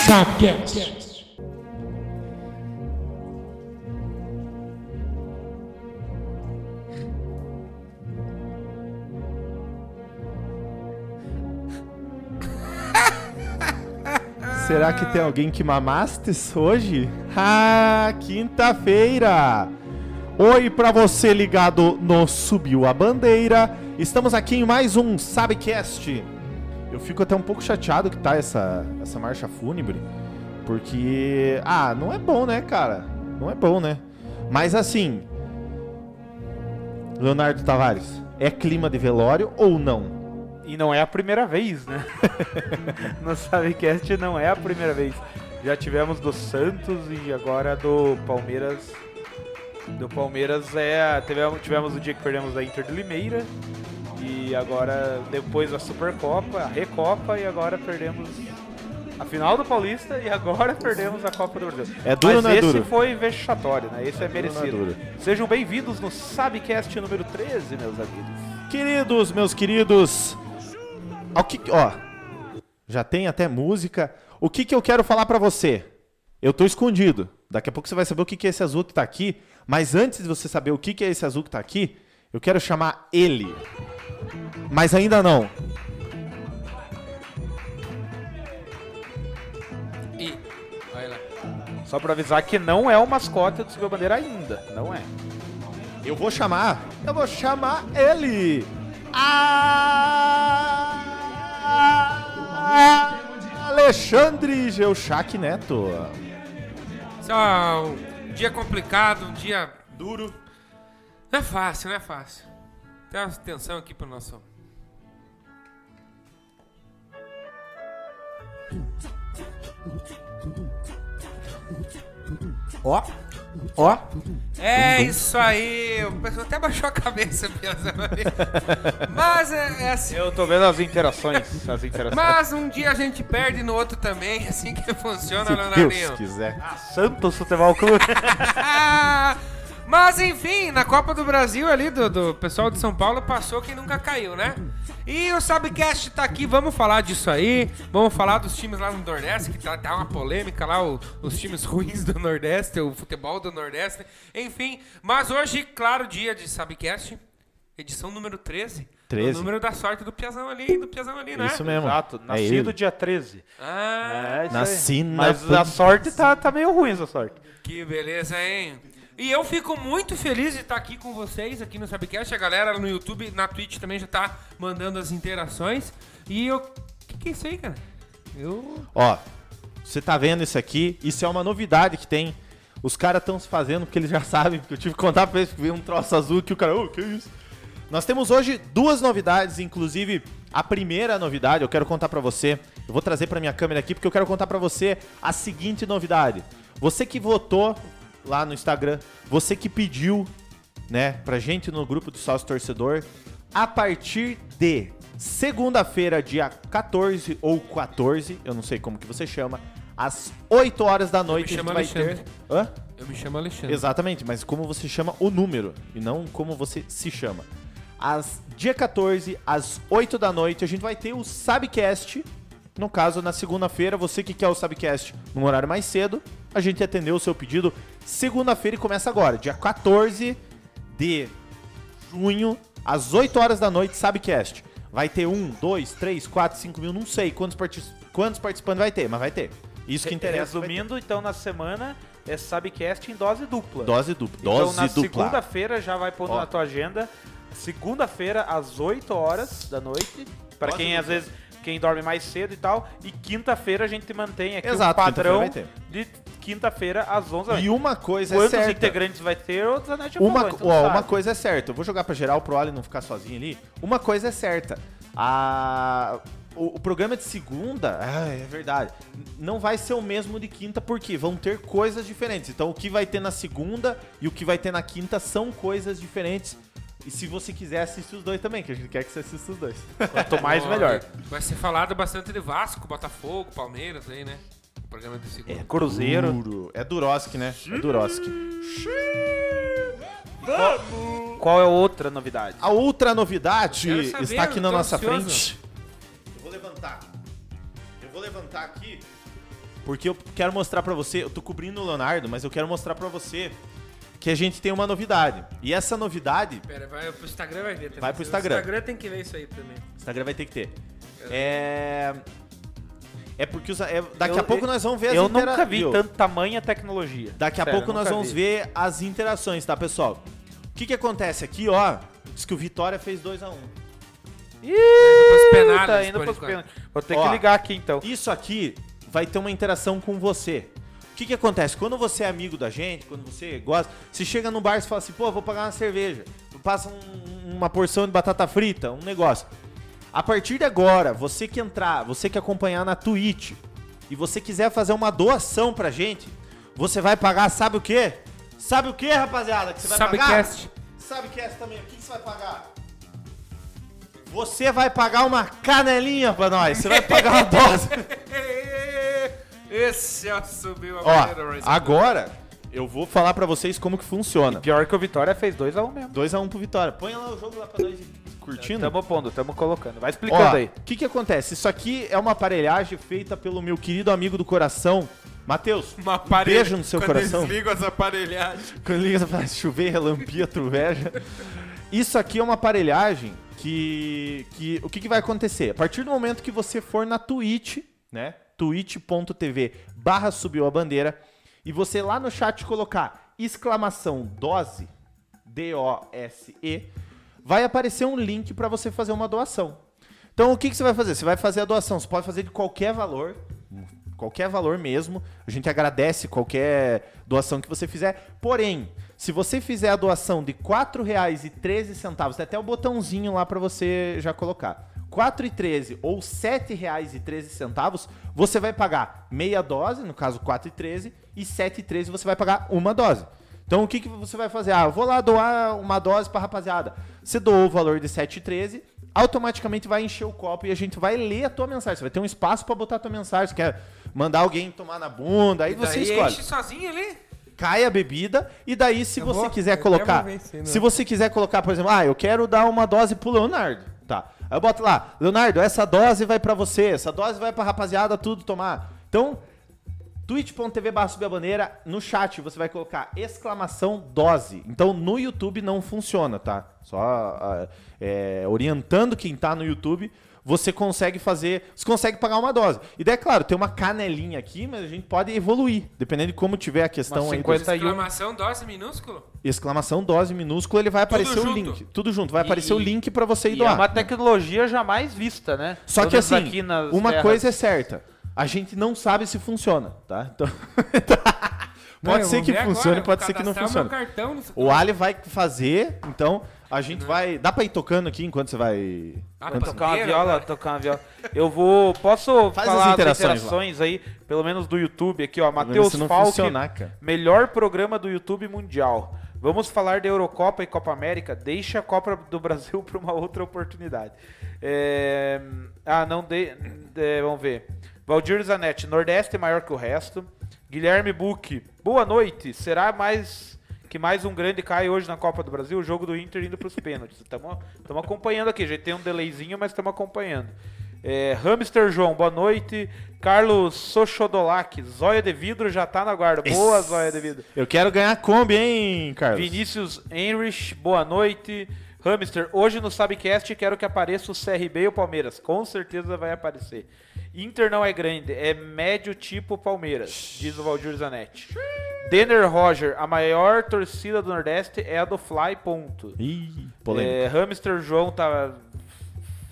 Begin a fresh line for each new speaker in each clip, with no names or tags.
Sapcast.
Será que tem alguém que mamastes hoje? Ah, quinta-feira! Oi pra você ligado no Subiu a Bandeira. Estamos aqui em mais um Sabcast. Eu fico até um pouco chateado que tá essa, essa marcha fúnebre, porque ah, não é bom, né, cara? Não é bom, né? Mas assim, Leonardo Tavares, é clima de velório ou não?
E não é a primeira vez, né? no Savecast não é a primeira vez. Já tivemos do Santos e agora do Palmeiras. Do Palmeiras é. Tivemos, tivemos o dia que perdemos da Inter de Limeira. E agora, depois da Supercopa, a Recopa, e agora perdemos a final do Paulista e agora perdemos a Copa do Brasil.
É duro ou não
Mas
é
esse
duro?
foi vexatório, né? Esse é,
duro ou não é
merecido. Sejam bem-vindos no Sabcast número 13, meus amigos.
Queridos, meus queridos, ao que, ó, já tem até música. O que que eu quero falar pra você? Eu tô escondido. Daqui a pouco você vai saber o que que é esse azul que tá aqui. Mas antes de você saber o que que é esse azul que tá aqui, eu quero chamar ele. Mas ainda não.
E. Olha lá. Só pra avisar que não é o mascote do Subiu a Bandeira ainda. Não é.
Eu vou chamar. Eu vou chamar ele. Ah! A... Alexandre Geuchac Neto.
Só um dia complicado, um dia duro. Não é fácil, não é fácil. Tem uma tensão aqui pro nosso. Ó, ó. É isso aí. O pessoal até baixou a cabeça pensando nisso. Mas é, é assim.
Eu tô vendo as interações. As interações.
Mas um dia a gente perde no outro também, assim que funciona,
Se Deus
Leonardinho.
quiser.
Santos Futebol Clube.
Ah, Mas enfim, na Copa do Brasil ali, do, do pessoal de São Paulo, passou quem nunca caiu, né? E o Sabcast tá aqui, vamos falar disso aí. Vamos falar dos times lá no Nordeste, que tá, tá uma polêmica lá, o- os times ruins do Nordeste, o futebol do Nordeste. Enfim, mas hoje, claro, dia de Sabcast, edição número 13.
13.
O número da sorte do Piazão ali, do Piazão ali, né?
Isso mesmo.
Exato.
É
Nascido
ele.
dia 13.
Ah,
É, isso
Nasci
aí.
na
Mas
pan-
a sorte tá, tá meio ruim, essa sorte.
Que beleza, hein? E eu fico muito feliz de estar aqui com vocês, aqui no Sabcast. A galera no YouTube, na Twitch também já tá mandando as interações. E eu. O que, que é isso aí, cara? Eu.
Ó, você tá vendo isso aqui? Isso é uma novidade que tem. Os caras estão se fazendo porque eles já sabem, porque eu tive que contar pra eles que veio um troço azul que o cara, ô, que isso? Nós temos hoje duas novidades, inclusive a primeira novidade eu quero contar pra você. Eu vou trazer pra minha câmera aqui porque eu quero contar pra você a seguinte novidade. Você que votou lá no Instagram, você que pediu, né, pra gente no grupo do sócio torcedor, a partir de segunda-feira, dia 14 ou 14, eu não sei como que você chama, às 8 horas da noite a gente
chamo
vai ter.
Alexandre.
Hã?
Eu me chamo Alexandre.
Exatamente, mas como você chama o número e não como você se chama. Às dia 14, às 8 da noite, a gente vai ter o Sabcast. No caso, na segunda-feira, você que quer o Sabcast num horário mais cedo, a gente atendeu o seu pedido segunda-feira e começa agora, dia 14 de junho, às 8 horas da noite, Sabcast. Vai ter um, dois, três, quatro, cinco mil, não sei quantos, partic- quantos participantes vai ter, mas vai ter. Isso que interessa. vai ter.
Resumindo, então, na semana é Sabcast em dose dupla.
Dose dupla.
então,
Dose
na
dupla.
segunda-feira já vai pondo
Ó.
na tua agenda. Segunda-feira, às 8 horas da noite. Pra
Dose
quem às vezes quem dorme mais cedo e tal. E quinta-feira a gente mantém aqui
Exato,
o padrão
quinta-feira
de quinta-feira às 11 horas.
E uma coisa
Quantos
é certa.
integrantes vai ter, outros a gente já
Uma,
falou, então
ó,
sabe.
uma coisa é certa. Eu vou jogar pra geral pro Ali não ficar sozinho ali. Uma coisa é certa. A- O, o programa de segunda, ah, é verdade, não vai ser o mesmo de quinta, porque vão ter coisas diferentes. Então, o que vai ter na segunda e o que vai ter na quinta são coisas diferentes. E se você quiser, assiste os dois também, que a gente quer que você assista os dois.
Quanto mais, melhor.
Vai ser falado bastante de Vasco, Botafogo, Palmeiras aí, né? O programa do
É.
segundo.
É, Cruzeiro.
Duro. É Duroski, né? É Duroski. Hum.
Qual é outra novidade?
A outra novidade
Eu quero saber,
está aqui na
eu tô
nossa
ansioso.
frente. Eu vou levantar. Eu vou levantar aqui. Porque eu quero mostrar pra você, eu tô cobrindo o Leonardo, mas eu quero mostrar pra você que a gente tem uma novidade. E essa novidade,
Pera, vai pro Instagram vai ver também.
Vai pro
O
Instagram.
Instagram tem que ver isso aí também.
o Instagram vai ter que ter. É É porque os- é- daqui a
Eu-
pouco nós vamos ver as
Eu
intera-
nunca vi
Viu?
tanto tamanha tecnologia.
Daqui a
Sério,
pouco
nunca
nós vamos
vi.
ver as interações, tá, pessoal? O que que acontece aqui, ó? Diz que o Vitória fez 2 a 1
pros
Ih,
penales,
tá indo
por
pros
enquanto.
penales. Vou ter
Ó.
que ligar aqui então.
Isso aqui vai ter uma interação com você. O que que acontece? Quando você é amigo da gente, quando você gosta, você chega num bar e fala assim, pô, vou pagar uma cerveja. Passa um- uma porção de batata frita, um negócio. A partir de agora, você que entrar, você que acompanhar na Twitch e você quiser fazer uma doação pra gente, você vai pagar sabe o quê? Sabe o quê, rapaziada? Que você vai pagar?
Subcast.
Sabe que essa também, o que que você vai pagar? Você vai pagar uma canelinha pra nós, você vai pagar uma dose.
Esse é o subiu a
Ó,
bandeira, Royce.
agora eu vou falar pra vocês como que funciona.
Pior que o Vitória fez 2x1 mesmo.
2x1 pro Vitória. Põe lá o jogo lá pra nós ir curtindo.
Tamo pondo, tamo colocando. Vai Tá explicando
Ó,
aí.
o que que acontece? Isso aqui é uma aparelhagem feita pelo meu querido amigo do coração, Matheus.
Uma aparelha-
beijo no seu
Quando
coração.
Desliga as aparelhagens.
Quando liga pra chover, relampia, truveja. Isso aqui é uma aparelhagem que, que. O que, que vai acontecer? A partir do momento que você for na Twitch, né? twitch.tv barra subiu a bandeira, e você lá no chat colocar exclamação dose, D-O-S-E, vai aparecer um link para você fazer uma doação. Então o que, que você vai fazer? Você vai fazer a doação, você pode fazer de qualquer valor, qualquer valor mesmo. A gente agradece qualquer doação que você fizer. Porém, se você fizer a doação de R$ 4,13, tem até o botãozinho lá para você já colocar. R$ 4,13 ou R$ 7,13, você vai pagar meia dose, no caso R$ 4,13, e R$ 7,13 você vai pagar uma dose. Então o que, que você vai fazer? Ah, eu vou lá doar uma dose pra rapaziada. Você doou o valor de 7,13, automaticamente vai encher o copo e a gente vai ler a tua mensagem. Você vai ter um espaço pra botar a tua mensagem. Você quer mandar alguém tomar na bunda, aí você
Daí
escolhe.
enche sozinho ali.
Cai a bebida e daí se
Eu
você
vou-
quiser
eu
colocar,
quero ver isso aí, né?
se você quiser colocar, por exemplo, ah, eu quero dar uma dose pro Leonardo, tá? Aí eu boto lá, Leonardo, essa dose vai pra você, essa dose vai pra rapaziada tudo tomar. Então, twitch.tv barra subir a bandeira, no chat você vai colocar exclamação dose. Então no YouTube não funciona, tá? Só ah, é, orientando quem tá no YouTube, você consegue fazer, você consegue pagar uma dose. E daí, é claro, tem uma canelinha aqui, mas a gente pode evoluir, dependendo de como tiver a questão
Umas
aí.
50
do-
Tá aí um-
Exclamação, dose minúsculo.
Exclamação dose minúscula, ele vai aparecer o
junto.
link. Tudo junto, vai
E-
aparecer o link pra você ir
E é
doar.
uma tecnologia jamais vista, né?
Só que
Todas
assim,
aqui nas
uma
terras.
coisa é certa. A gente não sabe se funciona, tá? Então- pode
É,
eu
ser
vou
que
ver
funcione,
agora,
pode ser que não
cadastrar
funcione.
meu cartão, não sei-
O Ali vai fazer, então a gente vai. Dá pra ir tocando aqui enquanto você vai.
Ah,
enquanto-
Tocar uma
Bandeira,
viola, né?
cara.
tocar uma viola. Eu vou. Posso
Faz
falar
as
as
interações
interações, aí, pelo menos do YouTube aqui, ó.
menos
Matheus
se não
Falck,
funcionar, cara.
melhor programa do YouTube mundial. Vamos falar da Eurocopa e Copa América. Deixa a Copa do Brasil para uma outra oportunidade. É, Ah, não dei. é, vamos ver. Valdir Zanetti, Nordeste é maior que o resto. Guilherme Buck, boa noite. Será mais que mais um grande cai hoje na Copa do Brasil? O jogo do Inter indo para os pênaltis. Estamos acompanhando aqui. A gente tem um delayzinho, mas estamos acompanhando. É, Hamster João, boa noite. Carlos Sochodolac, Zóia de Vidro já tá na guarda. Boa, Zóia de Vidro.
Eu quero ganhar Kombi, hein, Carlos?
Vinícius Henrich, boa noite. Hamster, hoje no Sabcast quero que apareça o CRB e o Palmeiras. Com certeza vai aparecer. Inter não é grande, é médio tipo Palmeiras, diz o Valdir Zanetti. Denner Roger, a maior torcida do Nordeste é a do Fly, ponto.
Ih, polêmica.
É, Hamster João tá...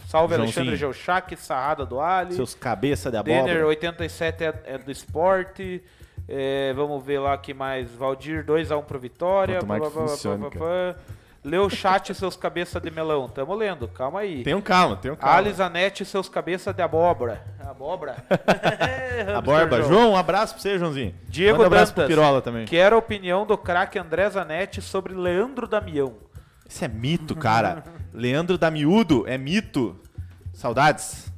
Salve
Joãozinho.
Alexandre Geuchac, sarrada do Ali.
Seus cabeça de
É. Denner
abóbora.
87 é, é do esporte. É, vamos ver lá que mais. Valdir 2x1 pro Vitória.
Pô, tomara que
pá, pá, pá,
funcione,
pá, pá, pá. Lê o chat, seus cabeça de melão. Tamo lendo, calma aí.
Tenham calma, tenham calma.
Ali Zanetti, seus cabeça de abóbora. Abóbora?
Aborba. João, um abraço pra você, Joãozinho.
Diego
Manda um abraço pro
Dantas.
Pirola também.
Quero a opinião do craque André Zanetti sobre Leandro Damião.
Isso é mito, cara. Leandro da Miúdo é mito. Saudades.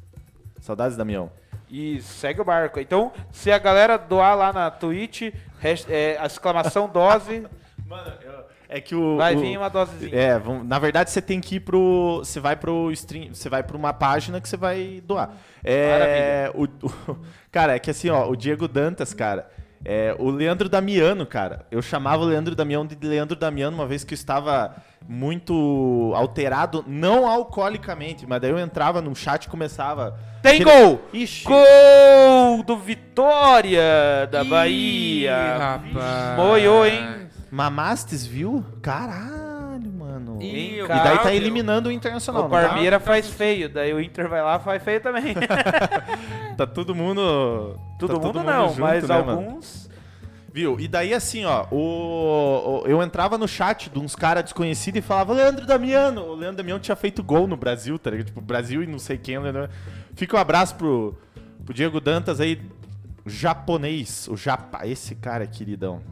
Saudades, Damião.
E segue o barco. Então, se a galera doar lá na Twitch, hash- é, a exclamação dose.
Mano, eu, É que o.
Vai
o-
vir uma assim. dosezinha.
É, vão- na verdade você tem que ir pro. Você vai pro stream. Você vai pra uma página que você vai doar. É. o- o- cara, é que assim, ó, o Diego Dantas, cara. é, o Leandro Damiano, cara. Eu chamava o Leandro Damião de Leandro Damiano uma vez que eu estava muito alterado, não alcoolicamente, mas daí eu entrava num chat e começava.
Tem
aquele-
gol!
Ixi!
Gol do Vitória da Bahia.
Ih, rapaz.
Moiou, hein?
Mamastes, viu? Caralho, mano.
Ih,
e
o
daí tá
Gálvio.
eliminando o Internacional.
o
não tá?
Parmeira faz feio, daí o Inter vai lá e faz feio também.
Tá todo mundo.
todo,
tá
mundo, não,
junto,
mas
né, mano?
alguns.
Viu? E daí, assim, ó, o, o- eu entrava no chat de uns caras desconhecidos e falava, Leandro Damiano, o Leandro Damiano tinha feito gol no Brasil, tá ligado? Tipo, Brasil e não sei quem, né? Fica um abraço pro, pro Diego Dantas aí, japonês, o Japa, esse cara, é queridão.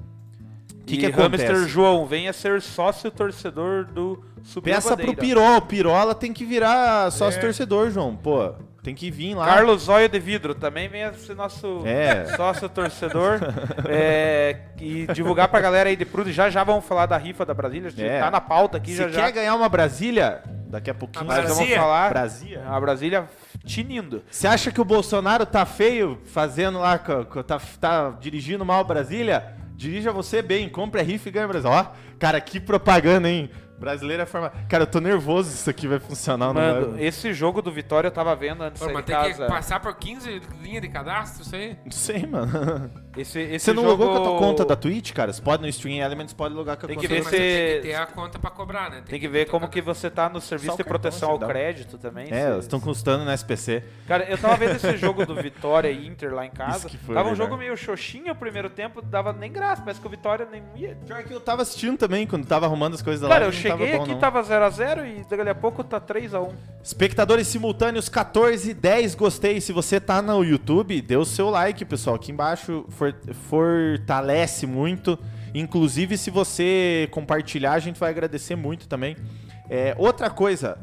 O que,
e
que
Hamster
acontece?
João, venha ser sócio torcedor do Subir a
Peça pro
é Bandeira. É.
Pirol, o Pirola tem que virar sócio-torcedor, João, pô. Tem que vir lá.
Carlos Zóio de Vidro também venha ser nosso
É.
sócio torcedor. é, e divulgar pra galera aí de Prudo. Já já vamos falar da rifa da Brasília.
É.
Tá na pauta aqui
Se
já
quer
já.
ganhar uma Brasília, daqui a pouquinho
A
nós vamos
Brasília?
falar.
Brasília. A Brasília tinindo.
Você acha que o Bolsonaro tá feio fazendo lá, co- co- tá, tá dirigindo mal Brasília? Dirija você bem, compra rifa e ganha Brasil. Ó, cara, que propaganda, hein? Brasileira forma. Cara, eu tô nervoso se isso aqui vai funcionar ou não é. vai,
Mano,
mano.
esse jogo do Vitória eu tava vendo antes de
Pô,
sair
mas
de
tem que
casa.
passar por 15 linhas de cadastro, isso aí?
Não sei, mano.
Esse, esse
Você não
jogo...
logou com a tua conta da Twitch, cara? Você pode no Stream Elements, pode logar com a
Tem
conta
que ver
da
mas
se-
tem que ter a conta pra cobrar, né?
Tem que ver como que você tá no serviço
Só o
de
cartão,
proteção
se
ao
dá.
crédito também.
É,
se-
eles estão custando na SPC.
Cara, eu tava vendo esse jogo do Vitória e Inter lá em casa.
Isso que foi
tava um
melhor.
jogo meio xoxinho o primeiro tempo, dava nem graça, parece que o Vitória nem ia.
Pior que eu tava assistindo também quando tava arrumando as coisas lá.
Cara, eu
não tava
cheguei
bom,
aqui, tá-
não.
tava 0x0 e daqui a pouco tá 3x1.
Espectadores simultâneos 14, 10 gostei. Se você tá no YouTube, dê o seu like, pessoal. Aqui embaixo for- fortalece muito. Inclusive, se você compartilhar, a gente vai agradecer muito também. É, outra coisa,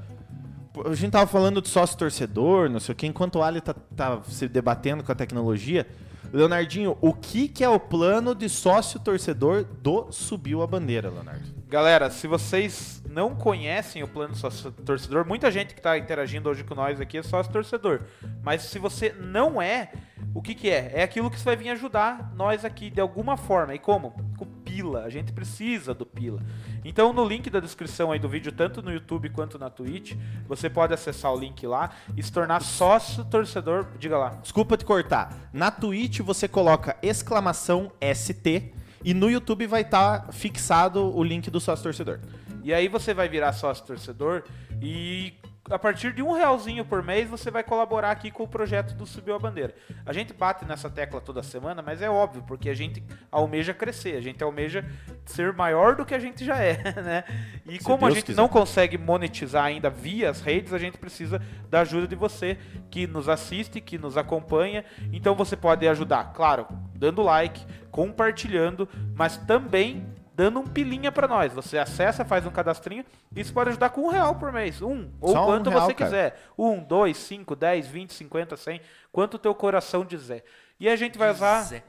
a gente tava falando de sócio torcedor, não sei o que, enquanto o Ali tá, tá se debatendo com a tecnologia. Leonardinho, o que, que é o plano de sócio torcedor do Subiu a Bandeira, Leonardo?
Galera, se vocês não conhecem o plano sócio torcedor, muita gente que está interagindo hoje com nós aqui é sócio torcedor. Mas se você não é, o que, que é? É aquilo que você vai vir ajudar nós aqui de alguma forma. E como? Com pila. A gente precisa do pila. Então, no link da descrição aí do vídeo, tanto no YouTube quanto na Twitch, você pode acessar o link lá e se tornar sócio torcedor. Diga lá.
Desculpa te cortar. Na Twitch você coloca exclamação ST e no YouTube vai estar fixado o link do sócio torcedor.
E aí você vai virar sócio torcedor e a partir de um realzinho por mês você vai colaborar aqui com o projeto do Subiu a Bandeira. A gente bate nessa tecla toda semana, mas é óbvio, porque a gente almeja crescer, a gente almeja ser maior do que a gente já é, né? E
Se
como a
Deus
gente
quiser.
não consegue monetizar ainda via as redes, a gente precisa da ajuda de você que nos assiste, que nos acompanha. Então você pode ajudar, claro, dando like, compartilhando, mas também dando um pilinha pra nós. Você acessa, faz um cadastrinho, isso pode ajudar com um real por mês, um ou
Só um
quanto
real,
você
cara.
quiser, um, dois, cinco, dez, vinte, cinquenta, cem, quanto o teu coração dizer. E a gente vai usar
Zé.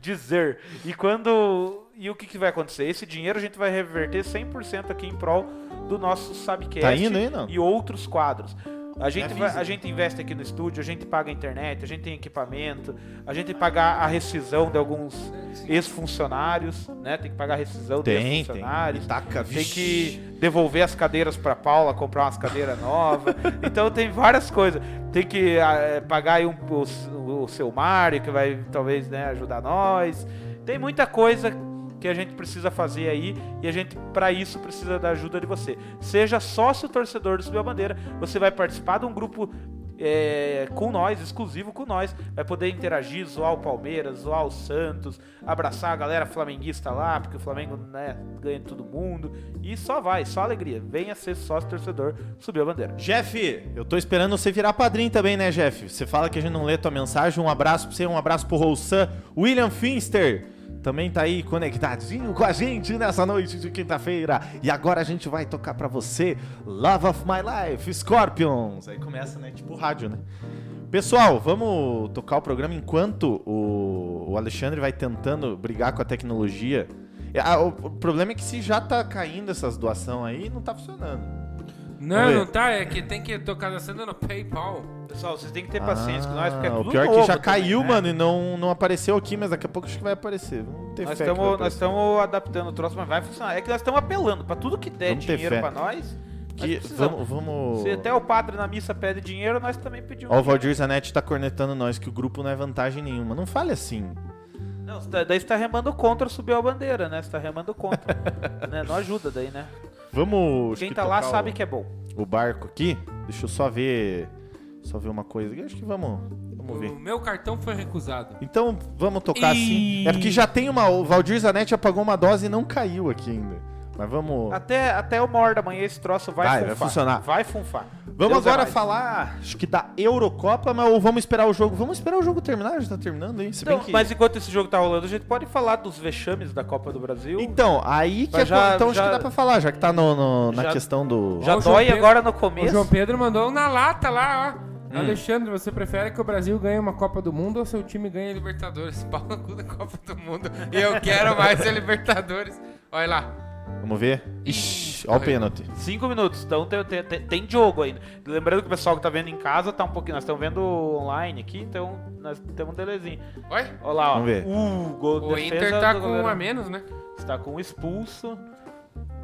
dizer. E quando. E o que, que vai acontecer? Esse dinheiro a gente vai reverter 100% aqui em prol do nosso Sabcast
Tá indo aí, não?
e outros quadros. A gente, vai-
avisa.
a gente investe aqui no estúdio, a gente paga a internet, a gente tem equipamento, a gente paga a rescisão de alguns ex-funcionários, né? Tem que pagar a rescisão de
Tem, Tá tem.
ex-funcionários.
Taca,
Tem que devolver as cadeiras pra Paula, comprar umas cadeiras novas. então tem várias coisas. Tem que ah, eh, pagar aí um, o, o seu Mário, que vai talvez né, ajudar nós. Tem muita coisa que a gente precisa fazer aí e a gente pra isso precisa da ajuda de você. Seja sócio torcedor do Subiu a Bandeira, você vai participar de um grupo eh, com nós, exclusivo com nós, vai poder interagir, zoar o Palmeiras, zoar o Santos, abraçar a galera flamenguista lá, porque o Flamengo né, ganha de todo mundo e só vai, só alegria. Venha ser sócio torcedor, subiu a bandeira.
Jeff, eu tô esperando você virar padrinho também, né, Jeff? Você fala que a gente não lê tua mensagem. Um abraço pra você, um abraço pro Roussan. William Finster também tá aí conectadinho com a gente nessa noite de quinta-feira. E agora a gente vai tocar pra você Love of My Life, Scorpions. Aí começa, né? Tipo rádio, né? Pessoal, vamos tocar o programa enquanto o, o Alexandre vai tentando brigar com a tecnologia. É, ah, o, o problema é que se já tá caindo essas doações aí, não tá funcionando.
Não,
Vamos ver.
não tá, é que tem que tocar cadastro no PayPal.
Pessoal, vocês têm que ter paciência com nós, porque é
Ah,
tudo
O pior é que
novo
já
também,
caiu,
né?
mano, e não, não apareceu aqui, mas daqui a pouco acho que vai aparecer. Vamos ter
Nós
fé que vai
estamos nós
aparecer.
estamos adaptando o troço, mas vai funcionar. É que nós estamos apelando pra tudo que der
Vamos ter
dinheiro
fé.
pra nós. nós
Que-
precisamos.
vamos, vamos...
Se até o padre na missa pede dinheiro, nós também pedimos.
Ó, o Valdir Zanetti tá cornetando nós que o grupo não é vantagem nenhuma. Não fale assim.
Não, você tá- daí você tá remando contra subir a bandeira, né? Você tá remando contra. né? Não ajuda daí, né?
Vamos. acho
Quem
que
tá lá
tocar
sabe
o,
que é bom.
o barco aqui. Deixa eu só ver. Só ver uma coisa aqui. Acho que vamos. Vamos
O
ver.
meu cartão foi recusado.
Então vamos tocar
Ih.
assim. É porque já tem uma. O Valdir Zanetti apagou uma dose e não caiu aqui ainda. Mas vamos.
Até, até uma hora da manhã esse troço vai,
Vai, vai
funfar.
funcionar.
Vai funfar.
Vamos
Deus é
agora
mais.
falar. Acho que da Eurocopa, mas ou vamos esperar o jogo. Vamos esperar o jogo terminar, já tá terminando aí. Se bem
Então,
que.
Mas enquanto esse jogo tá rolando, a gente pode falar dos vexames da Copa do Brasil.
Então, aí que
Mas
é-
já-
Então acho
já-
que dá pra falar, já que tá no, no- na
Já-
questão do.
Já
Ó, o João
dói
Pedro-
agora no
O João
começo.
Pedro mandou um na lata lá, ó. Alexandre, você prefere que o Brasil ganhe uma Copa do Mundo ou seu time ganhe a Libertadores? Pau no cu da Copa do Mundo. E eu quero mais a Libertadores. Olha lá.
Vamos ver? Ixi, ó o
correu.
pênalti.
Cinco minutos, então tem, tem- tem- tem jogo ainda. Lembrando que o pessoal que tá vendo em casa tá um pouquinho. Nós estamos vendo online aqui, então nós temos um delezinho.
Olha.
Olha lá, ó.
Vamos ver.
Uh, gol
O
defesa
Inter tá
do
com
goleiro.
um a menos, né?
está com um expulso.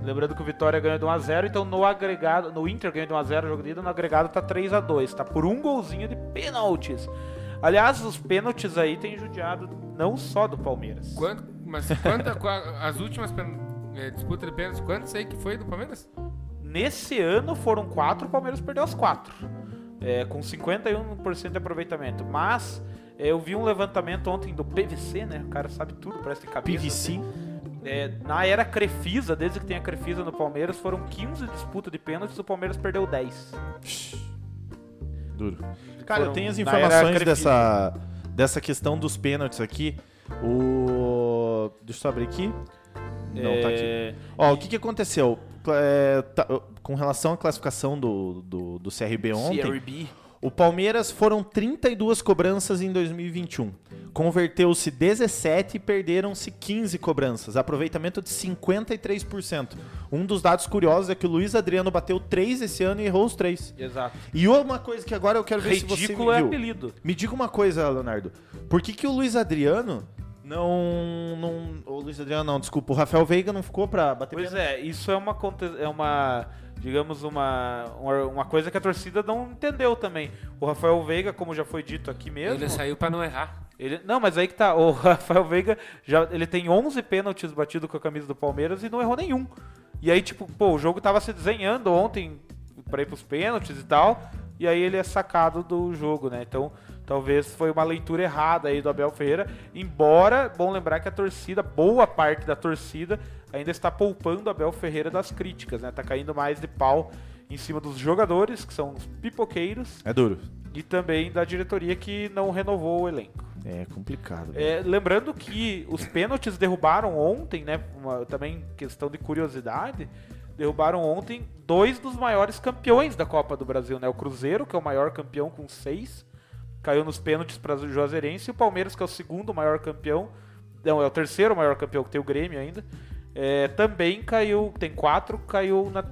Lembrando que o Vitória ganhou de 1x0, então no agregado, no Inter ganhou de 1x0 o jogo de ida, no agregado tá 3x2, tá por um golzinho de pênaltis. Aliás, os pênaltis aí tem judiado não só do Palmeiras.
Quanto, mas quanta, qua- as últimas pen- eh, disputas de pênaltis, quantos aí que foi do Palmeiras?
Nesse ano foram 4, o Palmeiras perdeu as 4, é, com 51% de aproveitamento. Mas é, eu vi um levantamento ontem do PVC, né? O cara sabe tudo, parece de cabeça.
PVC.
É, na era Crefisa, desde que tem a Crefisa no Palmeiras, foram 15 disputas de pênaltis, o Palmeiras perdeu 10.
Duro. Cara, eu tenho as
na era
informações
Crefisa.
dessa, dessa questão dos pênaltis aqui. O. Deixa eu só abrir aqui. Não, tá aqui.
É,
Ó, o que, que aconteceu? Cla- é, tá- com relação à classificação do, do, do CRB ontem,
CRB.
o Palmeiras foram 32 cobranças em 2021. Converteu-se 17 e perderam-se 15 cobranças. Aproveitamento de 53%. Um dos dados curiosos é que o Luiz Adriano bateu 3 esse ano e errou os 3.
Exato.
E uma coisa que agora eu quero ver se você me
Ridículo é
viu.
apelido.
Me diga uma coisa, Leonardo. Por que, que o Luiz Adriano não, não. O Luiz Adriano não, desculpa. O Rafael Veiga não ficou pra bater
Pois
pênalti?
é, isso é uma conte- é uma digamos uma uma uma coisa que a torcida não entendeu também. O Rafael Veiga, como já foi dito aqui mesmo,
Ele é saiu pra não errar.
ele- não, mas aí que tá, o Rafael Veiga já ele tem 11 pênaltis batido com a camisa do Palmeiras e não errou nenhum. E aí tipo, pô, o jogo tava se desenhando ontem pra ir pros pênaltis e tal, e aí ele é sacado do jogo, né? Então, talvez foi uma leitura errada aí do Abel Ferreira, embora bom lembrar que a torcida, boa parte da torcida ainda está poupando Abel Ferreira das críticas, né? Tá caindo mais de pau em cima dos jogadores, que são os pipoqueiros,
É duro.
e também da diretoria que não renovou o elenco.
É complicado. velho.
É, lembrando que os pênaltis derrubaram ontem, né? uma- também questão de curiosidade. Derrubaram ontem dois dos maiores campeões da Copa do Brasil, né? O Cruzeiro, que é o maior campeão com seis, caiu nos pênaltis para o Juazeirense, e o Palmeiras, que é o segundo maior campeão, não, é o terceiro maior campeão, que tem o Grêmio ainda, é, também caiu, tem quatro, caiu na-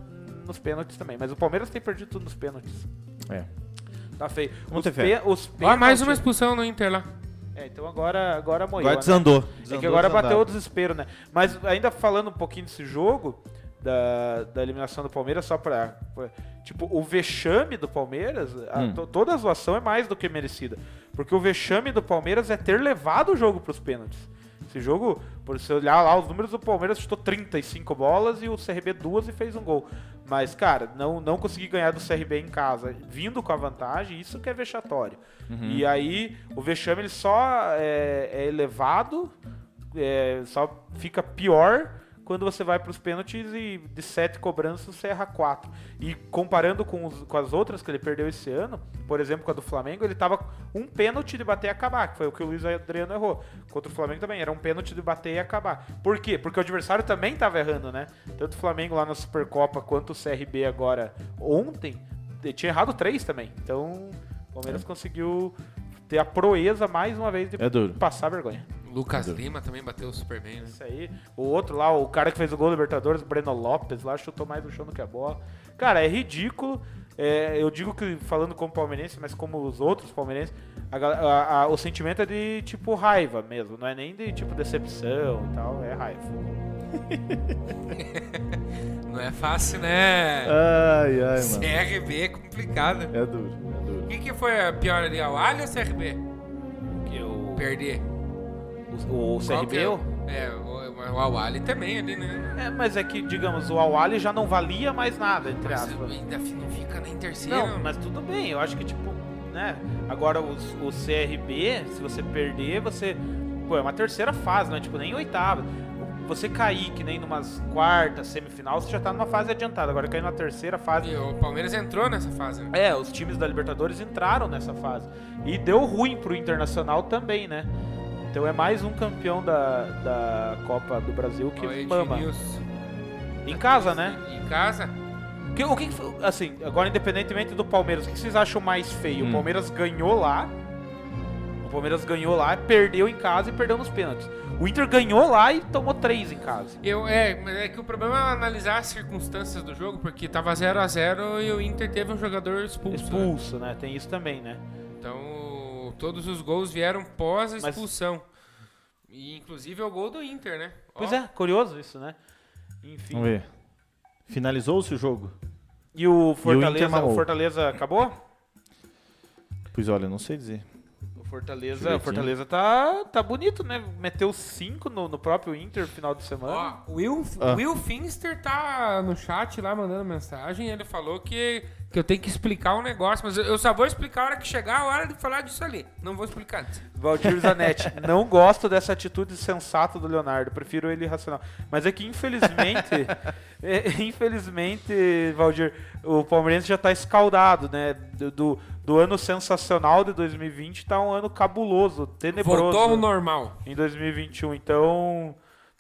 nos pênaltis também. Mas o Palmeiras tem perdido tudo nos pênaltis.
É.
Tá feio.
Vamos
os
ter fé.
pê- os
Ó, Ah, mais uma
pênaltis-
expulsão no Inter lá.
É, então agora, agora moiou,
Agora
né?
desandou.
É
Desandou,
que agora
desandado.
bateu o desespero, né? Mas ainda falando um pouquinho desse jogo, da, da eliminação do Palmeiras, só pra, pra- Tipo, o vexame do Palmeiras, a-
Hum.
to- toda a zoação é mais do que merecida. Porque o vexame do Palmeiras é ter levado o jogo pros pênaltis. Esse jogo, por se olhar lá os números, o Palmeiras chutou 35 bolas e o CRB duas e fez um gol. Mas, cara, não, não consegui ganhar do CRB em casa, vindo com a vantagem, isso que é vexatório. E aí, o vexame ele só é, é elevado, é, só fica pior quando você vai para os pênaltis e de sete cobranças você erra quatro. E comparando com, os- com as outras que ele perdeu esse ano, por exemplo, com a do Flamengo, ele tava um pênalti de bater e acabar, que foi o que o Luiz Adriano errou. Contra o Flamengo também, era um pênalti de bater e acabar. Por quê? Porque o adversário também tava errando, né? Tanto o Flamengo lá na Supercopa quanto o CRB agora ontem, eh, tinha errado três também. Então, o Palmeiras conseguiu ter a proeza mais uma vez de
É duro.
passar vergonha.
Lucas Lima também bateu super bem, né?
Isso aí. O outro lá, o cara que fez o gol do Libertadores, o Breno Lopes, lá chutou mais no chão do que a bola. Cara, é ridículo. É, eu digo que, falando como palmeirense, mas como os outros palmeirenses, a gal- a- a- o sentimento é de, tipo, raiva mesmo. Não é nem de, tipo, decepção e tal. É raiva.
Não é fácil, né?
Ai, ai, mano.
CRB é complicado.
É duro, é duro.
O que, que foi a pior ali? É O Alho ou CRB?
Porque o,
Perder.
o, o
Qual que
CRB...
é? É, o, o Awali também ali, né?
É, mas é que, digamos, o Awali já não valia mais nada, entre
Mas
aspas.
ainda não fica nem terceiro.
Não, mas tudo bem, eu acho que tipo, né? Agora os- o, CRB, se você perder, você. Pô, é uma terceira fase, não é tipo nem oitava. Você cair que nem numas quartas, semifinal, você já tá numa fase adiantada. Agora cair numa terceira fase.
né? E o Palmeiras entrou nessa fase. né?
É, os times da Libertadores entraram nessa fase. E deu ruim pro Internacional também, né? Então é mais um campeão da, da Copa do Brasil É que
Ó,
mama.
Ednilson.
Em casa, né?
Em casa?
Que- o que, que foi- assim, agora independentemente do Palmeiras, o que vocês acham mais feio?
Hum.
O Palmeiras ganhou lá. O Palmeiras ganhou lá, perdeu em casa e perdeu nos pênaltis. O Inter ganhou lá e tomou três em casa.
Eu, é, mas é que o problema é analisar as circunstâncias do jogo, porque tava 0x0 e o Inter teve um jogador expulso. né?
Expulso, né? Tem isso também, né?
Então, todos os gols vieram pós a
Mas-
expulsão. E, inclusive, é o gol do Inter, né? Ó,
Pois é, curioso isso, né? Enfim.
Vamos ver. Finalizou-se o jogo?
E o Fortaleza,
mamou.
o Fortaleza acabou?
Pois olha, eu não sei dizer. Deixa eu
O
ver
Fortaleza,
aqui.
Fortaleza tá, tá bonito, né? Meteu cinco no, no próprio Inter final de semana.
Ó, o Will,
Ah.
o Will Finster tá no chat lá mandando mensagem. Ele falou que, que eu tenho que explicar um negócio, mas eu- eu só vou explicar a hora que chegar a hora de falar disso ali. Não vou explicar antes.
Valdir Zanetti, não gosto dessa atitude sensata do Leonardo, prefiro ele racional. Mas é que infelizmente, é, infelizmente, Valdir, o Palmeirense já tá escaldado, né? Do, do, do ano sensacional de 2020 tá um ano cabuloso, tenebroso
Voltou ao normal.
em 2021. Então,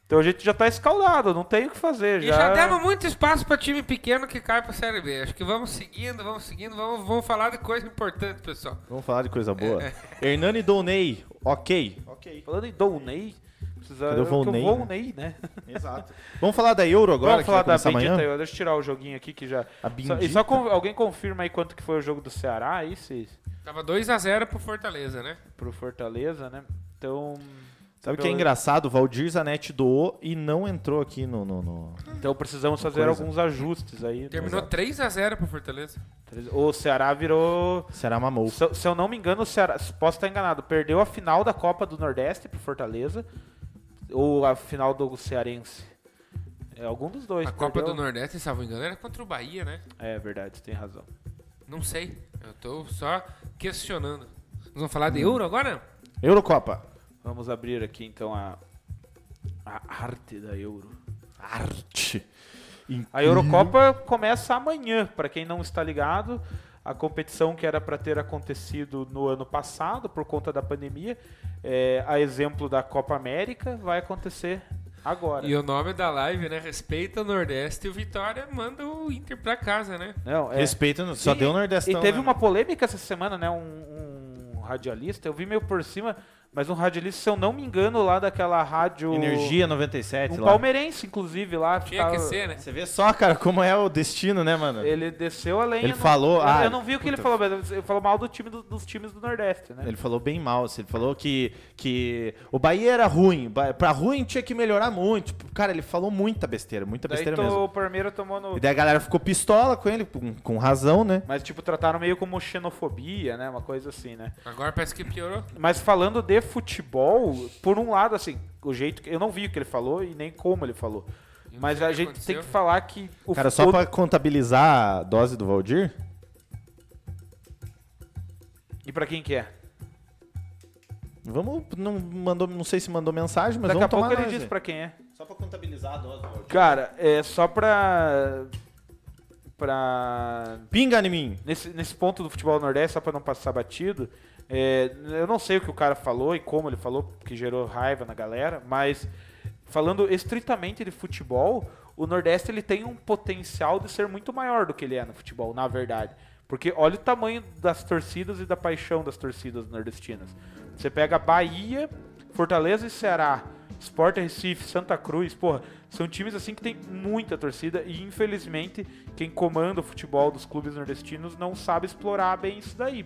então a gente já tá escaldado, não tem o que fazer.
E
Já,
já demos muito espaço pra time pequeno que cai pra Série B. Acho que vamos seguindo, vamos seguindo, vamos, vamos falar de coisa importante, pessoal.
Vamos falar de coisa boa. Hernani Donei, ok. Ok.
Falando em Dounei, precisa
Cadê o
que eu
Volney,
vou Ney, né?
Exato. Vamos falar da Euro agora,
Vamos
que vai
falar da
começar
bendita,
amanhã?
Euro. deixa eu tirar o joguinho aqui que já...
A
Só-
bendita.
e só con- alguém confirma aí quanto que foi o jogo do Ceará aí, se,
Tava 2x0 pro Fortaleza, né?
pro Fortaleza, né? Então,
Sabe o que é
Pelo-
engraçado? O Valdir Zanetti doou e não entrou aqui no... no, no-
então precisamos fazer
coisa.
alguns ajustes aí. né?
Terminou 3x0 pro Fortaleza.
O Ceará virou...
Será mamou.
Se, eu- se eu não me engano, o Ceará, posso estar enganado, perdeu a final da Copa do Nordeste pro Fortaleza ou a final do Cearense. É algum dos dois.
A Copa do
perdeu.
Nordeste, se não me engano, era contra o Bahia, né?
É verdade, você tem razão.
Não sei. Eu tô só questionando. Nós vamos falar
Hum.
de Euro agora?
Eurocopa.
Vamos abrir aqui então a, a arte da Euro.
Arte.
A Eurocopa
Uhum.
começa amanhã, para quem não está ligado. A competição que era para ter acontecido no ano passado, por conta da pandemia, é, a exemplo da Copa América, vai acontecer agora.
E o nome da live, né? Respeita o Nordeste e o Vitória manda o Inter pra casa, né?
Não, é.
Respeita, só
E-
deu o Nordestão.
E teve
né?
uma polêmica essa semana, né? Um, um radialista, eu vi meio por cima, mas um radialista, se eu não me engano, lá daquela rádio.
Energia 97
Um
lá.
palmeirense, inclusive, lá.
Tinha que
tava-
ser, né?
Você vê só, cara, como é o destino, né, mano?
Ele desceu a lenha.
Ele
não-
falou,
Eu,
ah,
eu não vi o que ele
puta.
falou, mas ele falou mal do time do- dos times do Nordeste, né?
Ele falou bem mal, assim, ele falou que, que o Bahia era ruim, ba- pra ruim tinha que melhorar muito. Tipo, Cara, ele falou muita besteira, muita
Daí
besteira
to-
mesmo.
o Palmeiras tomou no.
E daí a galera ficou pistola com ele, com, com razão, né?
Mas, tipo, trataram meio como xenofobia, né? Uma coisa assim, né?
Agora parece que piorou.
Mas falando de futebol, por um lado, assim, o jeito que. Eu não vi o que ele falou e nem como ele falou.
Eu não
Mas
sei o
a
que
gente
aconteceu.
tem que falar que. O
Cara, só
o-
pra contabilizar a dose do Valdir,
E pra quem que é?
vamos, não, mandou, não sei se mandou mensagem, mas
Daqui a
vamos
pouco
tomar
ele
nós,
diz
né?
pra quem é.
Só pra contabilizar a dose do Valdir.
Cara, é só pra. Pra.
Pinga em mim.
Nesse, nesse ponto do futebol do Nordeste, só pra não passar batido, é, eu não sei o que o cara falou e como ele falou, porque gerou raiva na galera, mas falando estritamente de futebol, o Nordeste ele tem um potencial de ser muito maior do que ele é no futebol, na verdade. Porque olha o tamanho das torcidas e da paixão das torcidas nordestinas. Você pega a Bahia, Fortaleza e Ceará, Sport Recife, Santa Cruz, porra, são times assim que tem muita torcida e infelizmente quem comanda o futebol dos clubes nordestinos não sabe explorar bem isso daí.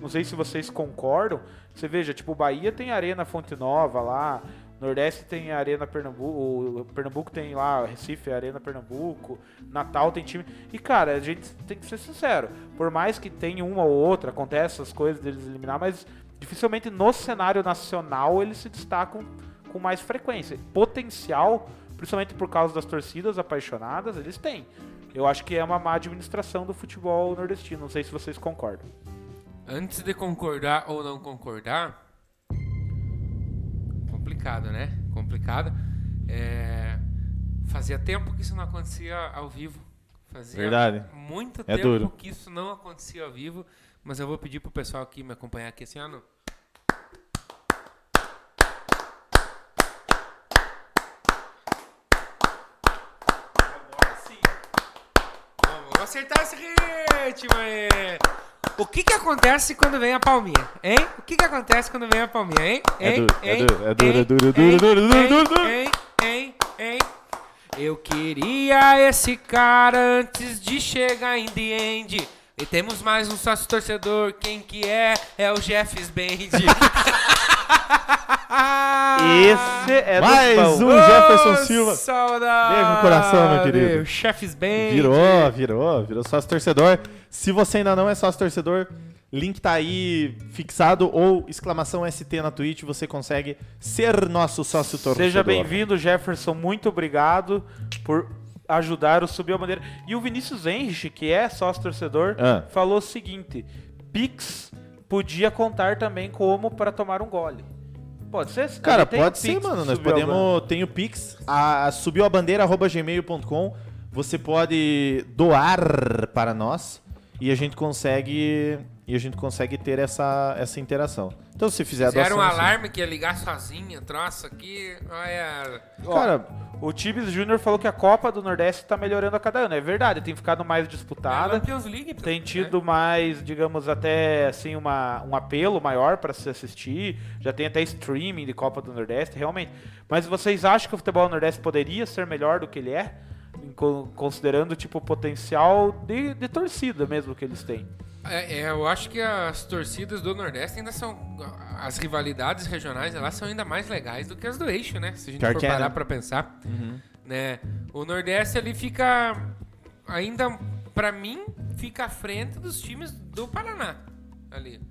Não sei se vocês concordam. Você veja, tipo, Bahia tem Arena Fonte Nova lá, Nordeste tem Arena Pernambuco, o Pernambuco tem lá, Recife, Arena Pernambuco, Natal tem time. E cara, a gente tem que ser sincero, por mais que tenha uma ou outra, acontece essas coisas deles eliminar, mas dificilmente no cenário nacional eles se destacam com mais frequência. Potencial, principalmente por causa das torcidas apaixonadas, eles têm. Eu acho que é uma má administração do futebol nordestino, não sei se vocês concordam.
Antes de concordar ou não concordar. Complicado, né? Complicado. É, Fazia tempo que isso não acontecia ao vivo. Fazia
Verdade.
muito
É
tempo
duro.
que isso não acontecia ao vivo. Mas eu vou pedir pro pessoal que me acompanhar aqui assim, esse ano. Vamos acertar esse ritmo aí. O que que acontece quando vem a palminha, hein? O que que acontece quando vem a palminha, hein?
É
Hein?
duro, é
Hein?
duro, é duro,
Hein?
é duro, é duro,
Hein?
é duro, é duro, é duro, é duro.
Hein? Hein? Hein? Eu queria esse cara antes de chegar em The End. E temos mais um sócio torcedor. Quem que é? É o Jeffs Band.
Esse é
Mais
do pão.
um Jefferson Silva.
Saudade.
Beijo no coração, meu querido.
O Chefs Band.
Virou, virou, virou sócio torcedor. Se você ainda não é sócio torcedor, link tá aí fixado ou exclamação ST na Twitch, você consegue ser nosso sócio torcedor.
Seja bem-vindo, Jefferson. Muito obrigado por ajudar o Subir a Bandeira. E o Vinícius Henrique, que é sócio torcedor,
Ah.
falou o seguinte: Pix podia contar também como para tomar um gole. Pode ser?
Cara,
Tem
pode
o
ser,
Pix
mano.
do
Nós
Subiu a Bandeira.
podemos. Tem o Pix, a, subiuabandeira.gmail.com. Você pode doar para nós e a gente consegue. E a gente consegue ter essa, essa interação. Então, se fizer a
Fizeram um
doação, assim-
alarme que ia ligar sozinha, troço aqui. Olha.
Cara,
O Tibes Júnior falou que a Copa do Nordeste está melhorando a cada ano. É verdade, tem ficado mais
é
disputada.
Champions League,
tem
né?
tido mais, digamos, até assim, uma, um apelo maior para se assistir. Já tem até streaming de Copa do Nordeste, realmente. Mas vocês acham que o futebol Nordeste poderia ser melhor do que ele é? Em co- Considerando tipo, o potencial de, de torcida mesmo que eles têm.
É, é, eu acho que as torcidas do Nordeste ainda são. As rivalidades regionais elas são ainda mais legais do que as do eixo, né? Se a gente
Pior
for
que é,
parar
né?
pra pensar. Né? O Nordeste ali fica. Ainda, pra mim, fica à frente dos times do Paraná. Ali.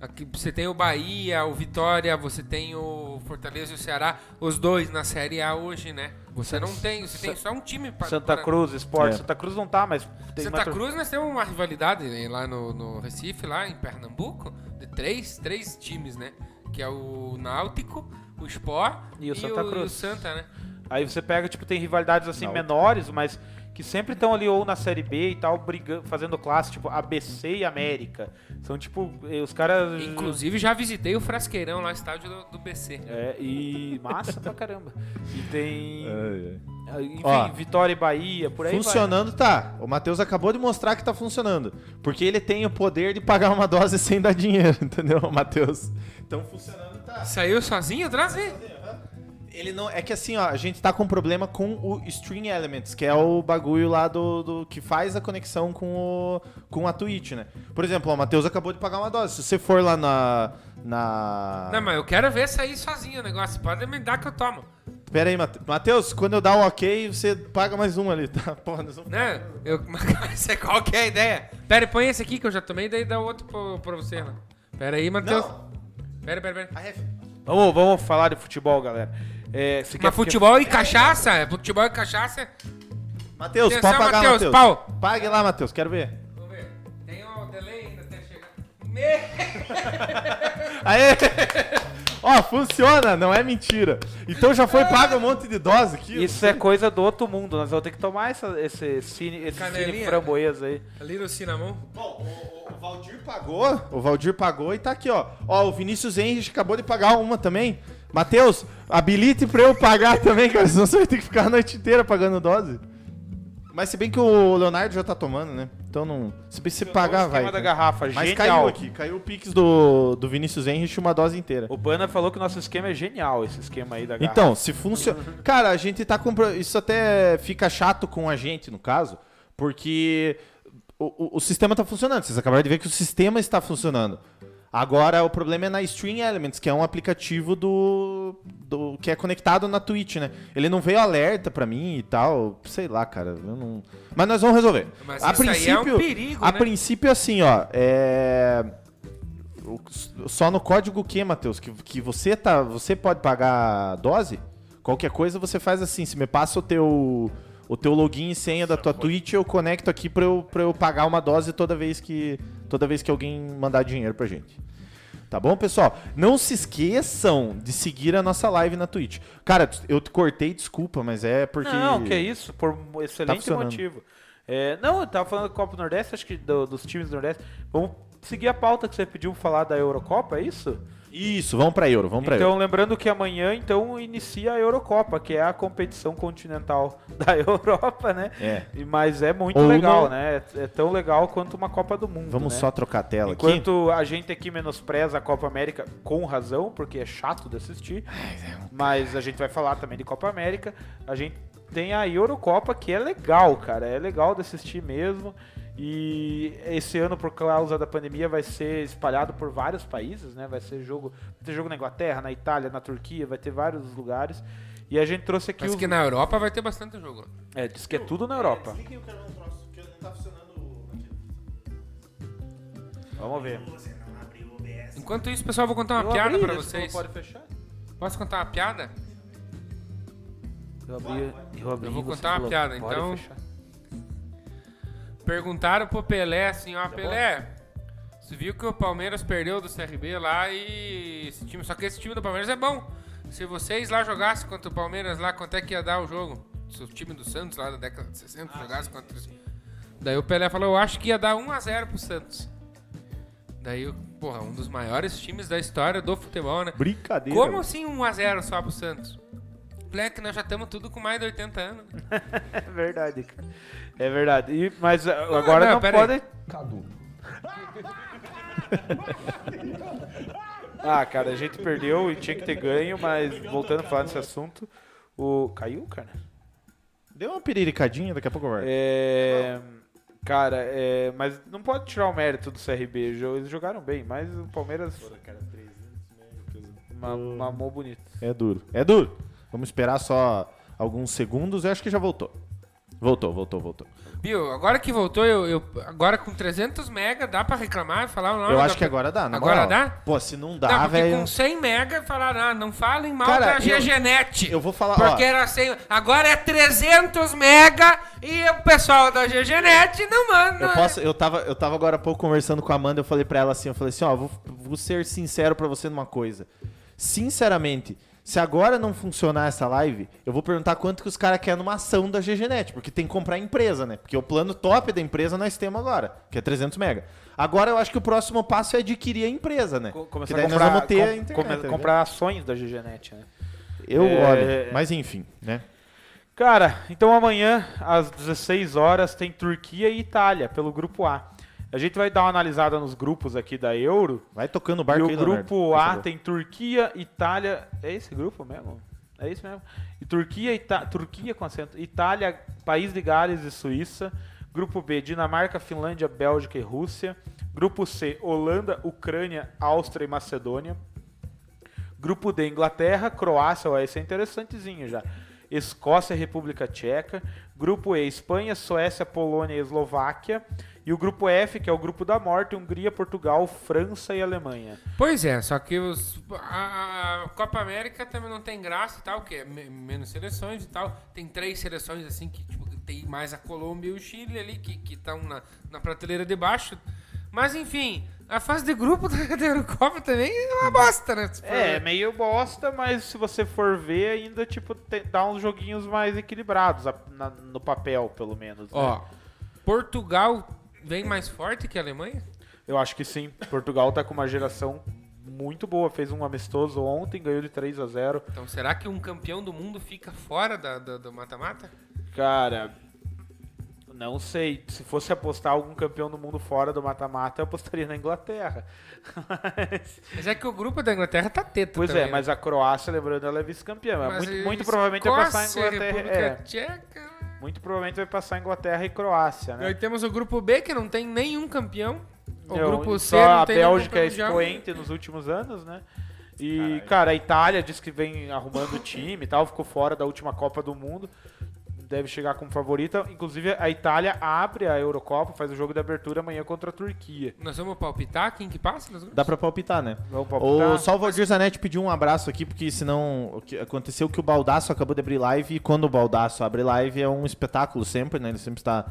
Aqui você tem o Bahia, o Vitória, você tem o Fortaleza e o Ceará, os dois na Série A hoje, né? Você não tem, você tem só um time para
Santa Cruz, Sport.
É.
Santa Cruz não tá, mas tem uma
Santa
tor-
Cruz nós temos uma rivalidade né, lá no, no Recife, lá em Pernambuco, de três, três times, né? Que é o Náutico, o Sport
E o Santa
e
Cruz.
o Santa, né?
Aí você pega, tipo, tem rivalidades assim
Não.
menores, mas que sempre estão ali ou na Série B e tal, brigando, fazendo classe, tipo ABC e América. São tipo, eh, os caras.
Inclusive já visitei o Frasqueirão lá, estádio do, do BC.
É, e massa pra caramba. E tem. ah,
ai, ai.
Enfim,
É. Ó,
Vitória e Bahia, por aí.
funcionando tá. O Matheus acabou de mostrar que tá funcionando. Porque ele tem o poder de pagar uma dose sem dar dinheiro, entendeu, Matheus? Então funcionando tá.
Saiu sozinho atrás e...
Ele não. É que assim, ó, a gente tá com problema com o String Elements, que é o bagulho lá do, do- que faz a conexão com, o, com a Twitch, né? Por exemplo, ó, o Matheus acabou de pagar uma dose. Se você for lá na.
Ah.
Na.
Não, mas eu quero ver sair sozinho o negócio. Pode me dar que eu tomo.
Pera aí, Mate- Matheus, quando eu dar um ok, você paga mais um ali, tá? Porra, nós vamos-
Né? Eu... Mas é qual que é a ideia? Pera, põe esse aqui que eu já tomei, daí dá outro pro- pra você, né? Pera aí, Matheus.
Não!
Pera, pera,
Ah,
pera.
a ref-
Vamos, vamos falar de futebol, galera. É, você quer-
Mas futebol e cachaça? é Futebol e cachaça?
Matheus,
Atenção,
pode pagar,
Matheus,
Matheus.
pau.
Pague lá, Matheus, quero ver.
Vamos ver. Tem um delay ainda até chegar.
Aê! Ó, funciona, não é mentira. Então já foi pago um monte de dose aqui.
Isso é coisa do outro mundo. Nós vamos ter que tomar essa- esse cine, esse cine
Canelinha.
framboesa aí.
Ali no Cinnamon.
Bom, o- o, o Valdir pagou. O Valdir pagou e tá aqui, ó. Ó, o Vinícius Henrique acabou de pagar uma também. Matheus, habilite pra eu pagar também, cara. Senão você vai ter que ficar a noite inteira pagando dose. Mas se bem que o Leonardo já tá tomando, né? Então não. Se, se pagar,
o
vai.
esquema da
né?
garrafa,
Mas
genial.
caiu aqui, caiu o Pix do, do Vinícius Henrich uma dose inteira.
O Bana falou que o nosso esquema é genial, esse esquema aí da garrafa.
Então, se funciona. Cara, a gente tá comprando. Isso até fica chato com a gente, no caso, porque o, o- o sistema tá funcionando. Vocês acabaram de ver que o sistema está funcionando. Agora, o problema é na Stream Elements, que é um aplicativo do, do que é conectado na Twitch, né? Ele não veio alerta pra mim e tal. Sei lá, cara. Eu não... Mas nós vamos resolver.
Mas
a
isso aí
princípio,
é um perigo,
A
né?
princípio, assim, ó. É. O- Só no código que, Matheus? Que, que você tá. Você pode pagar a dose? Qualquer coisa você faz assim. Se me passa o teu. O teu login e senha da tua Twitch, eu conecto aqui pra eu, pra eu pagar uma dose toda vez que. Toda vez que alguém mandar dinheiro pra gente. Tá bom, pessoal? Não se esqueçam de seguir a nossa live na Twitch. Cara, eu te cortei, desculpa, mas é porque.
Não, que é isso, por um excelente
funcionando.
motivo. É, não, eu tava falando do Copa do Nordeste, acho que do- dos times do Nordeste. Vamos seguir a pauta que você pediu pra falar da Eurocopa, é isso?
Isso, vamos pra Euro, vamos pra
então,
Euro.
lembrando que amanhã, então, inicia a Eurocopa, que é a competição continental da Europa, né?
É.
E- Mas é muito
Ou
legal,
não.
né? É, é tão legal quanto uma Copa do Mundo,
Vamos
né?
só trocar a tela aqui.
Enquanto a gente aqui menospreza a Copa América com razão, porque é chato de assistir,
é um
mas a gente vai falar também de Copa América, a gente tem a Eurocopa que é legal, cara, é legal de assistir mesmo. E esse ano, por causa da pandemia, vai ser espalhado por vários países, né? Vai ser jogo. Vai ter jogo na Inglaterra, na Itália, na Turquia, vai ter vários lugares. E a gente trouxe aqui
Mas
os-
que na Europa vai ter bastante jogo.
É, diz que é um tudo na Europa. tá Vamos ver.
Enquanto isso, pessoal, eu vou contar uma
Eu
piada
abri,
pra
esse
vocês.
Pode fechar?
Posso contar uma piada?
Eu abri, eu abri.
Eu vou
você
contar uma
falou,
piada,
"Pode
então."
fechar.
Perguntaram pro Pelé assim, ó, Pelé, você viu que o Palmeiras perdeu do CRB lá e esse time, só que esse time do Palmeiras é bom. Se vocês lá jogassem contra o Palmeiras lá, quanto é que ia dar o jogo? Se o time do Santos lá da década de 60 jogasse contra esse... Daí o Pelé falou, eu acho que ia dar 1x0 pro Santos. Daí, porra, um dos maiores times da história do futebol, né?
Brincadeira.
Como assim 1x0 só pro Santos? Moleque, nós já estamos tudo com mais de 80 anos. né?
É verdade, cara. É verdade. E- mas ah, agora
não,
não,
pera
pode.
aí.
Ah, cara, a gente perdeu e tinha que ter ganho, mas voltando a falar nesse assunto, o. Caiu, cara?
Deu uma piriricadinha, daqui a pouco vai.
É. Cara, é, mas não pode tirar o mérito do CRB. jo- Eles jogaram bem, mas o Palmeiras. ma- Mamou bonito.
É duro. É duro. Vamos esperar só alguns segundos. Eu acho que já voltou. Voltou, voltou, voltou.
Bill, agora que voltou, eu, eu- agora com 300 mega dá pra reclamar e falar o nome
eu
da-
acho que agora dá, na
Agora
moral.
dá?
Pô, se não
não,
dá,
porque
velho.
com 100 mega falaram, ah, não falem mal
Cara,
da
eu-
GGNet.
eu vou falar,
Porque
ó.
era 100, agora é 300 mega e o pessoal da GGNet não manda.
Eu, posso, eu, tava, eu tava agora há pouco conversando com a Amanda, eu falei pra ela assim, eu falei assim, ó, vou, vou ser sincero pra você numa coisa. Sinceramente, se agora não funcionar essa live, eu vou perguntar quanto que os caras querem numa ação da GGNet, porque tem que comprar a empresa, né? Porque o plano top da empresa nós temos agora, que é 300 mega. Agora eu acho que o próximo passo é adquirir a empresa, né?
Co-
Que
Começar a
daí nós
comprar,
vamos ter a
com-
internet,
come-
tá ligado?
comprar ações da GGNet, né?
Eu,
É.
olha, mas enfim, né?
Cara, então amanhã, às 16 horas, tem Turquia e Itália, pelo grupo A. A gente vai dar uma analisada nos grupos aqui da Euro.
Vai tocando o barco
e
aí,
o
Leonardo,
grupo
por
A
favor.
tem Turquia, Itália. É esse grupo mesmo? É isso mesmo. E Turquia, Ita... Turquia com acento. Itália, País de Gales e Suíça. Grupo B, Dinamarca, Finlândia, Bélgica e Rússia. Grupo C, Holanda, Ucrânia, Áustria e Macedônia. Grupo D, Inglaterra, Croácia, ó, esse é interessantezinho já. Escócia, República Tcheca. Grupo E, Espanha, Suécia, Polônia e Eslováquia. E o grupo F, que é o grupo da morte, Hungria, Portugal, França e Alemanha.
Pois é, só que os- a, a Copa América também não tem graça e tal, que é me- menos seleções e tal. Tem três seleções assim que tipo, tem mais a Colômbia e o Chile ali, que estão na, na prateleira de baixo. Mas enfim, a fase de grupo da da Eurocopa também é uma bosta, né? Se for-
É, meio bosta, mas se você for ver, ainda, tipo, te- dá uns joguinhos mais equilibrados, a- na- no papel, pelo menos. né?
Ó, Portugal vem mais forte que a Alemanha?
Eu acho que sim. Portugal tá com uma geração muito boa. Fez um amistoso ontem, ganhou de 3 a 0
Então será que um campeão do mundo fica fora da, da- do mata-mata?
Cara, Não sei. Se fosse apostar algum campeão do mundo fora do mata-mata, eu apostaria na Inglaterra. Mas-
Mas é que o grupo da Inglaterra tá teto
pois
também,
é, mas a Croácia, lembrando, ela é vice-campeã. mas
Mas
Muito,
e
muito provavelmente vai passar a
Escócia,
Inglaterra.
República
É,
Tcheca.
muito provavelmente vai passar a Inglaterra e Croácia, né?
Aí temos o grupo B, que não tem nenhum campeão. O
Então,
grupo C
só
não
a
tem
Bélgica é
nenhum campeão mundial.
expoente nos últimos anos, né? E, cara, a Itália diz que vem arrumando o time e tal, ficou fora da última Copa do Mundo. Deve chegar como favorita. Inclusive, a Itália abre a Eurocopa, faz o jogo de abertura amanhã contra a Turquia.
Nós vamos palpitar quem que passa nos grupos?
Dá pra palpitar, né?
Vamos
O
palpitar?
Salvador Zanetti pediu um abraço aqui, porque senão o que aconteceu que o Baldaço acabou de abrir live e quando o Baldaço abre live é um espetáculo sempre, né? Ele sempre está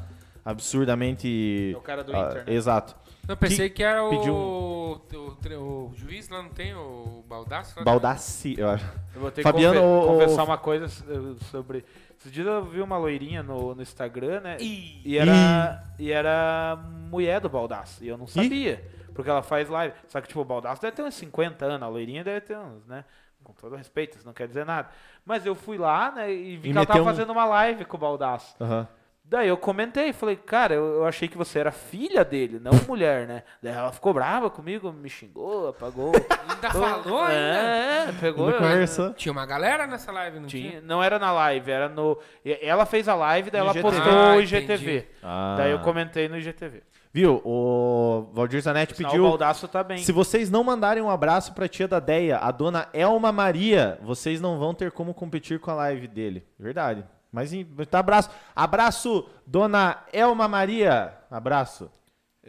absurdamente.
É o cara do
ah,
Inter, né?
Exato.
Não, pensei que, era o,
pediu
um.
o tre- o juiz lá, não tem o Baldaço? lá?
Baldassi, eu acho.
Eu vou ter
Fabiano,
que confe-
o-
confessar uma coisa so- sobre. Esses dias eu vi uma loirinha no, no Instagram, né?
Ih.
E era, e era mulher do Baldaço. E eu não sabia. Porque ela faz live. Só que, tipo, o Baldaço deve ter uns 50 anos, a loirinha deve ter uns, né? Com todo respeito, isso não quer dizer nada. Mas eu fui lá, né? E vi
E
que ela tava
meteu um-
fazendo uma live com o Baldaço.
Aham.
Daí eu comentei, falei, cara, eu, eu achei que você era filha dele, não mulher, né? Daí ela ficou brava comigo, me xingou, apagou.
Ainda falou ainda?
É, pegou.
Ainda conversou.
Tinha uma galera nessa live, não tinha?
Tinha- Uhum. não era na live, era no. e- Ela fez a live, daí
No
ela
IGTV.
postou
Ah,
o IGTV.
Ah.
Daí eu comentei no IGTV.
Viu? O Valdir Zanetti
Sinal,
pediu.
O Baldaço tá bem.
Se vocês não mandarem um abraço pra tia da Deia, a dona Elma Maria, vocês não vão ter como competir com a live dele. Verdade. Mas em- tá abraço. Abraço, dona Elma Maria. Abraço.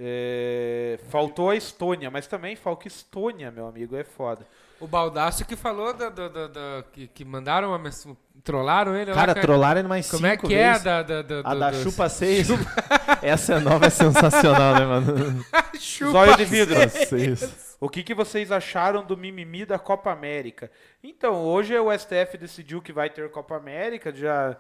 É, faltou a Estônia, mas também falta Estônia, meu amigo, é foda.
O Baldaço que falou da, da- da- da- que, que mandaram uma mensagem. Trollaram ele lá,
Cara, trollaram ele mais
Como é
cinco
que é a
vezes.
da, da, da,
A
do-
da
do-
chupa seis. Essa nova é sensacional, né, mano?
Chupa
Zóio de vidro.
Chupa seis.
O que, que vocês acharam do mimimi da Copa América? Então, hoje o STF decidiu que vai ter Copa América, já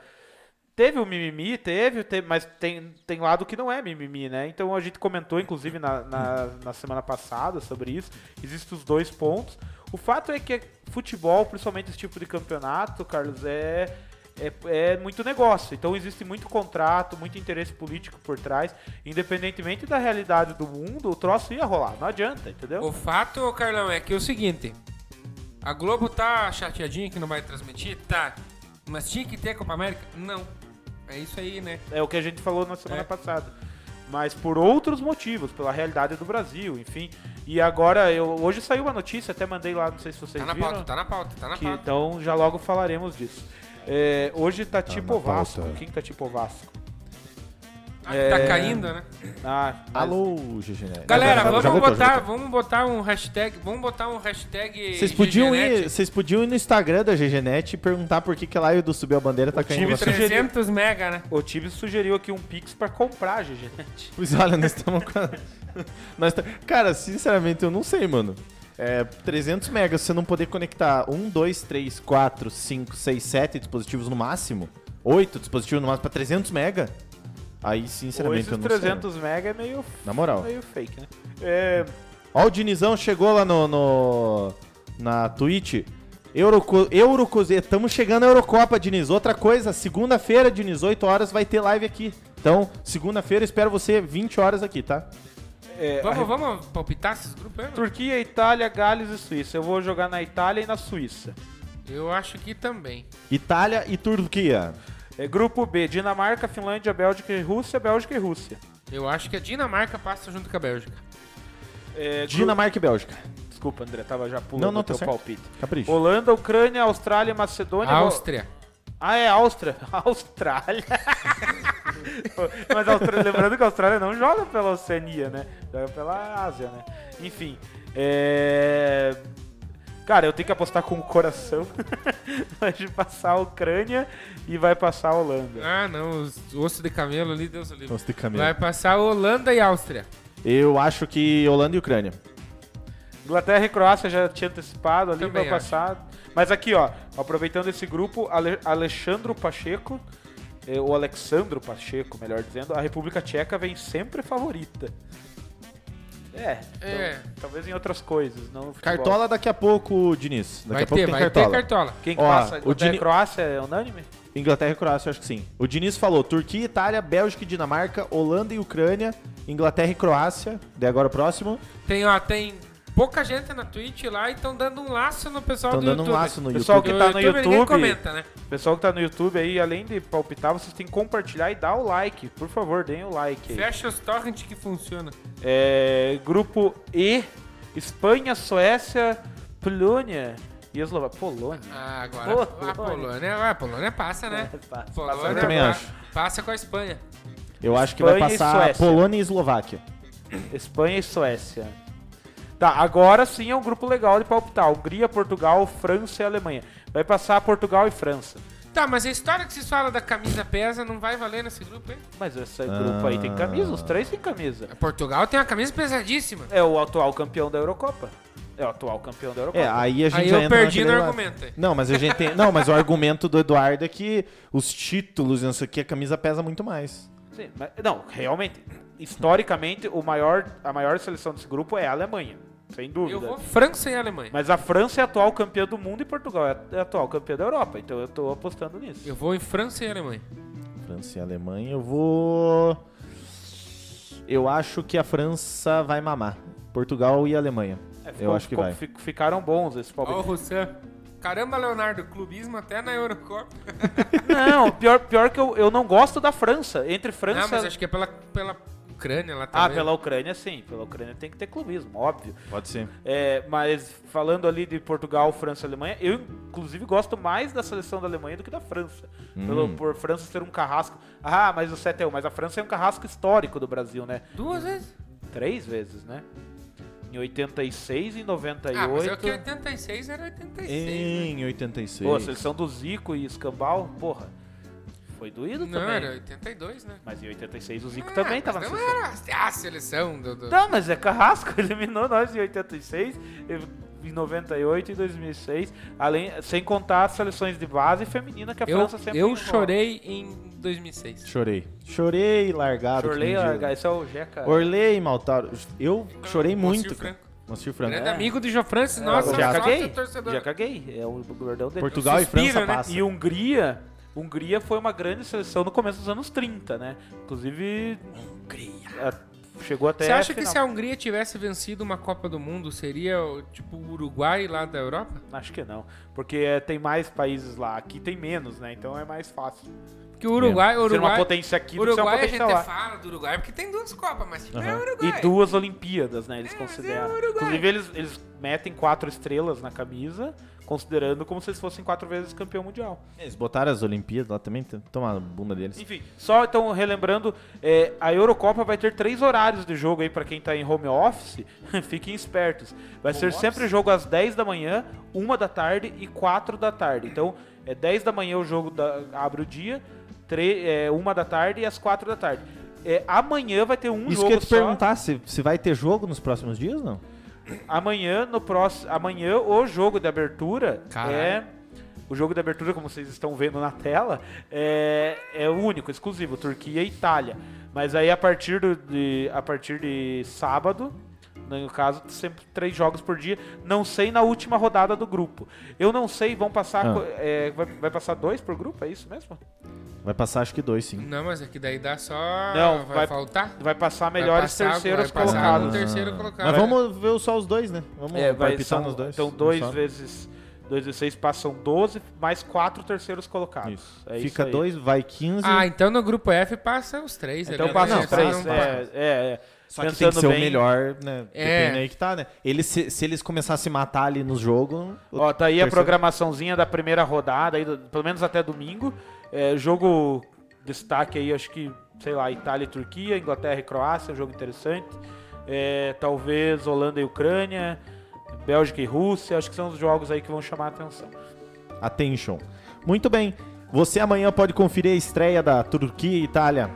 teve o mimimi, teve, teve- mas tem, tem lado que não é mimimi, né? Então a gente comentou, inclusive, na, na, na semana passada sobre isso. Existem os dois pontos. O fato é que futebol, principalmente esse tipo de campeonato, Carlos, é, é, é muito negócio. Então existe muito contrato, muito interesse político por trás. Independentemente da realidade do mundo, o troço ia rolar. Não adianta, entendeu?
O fato, ô, Carlão, é que é o seguinte: a Globo tá chateadinha que não vai transmitir? Tá. Mas tinha que ter a Copa América? Não. É isso aí, né?
É o que a gente falou na semana
É.
passada. Mas por outros motivos, pela realidade do Brasil, enfim. E agora, eu, hoje saiu uma notícia, até mandei lá, não sei se vocês
Tá na
viram.
pauta, tá na pauta, tá na
que-
pauta.
então já logo falaremos disso. É, hoje tá, tipo
na
o Vasco.
pauta.
Quem tá tipo o Vasco?
Ah, que Tá caindo, né?
Ah, mas-
Alô, GG.
Galera,
é Já é voltou,
vamos
já
botar,
voltou.
vamos botar um hashtag. Vamos botar um hashtag.
Vocês podiam, ir,
GGNet.
vocês podiam ir no Instagram da GGNet e perguntar por que, que a live do Subiu a Bandeira tá caindo
time
bastante.
300 mega, né?
O Tibes sugeriu aqui um Pix pra comprar, GG.
Pois olha, nós estamos com. a- nós ta- Cara, sinceramente, eu não sei, mano. É, 300 megas, se você não poder conectar 1, 2, 3, 4, 5, 6, 7 dispositivos no máximo, 8 dispositivos no máximo pra 300 mega, aí
Ou
sinceramente
esses
eu não sei,
300 mega é meio,
mano. Na moral.
meio fake, né? É,
Ó, o Dinizão chegou lá no. no- na Twitch. Euroco, Eurocoze, estamos chegando à Eurocopa, Diniz. Outra coisa, segunda-feira, Diniz, 8 horas, vai ter live aqui. Então, segunda-feira, espero você 20 horas aqui, tá?
é, a
Vamos, vamos palpitar esses grupos aí, mano?
Turquia, Itália, Gales e Suíça. Eu vou jogar na Itália e na Suíça.
Eu acho que também.
Itália e Turquia.
É, grupo B, Dinamarca, Finlândia, Bélgica e Rússia, Bélgica e Rússia.
Eu acho que a Dinamarca passa junto com a Bélgica.
É, gru-
Dinamarca e Bélgica.
Desculpa, André, tava já pulando
Não, não,
o
tá
teu
certo.
palpite.
Capricho.
Holanda, Ucrânia, Austrália, Macedônia...
Áustria.
Ah, é Áustria. Austrália. Mas a Austrália- lembrando que a Austrália não joga pela Oceania, né? Joga pela Ásia, né? Enfim. é, Cara, eu tenho que apostar com o coração. Vai passar a Ucrânia e vai passar a Holanda.
Ah, não, os osso de camelo ali, Deus o livre.
Nossa, de camelo.
Vai passar Holanda e Áustria.
Eu acho que Holanda e Ucrânia.
Inglaterra e Croácia já tinha antecipado ali,
Também
vai passar. Mas aqui, ó, aproveitando esse grupo, Ale Alexandro Pacheco, eh, ou Alexandro Pacheco, melhor dizendo, a República Tcheca vem sempre favorita. É,
É.
então, talvez em outras coisas, não no futebol.
Cartola daqui a pouco, Diniz. Daqui
Vai
a pouco
ter,
tem
vai
cartola.
ter cartola.
Quem
Ó,
passa?
o
Inglaterra
Dini-
e Croácia é unânime?
Inglaterra e Croácia, acho que sim. O Diniz falou: Turquia, Itália, Bélgica e Dinamarca, Holanda e Ucrânia, Inglaterra e Croácia. De agora o próximo.
Tem, ó, tem pouca gente na Twitch lá e estão dando um laço no pessoal
Estão
do
dando um
YouTube.
laço no
Pessoal
YouTube.
que tá no
Ninguém
YouTube.
comenta, né?
Pessoal que tá no YouTube aí, além de palpitar, vocês têm que compartilhar e dar o like. Por favor, deem o like aí.
Fecha os torrents que funciona.
É, grupo E, Espanha, Suécia, Polônia e Eslováquia. Polônia.
Ah, agora.
Pô,
a Polônia, a Polônia passa, né?
Passa.
Polônia
Eu também
pa-
acho.
Passa com a Espanha.
Eu acho que vai
Espanha e
passar
Suécia.
Polônia e Eslováquia.
Espanha e Suécia. Tá, agora sim é um grupo legal de palpitar. Hungria, Portugal, França e Alemanha. Vai passar Portugal e França.
Tá, mas a história que se fala da camisa pesa não vai valer nesse grupo, hein?
Mas esse
Ah.
grupo aí tem camisa, os três têm camisa.
Portugal tem uma camisa pesadíssima.
É o atual campeão da Eurocopa. É o atual campeão da Eurocopa.
É, aí a gente
Aí
já
eu
entra
perdi
naquele
no
lado.
argumento aí.
Não, mas a gente tem. Não, mas o argumento do Eduardo é que os títulos e não sei o que, a camisa pesa muito mais.
Sim, mas- não, realmente, historicamente, o maior, a maior seleção desse grupo é a Alemanha, sem
Eu
dúvida.
vou França e Alemanha.
Mas a França é a atual campeã do mundo e Portugal é a- é a atual campeã da Europa, então eu tô apostando nisso.
Eu vou em França e Alemanha.
França e Alemanha, eu vou. Eu acho que a França vai mamar. Portugal e Alemanha.
É,
eu
ficou-
acho que
ficou-
vai.
fico- Ficaram bons esses
Ó, o
palpites.
Roussan. Caramba, Leonardo, clubismo até na Eurocopa.
Não, pior, pior que eu, eu não gosto da França. Entre França.
Oh. Não, mas acho que é pela, pela Ucrânia tá lá também.
Ah, pela Ucrânia sim. Pela Ucrânia tem que ter clubismo, óbvio.
Pode ser.
É, mas falando ali de Portugal, França e Alemanha, eu inclusive gosto mais da seleção da Alemanha do que da França. Pelo,
Hum.
por França ser um carrasco. Ah, mas o 7 é 1, mas a França é um carrasco histórico do Brasil, né?
Duas vezes?
Três vezes, né? Em 86 e em 98.
Ah, mas é o que 86 era 86. né?
Em 86.
Pô, a seleção do Zico e Escambau, porra. Foi doído
Não,
também.
era 82, né?
Mas em 86 o Zico
Ah,
também tava na
mas Não
seleção.
era a seleção do... do-
Não, mas é Carrasco, eliminou nós em 86, em 98 e 2006, além, sem contar as seleções de base feminina que a
Eu,
França sempre
eu
enrola.
chorei em 2006.
Chorei. Chorei largado. que
Chorei,
nem diz.
larga, esse é o Jeca.
Orlei e Maltauro. Eu chorei
Moacir
muito. cara.
Franco.
Moacir Franco.
Grande amigo do João Francis,
É,
nossa,
já
só
caguei,
torcedor.
já caguei, é o gordão dele.
Portugal e
Suspiro,
França
né?
passa.
E Hungria, Hungria foi uma grande seleção no começo dos anos 30, né? Inclusive,
Hungria.
a- chegou até
Você
a
acha que
final.
se a Hungria tivesse vencido uma Copa do Mundo, seria o- tipo o Uruguai lá da Europa?
Acho que não, porque é, tem mais países lá, aqui tem menos, né? Então é mais fácil.
Porque o Uruguai...
Ser uma
Uruguai,
potência aqui do que ser uma
Uruguai a gente
potência lá.
fala do Uruguai porque tem duas Copas, mas tipo, é o
Aham.
Uruguai.
E duas Olimpíadas, né? Eles
É, mas é
consideram.
o Uruguai.
Inclusive, eles, eles metem quatro estrelas na camisa, considerando como se eles fossem quatro vezes campeão mundial.
Eles botaram as Olimpíadas lá também. t- Toma a bunda deles.
Enfim, só então relembrando, é, a Eurocopa vai ter três horários de jogo aí pra quem tá em home office, fiquem espertos. Vai ser sempre jogo às 10 da manhã, 1 da tarde e 4 da tarde. Então, é 10 da manhã o jogo da- abre o dia, 3, é, 1 da tarde e às 4 da tarde. É, amanhã vai ter um
Isso
jogo
que eu ia te
só.
perguntar, se, se vai ter jogo nos próximos dias, não?
Amanhã, no próximo, amanhã o jogo de abertura
Caralho.
é o jogo de abertura, como vocês estão vendo na tela, é, é único, exclusivo, Turquia e Itália. Mas aí a partir do- de a partir de sábado, né, no caso, sempre três jogos por dia. Não sei na última rodada do grupo. Eu não sei, vão passar
Ah.
co- é, vai, vai passar dois por grupo, é isso mesmo?
Vai passar acho que dois, sim.
Não, mas é que daí dá só...
Não,
vai,
vai-
faltar?
Vai passar
Vai
melhores
passar-
terceiros
vai passar
ah,
colocados.
um terceiro colocado.
Mas vamos ver só os dois, né? Vamos
É, vai
palpitar
são,
nos dois.
Então,
Um
2
só.
vezes 2 vezes 6 passam 12, mais 4 terceiros colocados.
Isso.
É
Fica
isso aí.
dois, vai 15.
Ah, então no grupo F passa os três.
Então
ali,
passa
né?
Não,
os
Só
três.
não passa.
é, é, é.
Só que tem que ser
bem-
o melhor, né?
É.
Depende aí que tá, né? Eles, se, se eles começarem a se matar ali no jogo.
Ó, tá aí a
terceiro-
programaçãozinha da primeira rodada, aí, do- pelo menos até domingo. É, jogo destaque aí, acho que, sei lá, Itália e Turquia, Inglaterra e Croácia, um jogo interessante. É, talvez Holanda e Ucrânia, Bélgica e Rússia, acho que são os jogos aí que vão chamar a atenção.
Attention. Muito bem. Você amanhã pode conferir a estreia da Turquia e Itália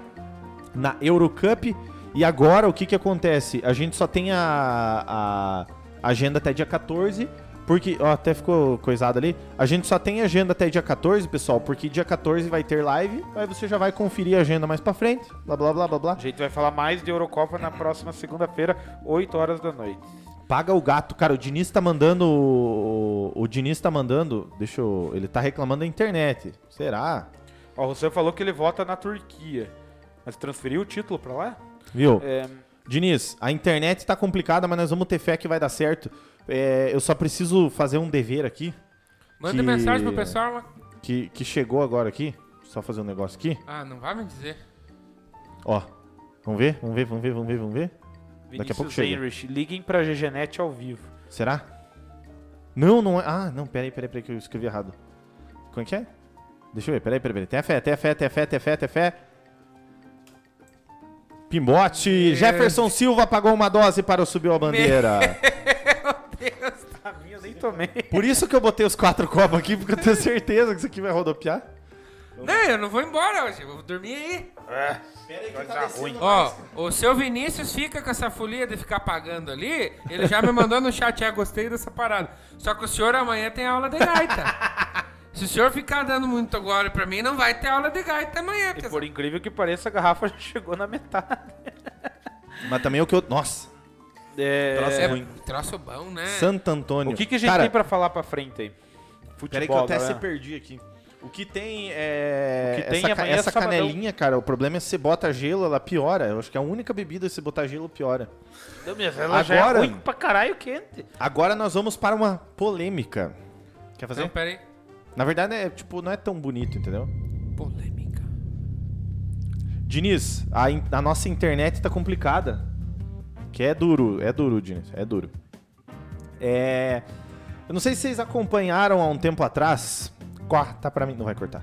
na Eurocup. E agora o que, que acontece? A gente só tem a, a agenda até dia 14, Porque, ó, até ficou coisado ali. A gente só tem agenda até dia 14, pessoal, porque dia 14 vai ter live, aí você já vai conferir a agenda mais pra frente, blá blá blá blá blá.
A gente vai falar mais de Eurocopa na próxima segunda-feira, 8 horas da noite.
Paga o gato, cara. O Diniz tá mandando. O, o Diniz tá mandando. Deixa eu. Ele tá reclamando da internet. Será?
Ó, o Rousseau falou que ele vota na Turquia, mas transferiu o título pra lá?
Viu?
É,
Diniz, a internet tá complicada, mas nós vamos ter fé que vai dar certo. É, eu só preciso fazer um dever aqui.
Manda
Que-
mensagem pro pessoal lá.
Que, que chegou agora aqui. Só fazer um negócio aqui.
Ah, não vai me dizer.
Ó. Vamos ver? Vamos ver, vamos ver, vamos ver, vamos ver.
Vinícius
Daqui a pouco chega.
Heinrich, liguem pra GGNet ao vivo.
Será? Não, não é. Ah, não, peraí, peraí, peraí, que eu escrevi errado. Como é que é? Deixa eu ver, peraí, peraí, peraí. Tem a fé, tem a fé, tem a fé, tem a fé, tem a fé. Pimbote, Jefferson Silva pagou uma dose para o Subiu a Bandeira.
A Ah, minha eu nem tomei.
Por isso que eu botei os quatro copos aqui, porque eu tenho certeza que isso aqui vai rodopiar.
Não, eu não vou embora hoje. Eu vou dormir aí.
Coisa ruim.
Ó, o seu Vinícius fica com essa folia de ficar pagando ali. Ele já me mandou no chat, é, gostei dessa parada. Só que o senhor amanhã tem aula de gaita. Se o senhor ficar dando muito agora pra mim, não vai ter aula de gaita amanhã.
E
porque
por incrível que pareça, a garrafa já chegou na metade.
Mas também o que eu. Nossa,
É,
troço
É,
ruim.
troço bom, né?
Santo Antônio.
o que, que a gente
Cara,
tem pra falar pra frente aí? Futebol,
Peraí que eu até
galera.
se perdi aqui. O que tem é.
O que tem
essa, ca-
amanhã é
essa
sabadão.
canelinha, cara, o problema é se você bota gelo, ela piora. Eu acho que é a única bebida, se botar gelo, piora.
Não, mas ela já é
Agora-
ruim pra caralho quente.
Agora nós vamos para uma polêmica. Quer fazer?
Então, peraí.
Na verdade, é, tipo, não é tão bonito, entendeu?
Polêmica.
Diniz, a, in- a nossa internet tá complicada. Que é duro, é duro, Diniz, é duro. É. Eu não sei se vocês acompanharam há um tempo atrás. Corta pra mim, não vai cortar.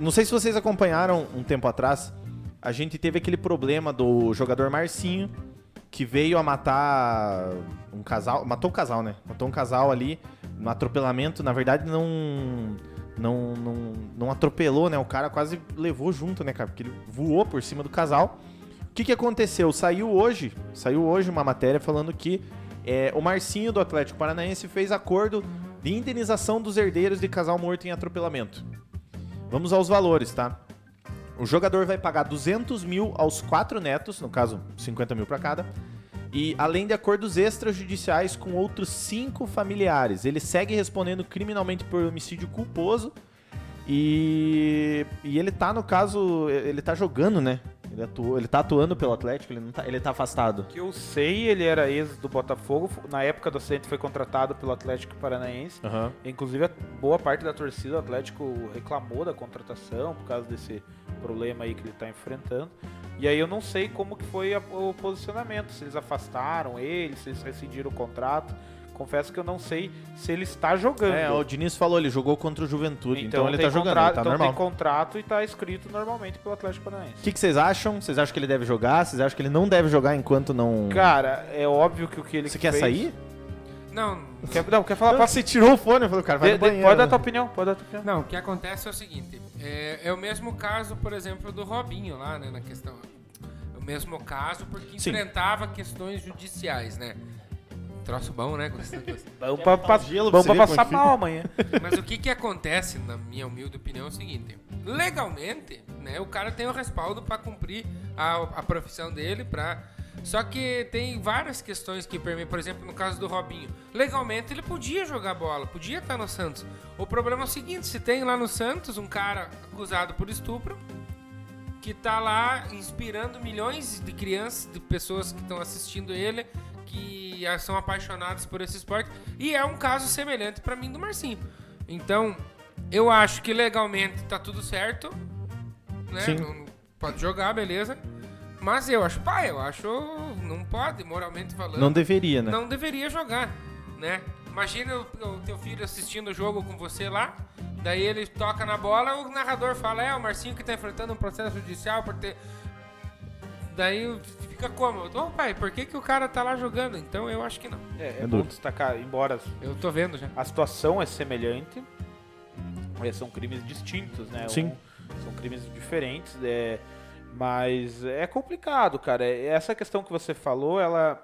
Não sei se vocês acompanharam um tempo atrás. A gente teve aquele problema do jogador Marcinho, que veio a matar um casal. Matou um casal, né? Matou um casal ali no atropelamento. Na verdade, não. Não, não, não atropelou, né? O cara quase levou junto, né, cara? Porque ele voou por cima do casal. O que, que aconteceu? Saiu hoje, saiu hoje uma matéria falando que é, o Marcinho do Atlético Paranaense fez acordo de indenização dos herdeiros de casal morto em atropelamento. Vamos aos valores, tá? O jogador vai pagar 200 mil aos quatro netos, no caso 50 mil para cada, e além de acordos extrajudiciais com outros cinco familiares. Ele segue respondendo criminalmente por homicídio culposo e, e ele tá, no caso, ele tá jogando, né? Ele, atuou, ele tá atuando pelo Atlético, ele, não tá, ele tá afastado.
Que eu sei, ele era ex do Botafogo. Na época do acidente foi contratado pelo Atlético Paranaense.
Aham.
Inclusive, a boa parte da torcida do Atlético reclamou da contratação por causa desse problema aí que ele está enfrentando. E aí eu não sei como que foi a- o posicionamento, se eles afastaram ele, se eles rescindiram o contrato. Confesso que eu não sei se ele está jogando.
É, o Diniz falou, ele jogou contra o Juventude, então, ele
tem
tá jogando,
contrato-
ele tá
então
normal.
tem contrato e tá escrito normalmente pelo Atlético Paranaense.
O que, que vocês acham? Vocês acham que ele deve jogar? Vocês acham que ele não deve jogar enquanto não...
Cara, é óbvio que o que ele
Você quer
fez-
sair?
Não,
Quer, não, quer falar?
Não,
pra-
Você Ah, tirou o fone e falou, cara, vai
de-
no
de-
banheiro.
pode dar tua opinião, pode dar tua opinião.
Não, o que acontece é o seguinte: é, é o mesmo caso, por exemplo, do Robinho lá, né, na questão. É O mesmo caso, porque
Sim.
enfrentava questões judiciais, né? Troço bom, né? Gostei, gostei.
Vamos pra, pra-
gelo pra
vamos
você
pra
ver
passar
como fica.
mal amanhã.
Mas o que que acontece, na minha humilde opinião, é o seguinte: legalmente, né, o cara tem o respaldo para cumprir a, a profissão dele, pra. Só que tem várias questões que permitem, por exemplo, no caso do Robinho. Legalmente ele podia jogar bola, podia estar no Santos. O problema é o seguinte: se tem lá no Santos um cara acusado por estupro, que tá lá inspirando milhões de crianças, de pessoas que estão assistindo ele, que a- são apaixonadas por esse esporte. E é um caso semelhante pra mim do Marcinho. Então, eu acho que legalmente tá tudo certo, né?
Sim.
Não- não- Pode jogar, beleza. Mas eu acho, pai, eu acho não pode, moralmente falando
Não deveria, né?
não deveria jogar, né? Imagina o, o teu filho assistindo o jogo com você lá, daí ele toca na bola, o narrador fala, é, o Marcinho que tá enfrentando um processo judicial por ter... Daí fica como? Ô pai, por que, que o cara tá lá jogando? Então eu acho que não.
É, é
É
bom
duro.
destacar, embora
Eu tô vendo já.
a situação é semelhante, é, são crimes distintos, né?
Sim.
Um- são crimes diferentes, é, mas é complicado, cara. É, Essa questão que você falou, ela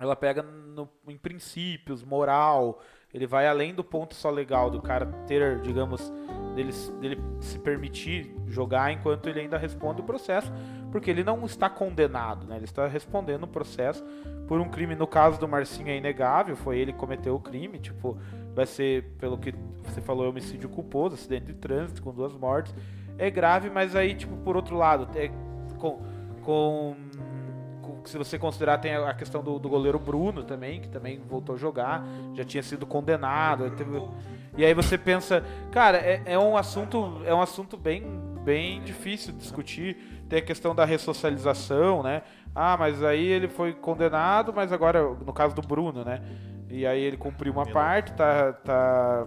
ela pega no- em princípios, moral. Ele vai além do ponto só legal do cara ter, digamos, dele, s- dele se permitir jogar enquanto ele ainda responde o processo, porque ele não está condenado, né? Ele está respondendo o processo por um crime. No caso do Marcinho é inegável, foi ele que cometeu o crime, tipo, vai ser, pelo que você falou, é homicídio culposo, acidente de trânsito com duas mortes. É grave, mas aí, tipo, por outro lado, é com- com com- se você considerar tem a a questão do, do goleiro Bruno também, que também voltou a jogar, já tinha sido condenado. teve- E aí você pensa, cara, é, é um assunto, é um assunto bem, bem difícil de discutir. Tem a questão da ressocialização, né? Ah, mas aí ele foi condenado, mas agora, no caso do Bruno, né? E aí ele cumpriu uma parte, tá, tá,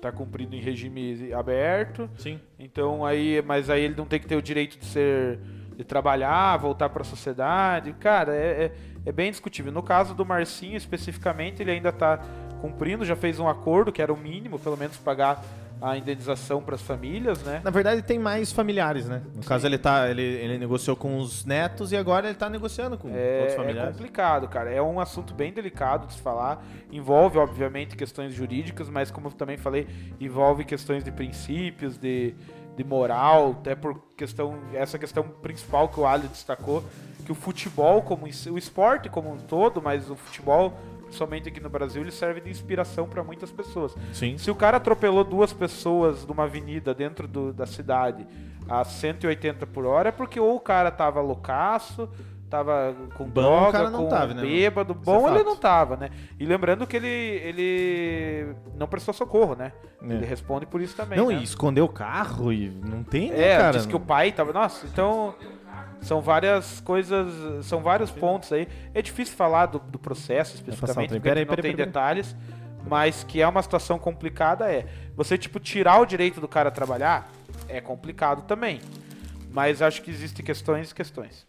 tá cumprindo em regime aberto.
Sim.
Então aí, mas aí ele não tem que ter o direito de ser, de trabalhar, voltar para a sociedade. Cara, é, é, é bem discutível. No caso do Marcinho especificamente, ele ainda tá cumprindo, já fez um acordo que era o mínimo, pelo menos pagar a indenização para as famílias, né?
Na verdade, ele tem mais familiares, né? No caso, ele, tá, ele, ele negociou com os netos e agora ele tá negociando com outros
É, é
familiares.
complicado, cara. É um assunto bem delicado de se falar. Envolve, obviamente, questões jurídicas, mas como eu também falei, envolve questões de princípios, de, de moral, até por questão. Essa questão principal que o Ali destacou, que o futebol, como em si- o esporte como um todo, mas o futebol, principalmente aqui no Brasil, ele serve de inspiração para muitas pessoas.
Sim.
Se o cara atropelou duas pessoas numa avenida dentro do- da cidade a 180 por hora, é porque ou o cara tava loucaço, tava com
Bom,
droga,
o cara não
com
tava, né?
bêbado,
Isso é
bom ele
fato.
não tava, né? E lembrando que ele, ele não prestou socorro, né?
É.
Ele responde por isso também,
Não,
né?
e esconder o carro e não tem, né,
É,
cara?
diz que o pai tava. Nossa, então. São várias coisas. São vários pontos aí. É difícil falar do, do processo
passar o
especificamente,
trem.
porque a
Peraí,
gente não
peraí,
tem
peraí.
detalhes. Mas que é uma situação complicada é. Você, tipo, tirar o direito do cara trabalhar é complicado também. Mas acho que existem questões e questões.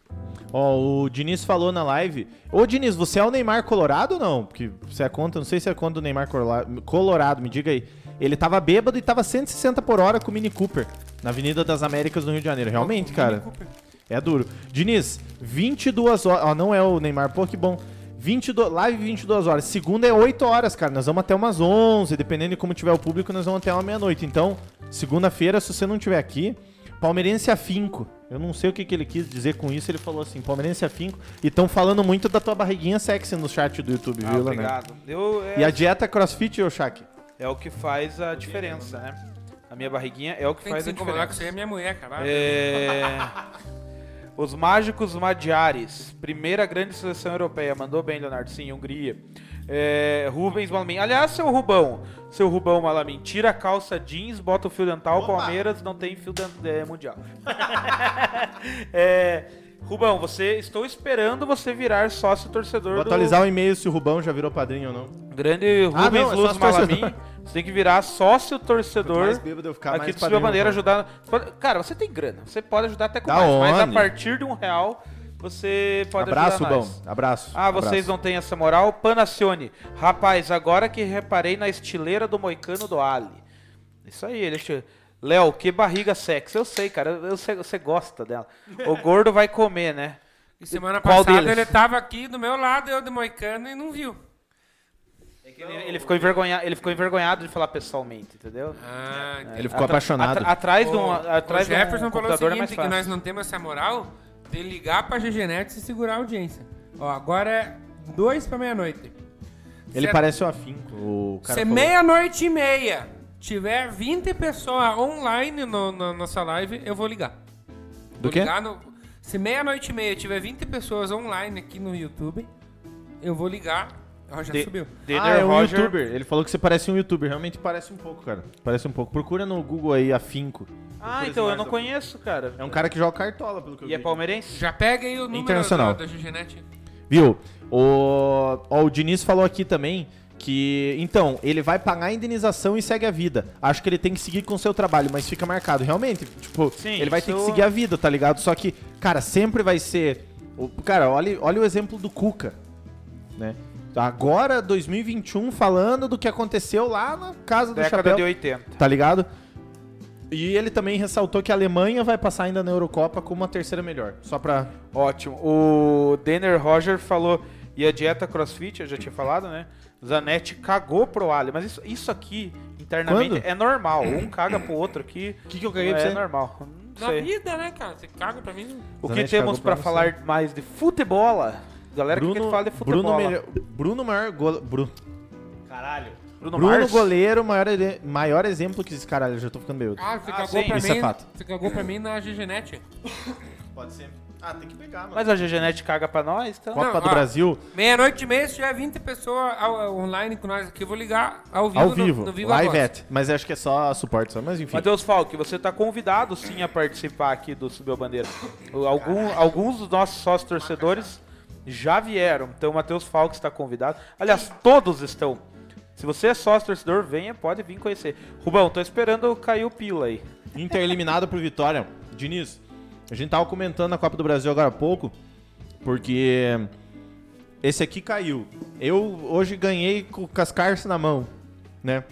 Ó, o Diniz falou na live. Ô, Diniz, você é o Neymar Colorado ou não? Porque você é conta, não sei se é conta do Neymar Corola- Colorado, me diga aí. Ele tava bêbado e tava 160 por hora com o Mini Cooper na Avenida das Américas no Rio de Janeiro. Realmente, cara. É duro. Diniz, 22 horas. Ó, não é o Neymar, pô, que bom. 22, live 22 horas. Segunda é 8 horas, cara. Nós vamos até umas 11, dependendo de como tiver o público, nós vamos até uma meia-noite. Então, segunda-feira, se você não tiver aqui, Palmeirense é afinco. Eu não sei o que, que ele quis dizer com isso, ele falou assim, Palmeirense afinco. E estão falando muito da tua barriguinha sexy no chat do YouTube, viu, Leonardo?
Ah, obrigado. Eu,
Ah, E a
é,
dieta crossfit, ô Shaq?
é o que faz a diferença, né? A minha barriguinha é o que
Tem que
faz
se
a
incomodar
diferença.
com isso aí, é minha mulher, cara.
É... Os Mágicos Madiares, primeira grande seleção europeia. Mandou bem, Leonardo, sim, Hungria. É... Rubens Malamin. Aliás, seu Rubão, seu Rubão Malamin, tira a calça jeans, bota o fio dental. Palmeiras não tem fio dental é, mundial. É, Rubão, você estou esperando você virar sócio torcedor
Vou
do
atualizar o e-mail se o Rubão já virou padrinho ou não.
grande
Ah,
Rubens
não, é
Luz
sócio torcedor.
Malamin. Você tem que virar sócio
Quanto mais
torcedor
bêbado eu ficar,
aqui
mais
do Silvio
padrinho.
Bandeira
eu vou.
ajudar. pode- Cara, você tem grana, você pode ajudar até com
Da
mais, mas a
onde?
partir de um real você pode
Abraço,
ajudar.
Rubão.
nós.
Abraço.
Ah, vocês
Abraço.
não têm essa moral? Panacione. Rapaz, agora que reparei na estileira do moicano do Ali. Isso aí, ele. te- Léo, que barriga sexy. Eu sei, cara, eu sei, você gosta dela. O gordo vai comer, né?
E semana
Qual
passada
deles?
ele tava aqui do meu lado, eu de Moicano, e não viu.
Ele, ele ficou envergonha- ele ficou envergonhado de falar pessoalmente, entendeu?
Ah, entendi.
Ele ficou
Atra-
apaixonado.
atra- atrás de
O-
um, atrás
o
de um
Jefferson falou o
computador é mais
seguinte, que
fácil.
nós não temos essa moral de ligar pra GG Nets e segurar a audiência. Ó, agora é dois pra meia-noite.
Ele
Cê-
parece o afinco, o cara
Se
falou.
meia-noite e meia tiver 20 pessoas online no- na nossa live, eu vou ligar.
Do
Vou
quê?
ligar no- Se meia-noite e meia tiver 20 pessoas online aqui no YouTube, eu vou ligar. Ó, já
De-
subiu.
Denner
ah, é um
Roger-
youtuber. Ele falou que você parece um youtuber. Realmente parece um pouco, cara. Parece um pouco. Procura no Google aí, afinco.
Ah, então eu não conheço, cara.
É um cara que joga cartola, pelo que eu
E é
vi.
palmeirense?
Já pega aí o número
Internacional.
da, da GGNet.
Viu? O... Ó, o Diniz falou aqui também que, então, ele vai pagar a indenização e segue a vida. Acho que ele tem que seguir com o seu trabalho, mas fica marcado. Realmente, tipo,
Sim,
ele vai ter que
isso-
seguir a vida, tá ligado? Só que, cara, sempre vai ser... o- Cara, olha, olha o exemplo do Cuca, né? Agora, 2021, falando do que aconteceu lá na Casa do
Década
Chapéu.
de 80.
Tá ligado? E ele também ressaltou que a Alemanha vai passar ainda na Eurocopa como a terceira melhor. Só pra...
Ótimo. O Denner Roger falou. E E a dieta crossfit, eu já tinha falado, né? Zanetti cagou pro Ali. Mas isso, isso aqui, internamente,
Quando?
é normal. Um caga pro outro aqui.
O que, que eu caguei
É
pra você?
normal. Não
Na
sei.
vida, né, cara? Você caga pra mim.
O que
Zanetti
temos
cagou pra
pra falar mais de futebola? Galera, o que que, fala de futebol?
Bruno, melhor- Bruno maior gole- Bru-
Caralho. Bruno,
Bruno
Mars?
goleiro, maior, ele- maior exemplo que esse caralho, eu já tô ficando bêbado.
Ah, você
Ah,
cagou
sim.
pra
Isso
mim.
é fato.
Você cagou pra mim na GGNet.
Pode ser. Ah, tem que pegar, mano.
Mas a GGNet caga pra nós, então.
Copa
Não,
do
ó,
Brasil,
Meia-noite e meia, se tiver 20 pessoas ao- ao online com nós aqui, eu vou ligar ao vivo.
ao
no-
vivo,
No, vivo
live
agora.
at. Mas acho que é só suporte, só. Mas enfim.
Matheus Falque, você está convidado sim a participar aqui do Subiu a Bandeira. O- algum- alguns dos nossos sócios torcedores já vieram, então o Matheus Falque está convidado. Aliás, todos estão. Se você é sócio torcedor, venha, pode vir conhecer. Rubão, tô esperando cair o pila aí.
Inter eliminado por Vitória. Diniz, a gente tava comentando na Copa do Brasil agora há pouco, porque esse aqui caiu. Eu hoje ganhei com o Cascarce na mão, né?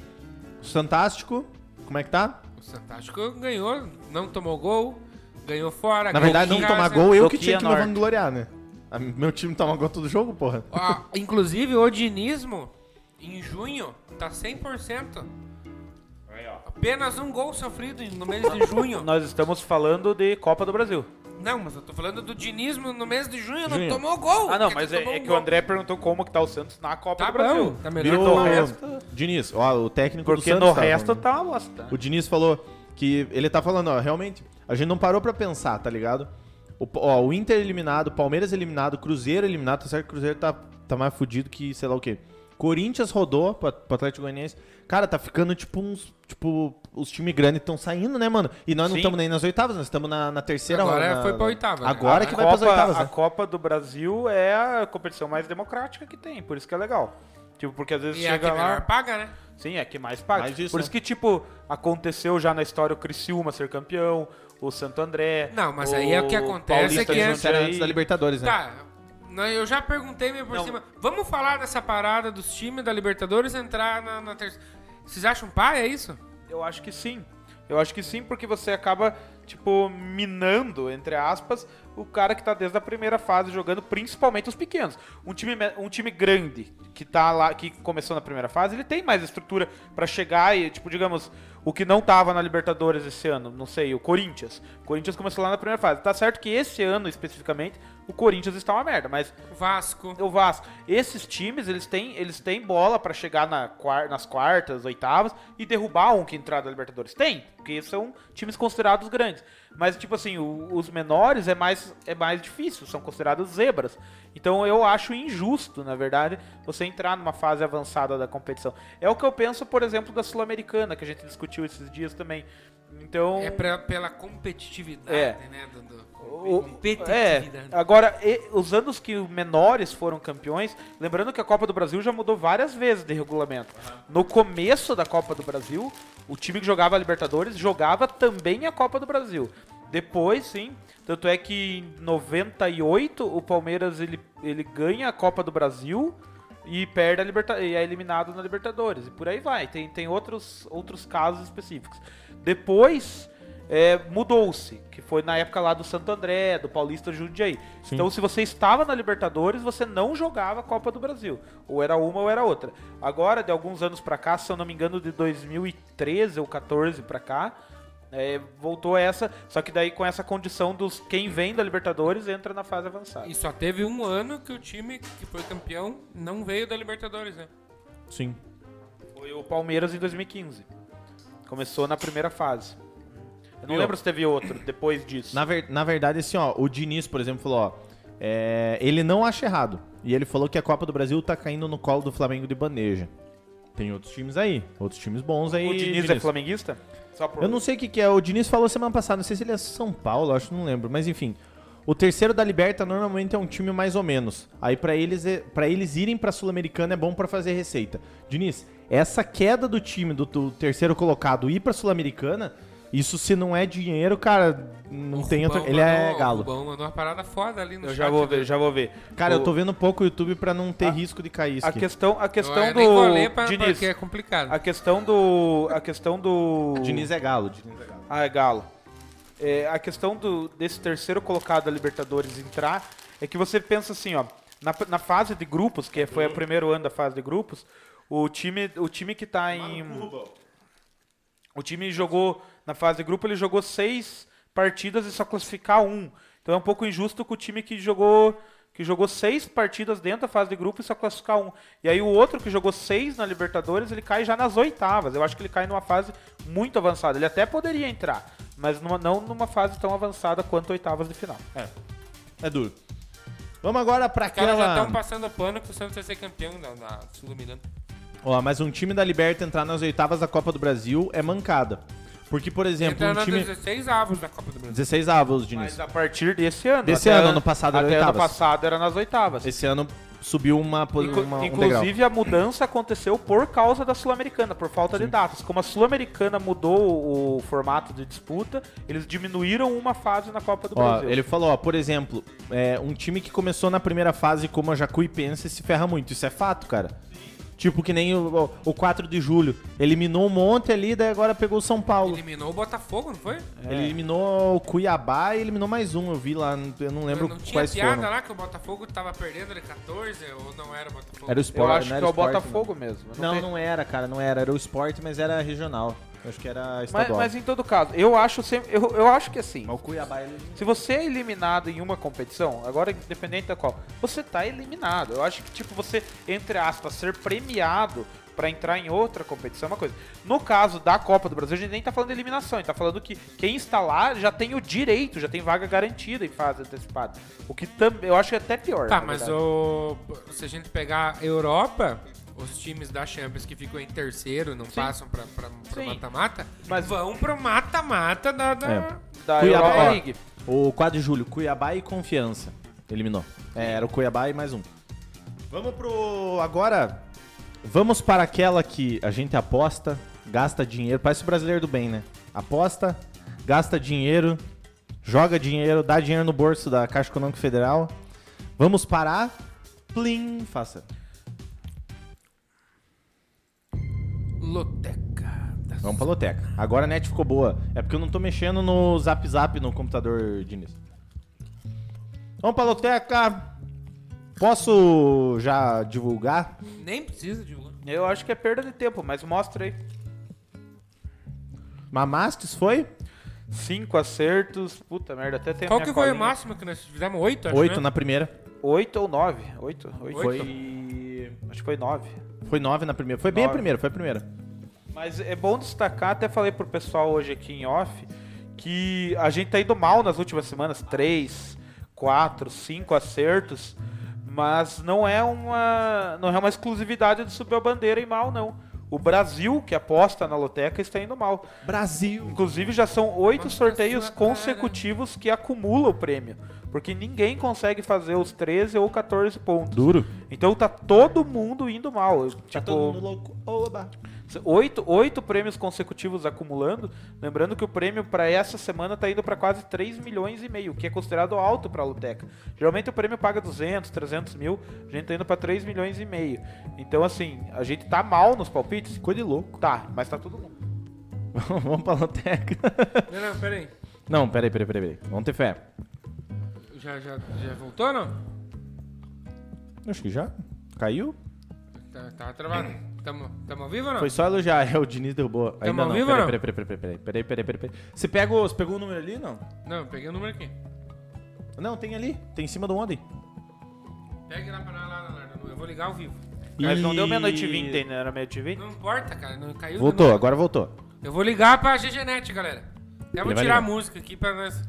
O Fantástico, como é que tá?
O Santástico ganhou, não tomou gol, ganhou
na
fora. ganhou
verdade,
em
não
casa.
tomar gol, eu que tinha
Toquinha
que me
Norte.
vangloriar, né? A- Meu time toma gol todo jogo, porra.
Ó, inclusive, o dinismo, em junho, tá 100%. Apenas um gol sofrido no mês de junho.
Nós estamos falando de Copa do Brasil.
Não, mas eu tô falando do dinismo no mês de junho,
Junho.
não tomou gol.
Ah, não,
Quer
mas
dizer,
é,
tomou
é
um
que o
gol.
André perguntou como que tá o Santos na Copa
Tá
do Brasil.
bom, tá melhor.
Virou
do
o-
que o resto.
Diniz, ó, o técnico do
Porque
Santos
no
tá
resto
falando.
tá uma bosta.
O Diniz falou que ele tá falando, ó, realmente, a gente não parou pra pensar, tá ligado? O, Pa- ó, o Inter eliminado, Palmeiras eliminado, Cruzeiro eliminado, tá certo que o Cruzeiro tá, tá mais fudido que sei lá o quê. Corinthians rodou pro pro Atlético Goianiense. Cara, tá ficando tipo uns. Tipo, os times grandes estão saindo, né, mano? E nós não
Sim.
estamos nem nas oitavas, nós estamos na, na terceira
Agora
roda, na-
foi pra oitava, né?
Agora
A
que
a
vai
Copa,
pras oitavas,
a
né?
Copa do Brasil é a competição mais democrática que tem, por isso que é legal. Tipo, porque às vezes
E é
chega
que
lá.
melhor paga, né?
Sim, é que mais paga.
Mais isso,
por
né?
isso que, tipo, aconteceu já na história o Criciúma ser campeão, o Santo André.
Não, mas aí é o que acontece
Paulista
é que
de
antes-
Era
Jundiaí.
antes da Libertadores, né?
Tá, né, eu já perguntei meio por
Não.
cima. Vamos falar dessa parada dos times da Libertadores entrar na, na terceira. Vocês acham pai, é isso?
Eu acho que sim. Eu acho que sim, porque você acaba, tipo, minando, entre aspas, o cara que tá desde a primeira fase jogando, principalmente os pequenos. Um time, me- um time grande que tá lá, que começou na primeira fase, ele tem mais estrutura pra chegar e, tipo, digamos, o que não tava na Libertadores esse ano, não sei, o Corinthians. O Corinthians começou lá na primeira fase. Tá certo que esse ano, especificamente, o Corinthians está uma merda, mas
Vasco.
É o Vasco. Esses times, eles têm, eles têm bola pra chegar na quar- nas quartas, oitavas e derrubar um que entrar da Libertadores. Tem, porque são times considerados grandes. Mas, tipo assim, o- os menores é mais, é mais difícil, são considerados zebras. Então eu acho injusto, na verdade, você entrar numa fase avançada da competição. É o que eu penso, por exemplo, da Sul-Americana, que a gente discutiu esses dias também. Então.
É pra- pela competitividade,
É.
né? Do, do-
O- é,
competitividade.
agora, e- os anos que os menores foram campeões, lembrando que a Copa do Brasil já mudou várias vezes de regulamento. No começo da Copa do Brasil, o time que jogava a Libertadores jogava também a Copa do Brasil. Depois, sim, tanto é que em 98 o Palmeiras ele, ele ganha a Copa do Brasil e perde a liberta e é eliminado na Libertadores. E por aí vai. Tem, tem outros, outros casos específicos. Depois, é, mudou-se, que foi na época lá do Santo André, do Paulista Jundiaí. Então, se você estava na Libertadores, você não jogava a Copa do Brasil. Ou era uma ou era outra. Agora, de alguns anos pra cá, se eu não me engano, de 2013 ou 14 pra cá, é, voltou essa. Só que daí com essa condição dos quem vem da Libertadores entra na fase avançada.
E só teve um ano que o time que foi campeão não veio da Libertadores, né?
Sim.
Foi o Palmeiras em 2015. Começou na primeira fase. Eu não
Viu?
lembro se teve outro depois disso.
Na, ver- na verdade, assim, ó, o Diniz, por exemplo, falou, ó, é, ele não acha errado. E ele falou que a Copa do Brasil tá caindo no colo do Flamengo de bandeja. Tem outros times aí, outros times bons aí.
O Diniz, é flamenguista? Só por...
Eu não sei o que, que é, o Diniz falou semana passada, não sei se ele é São Paulo, acho, não lembro, mas enfim. O terceiro da Liberta normalmente é um time mais ou menos. Aí pra eles, é- pra eles irem pra Sul-Americana é bom pra fazer receita. Diniz, essa queda do time do, do terceiro colocado ir pra Sul-Americana, isso se não é dinheiro, cara, não
O
tem
Rubão
outra. Ele é
mandou- O
galo.
Rubão mandou uma parada foda ali no
Eu
chat.
já vou ver, já vou ver.
Cara,
O-
eu tô vendo pouco YouTube pra não ter risco de cair isso.
a
aqui.
questão, a questão
eu
do
nem vou ler pra,
Diniz.
porque é complicado.
A questão do a questão do
Diniz é galo, Diniz é galo.
Ah, é Galo. É, a questão do, desse terceiro colocado da Libertadores entrar é que você pensa assim, ó. Na, na fase de grupos, que foi o primeiro ano da fase de grupos, o time, o time que tá em. O time jogou na fase de grupo, ele jogou seis partidas e só classificar um. Então é um pouco injusto com o time que jogou que jogou seis partidas dentro da fase de grupo e só classificar um. E aí o outro que jogou seis na Libertadores, ele cai já nas oitavas. Eu acho que ele cai numa fase muito avançada. Ele até poderia entrar, mas numa- não numa fase tão avançada quanto oitavas de final.
É duro. Vamos agora pra
Os caras já
aquela...
estão passando pano que o Santos vai ser campeão da, da Sul-Miranda.
Ó, mas um time da Liberta entrar nas oitavas da Copa do Brasil é mancada. Porque, por exemplo,
Entrando
um
na
time...
16 avos da Copa do Brasil.
16 avos, Diniz.
Mas a partir desse ano.
Desse
até-
ano, ano passado era
até ano
oitavas.
passado era nas oitavas.
Esse ano subiu uma, po-
Inclu-
uma um degrau.
inclusive, a mudança aconteceu por causa da Sul-Americana, por falta de datas. Como a Sul-Americana mudou o formato de disputa, eles diminuíram uma fase na Copa do
Ó,
Brasil.
ele falou, ó, por exemplo, é, um time que começou na primeira fase como a Jacuipense se ferra muito. Isso é fato, cara. Tipo que nem o, o 4 de julho. Eliminou um monte ali, daí agora pegou o São Paulo.
Eliminou o Botafogo, não foi?
É.
Ele eliminou o Cuiabá e eliminou mais um. Eu vi lá, eu não lembro
não não tinha
quais
piada
foram.
lá que o Botafogo tava perdendo de 14 ou não era o Botafogo?
Era o
Eu
Sport,
acho
não
que
era
é o
Sport, né?
Botafogo mesmo.
Não,
tem-
não era, cara, não era. Era o Sport, mas era regional. Eu acho que era
Mas,
estadual.
mas em todo caso, eu acho sempre, eu, eu acho que assim,
Mas o Cuiabá, ele...
se você é eliminado em uma competição, agora independente da qual, você tá eliminado. Eu acho que tipo você entre aspas ser premiado pra entrar em outra competição é uma coisa. No caso da Copa do Brasil, a gente nem tá falando de eliminação, a gente tá falando que quem está lá já tem o direito, já tem vaga garantida em fase antecipada. O que também eu acho que é até pior.
Tá,
na
mas
verdade.
o, se a gente pegar a Europa, os times da Champions que ficam em terceiro, não passam pra, pra, pro
Sim.
mata-mata,
Mas-
vão pro mata-mata da... da...
É.
da
Cuiabá,
Europa
ó.
League.
O 4 de julho, Cuiabá e Confiança. Eliminou. É, era o Cuiabá e mais um. Vamos pro. Agora. Vamos para aquela que a gente aposta, gasta dinheiro. Parece o brasileiro do bem, né? Aposta, gasta dinheiro, joga dinheiro, dá dinheiro no bolso da Caixa Econômica Federal. Vamos parar. Plim, faça.
Loteca. da-
Vamos pra loteca. Agora a net ficou boa. É porque eu não tô mexendo no zap zap no computador, Diniz. Vamos pra loteca. Posso já divulgar?
Nem precisa de... um.
Eu acho que é perda de tempo, mas mostra aí.
Mamastes foi?
Cinco acertos. Puta merda, até tem a
Qual
minha
que foi o
colinha.
máximo que nós fizemos? Oito, acho,
Oito
né?
na primeira.
Oito ou nove? Oito? Oito.
Foi-
Acho que foi nove.
Foi nove na primeira. Foi bem a
Nove.
primeira, foi a primeira.
Mas é bom destacar, até falei pro pessoal hoje aqui em off, que a gente tá indo mal nas últimas semanas, três, quatro, cinco acertos, mas não é uma não é uma exclusividade de subir a bandeira e mal não. O Brasil, que aposta na loteca, está indo mal.
Brasil.
Inclusive já são oito
Mostra
sorteios
sua cara.
consecutivos que acumulam o prêmio, porque ninguém consegue fazer os 13 ou 14 pontos.
Duro.
Então tá todo mundo indo mal.
Tá
tipo,
todo mundo louco. Oba.
Oito, oito prêmios consecutivos acumulando. Lembrando que o prêmio para essa semana tá indo para quase 3 milhões e meio, que é considerado alto para a Luteca. Geralmente o prêmio paga 200, 300 mil, a gente tá indo para 3 milhões e meio. Então, assim, a gente tá mal nos palpites? Coisa de louco. Tá, mas tá todo mundo.
Vamos pra loteca.
Não, não, peraí.
Não, peraí, peraí, peraí. peraí. Vamos ter fé.
Já, já, já voltou, não?
Acho que já. Caiu?
Tá, tava travado. Tamo, tamo ao vivo ou não?
Foi só elogiar. É, o Diniz derrubou. Ainda
ao
não.
vivo ou
Peraí, peraí,
não?
peraí, peraí, peraí, peraí, peraí, peraí, peraí. Você pegou, você pegou o número ali, não?
Não, eu peguei o número aqui.
Não, tem ali. Tem em cima do ontem.
Pega lá pra lá, lá, lá, eu vou ligar ao vivo.
Mas não
E-
deu meia-noite e vinte ainda, era meia-noite e vinte?
Não importa, cara, não caiu. de
Voltou,
novo.
agora voltou.
Eu vou ligar pra GGNet, galera. Eu vou
Ele vai
tirar a
ligar.
música aqui pra nós.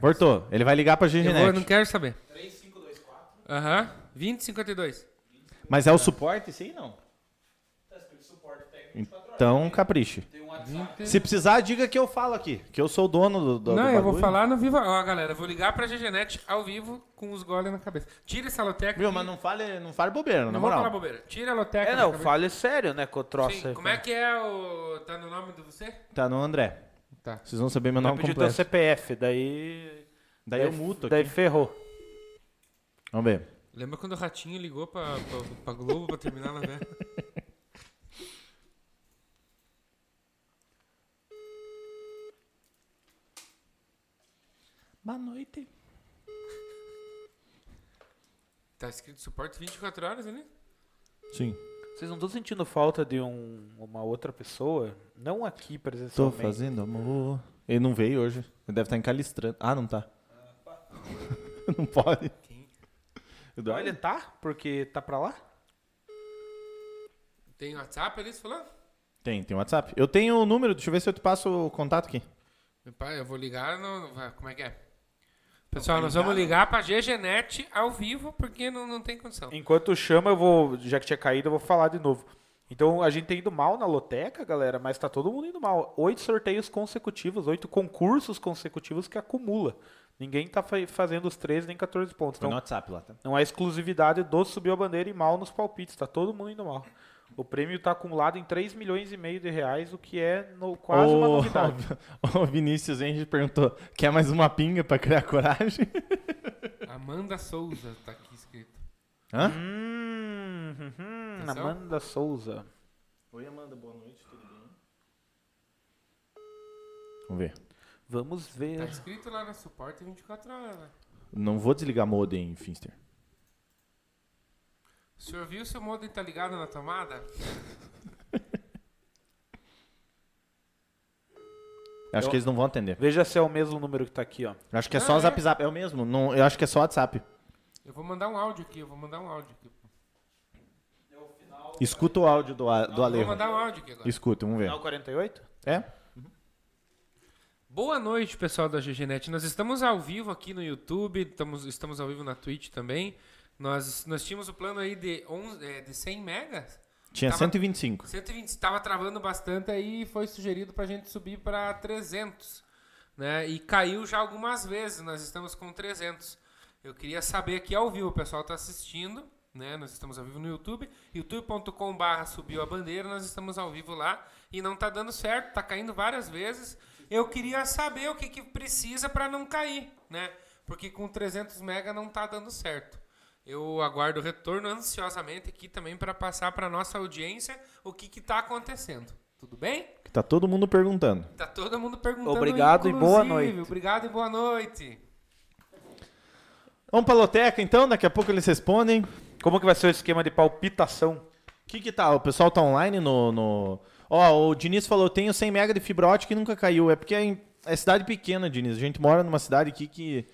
Voltou. Ele vai ligar pra
Eu, vou, eu
GGNet.
não quero saber. 3524. Aham, 2052.
Mas é o suporte, sim não? Então, capriche. Se precisar, diga que eu falo aqui. Que eu sou o dono do, do, do
Não, eu vou
bagulho.
falar no vivo. Ó, galera, eu vou ligar pra GGNet ao vivo com os goles na cabeça. Tira essa loteca.
Viu,
aqui.
mas não fale, não fale bobeira, na
Não vou falar
moral.
bobeira. Tira a loteca.
É,
na
não,
cabeça.
fale sério, né, com o troço
Sim,
aí.
como é que é o. Tá no nome de você?
Tá no André.
Tá.
Vocês vão saber meu
Vai
nome
pedir teu
completo.
CPF, daí...
Daí eu muto
Daí
aqui.
ferrou.
Vamos ver.
Lembra quando o Ratinho ligou pra, pra, pra Globo pra terminar a novela?
Boa noite.
Tá escrito suporte 24 horas ali?
Sim.
Vocês não estão sentindo falta de um- uma outra pessoa? Não aqui
Tô
presencialmente.
fazendo amor. Ele não veio hoje. Ele deve estar encalistrando. Ah, não tá. não pode.
Quem?
Olha,
Eduardo?
ele tá? Porque tá pra lá?
Tem WhatsApp ali, você falou?
Tem, tem WhatsApp. Eu tenho o número, deixa eu ver se eu te passo o contato aqui.
Meu pai, eu vou ligar no. vai, Como é que é? Pessoal, nós vamos ligar pra GGNet ao vivo, porque não, não tem condição.
Enquanto chama, eu vou. Já que tinha caído, eu vou falar de novo. Então a gente tem ido mal na loteca, galera, mas tá todo mundo indo mal. Oito sorteios consecutivos, oito concursos consecutivos que acumula. Ninguém tá fa- fazendo os 13 nem 14 pontos.
Foi no
Então,
WhatsApp lá, tá?
não é exclusividade do subiu a bandeira e mal nos palpites. Tá todo mundo indo mal. O prêmio tá acumulado em 3 milhões e meio de reais, o que é no- quase uma
Ô,
novidade.
O Vinícius Henrique perguntou: quer mais uma pinga pra criar coragem?
Amanda Souza tá aqui escrito.
Hã?
Hum, hum, hum,
Atenção.
Amanda Souza.
Oi, Amanda, boa noite, tudo bem? Vamos ver.
Vamos
Tá
ver.
escrito lá no suporte 24 horas. né?
Não vou desligar modem, Finster.
O senhor viu se o modem tá ligado na tomada?
Acho
Eu-
que eles não vão atender.
Veja se é o mesmo número que tá aqui, ó.
Acho que é
Ah,
só o
é?
zap zap. É o mesmo? Não, eu acho que é só WhatsApp.
Eu vou mandar um áudio aqui, eu vou mandar um áudio aqui.
Escuta o áudio do, a- do
Vou
Alejo.
mandar um áudio aqui agora.
Escuta, vamos ver.
Final 48?
É?
Boa noite, pessoal da GGNet. Nós estamos ao vivo aqui no YouTube, estamos, estamos ao vivo na Twitch também. Nós, nós tínhamos o plano aí de, 11, eh, de 100 megas.
Tinha
Tava-
125.
120 estava travando bastante aí foi sugerido para a gente subir para 300, né? E caiu já algumas vezes, nós estamos com 300. Eu queria saber aqui ao vivo, o pessoal está assistindo, né? Nós estamos ao vivo no YouTube, youtube.com.br subiu a bandeira, nós estamos ao vivo lá e não tá dando certo, tá caindo várias vezes. Eu queria saber o que, que precisa para não cair, né? Porque com 300 mega não tá dando certo. Eu aguardo o retorno ansiosamente aqui também para passar para nossa audiência o que está acontecendo. Tudo bem?
Que tá todo mundo perguntando.
Tá todo mundo perguntando.
Obrigado e boa
inclusive.
noite.
Obrigado e boa noite.
Vamos pra loteca então, daqui a pouco eles respondem.
Como que vai ser o esquema de palpitação?
O que que tá? O pessoal tá online no... no- Ó, o Diniz falou, tenho 100 mega de fibra ótica e nunca caiu. É porque é, em- é cidade pequena, Diniz. A gente mora numa cidade aqui que...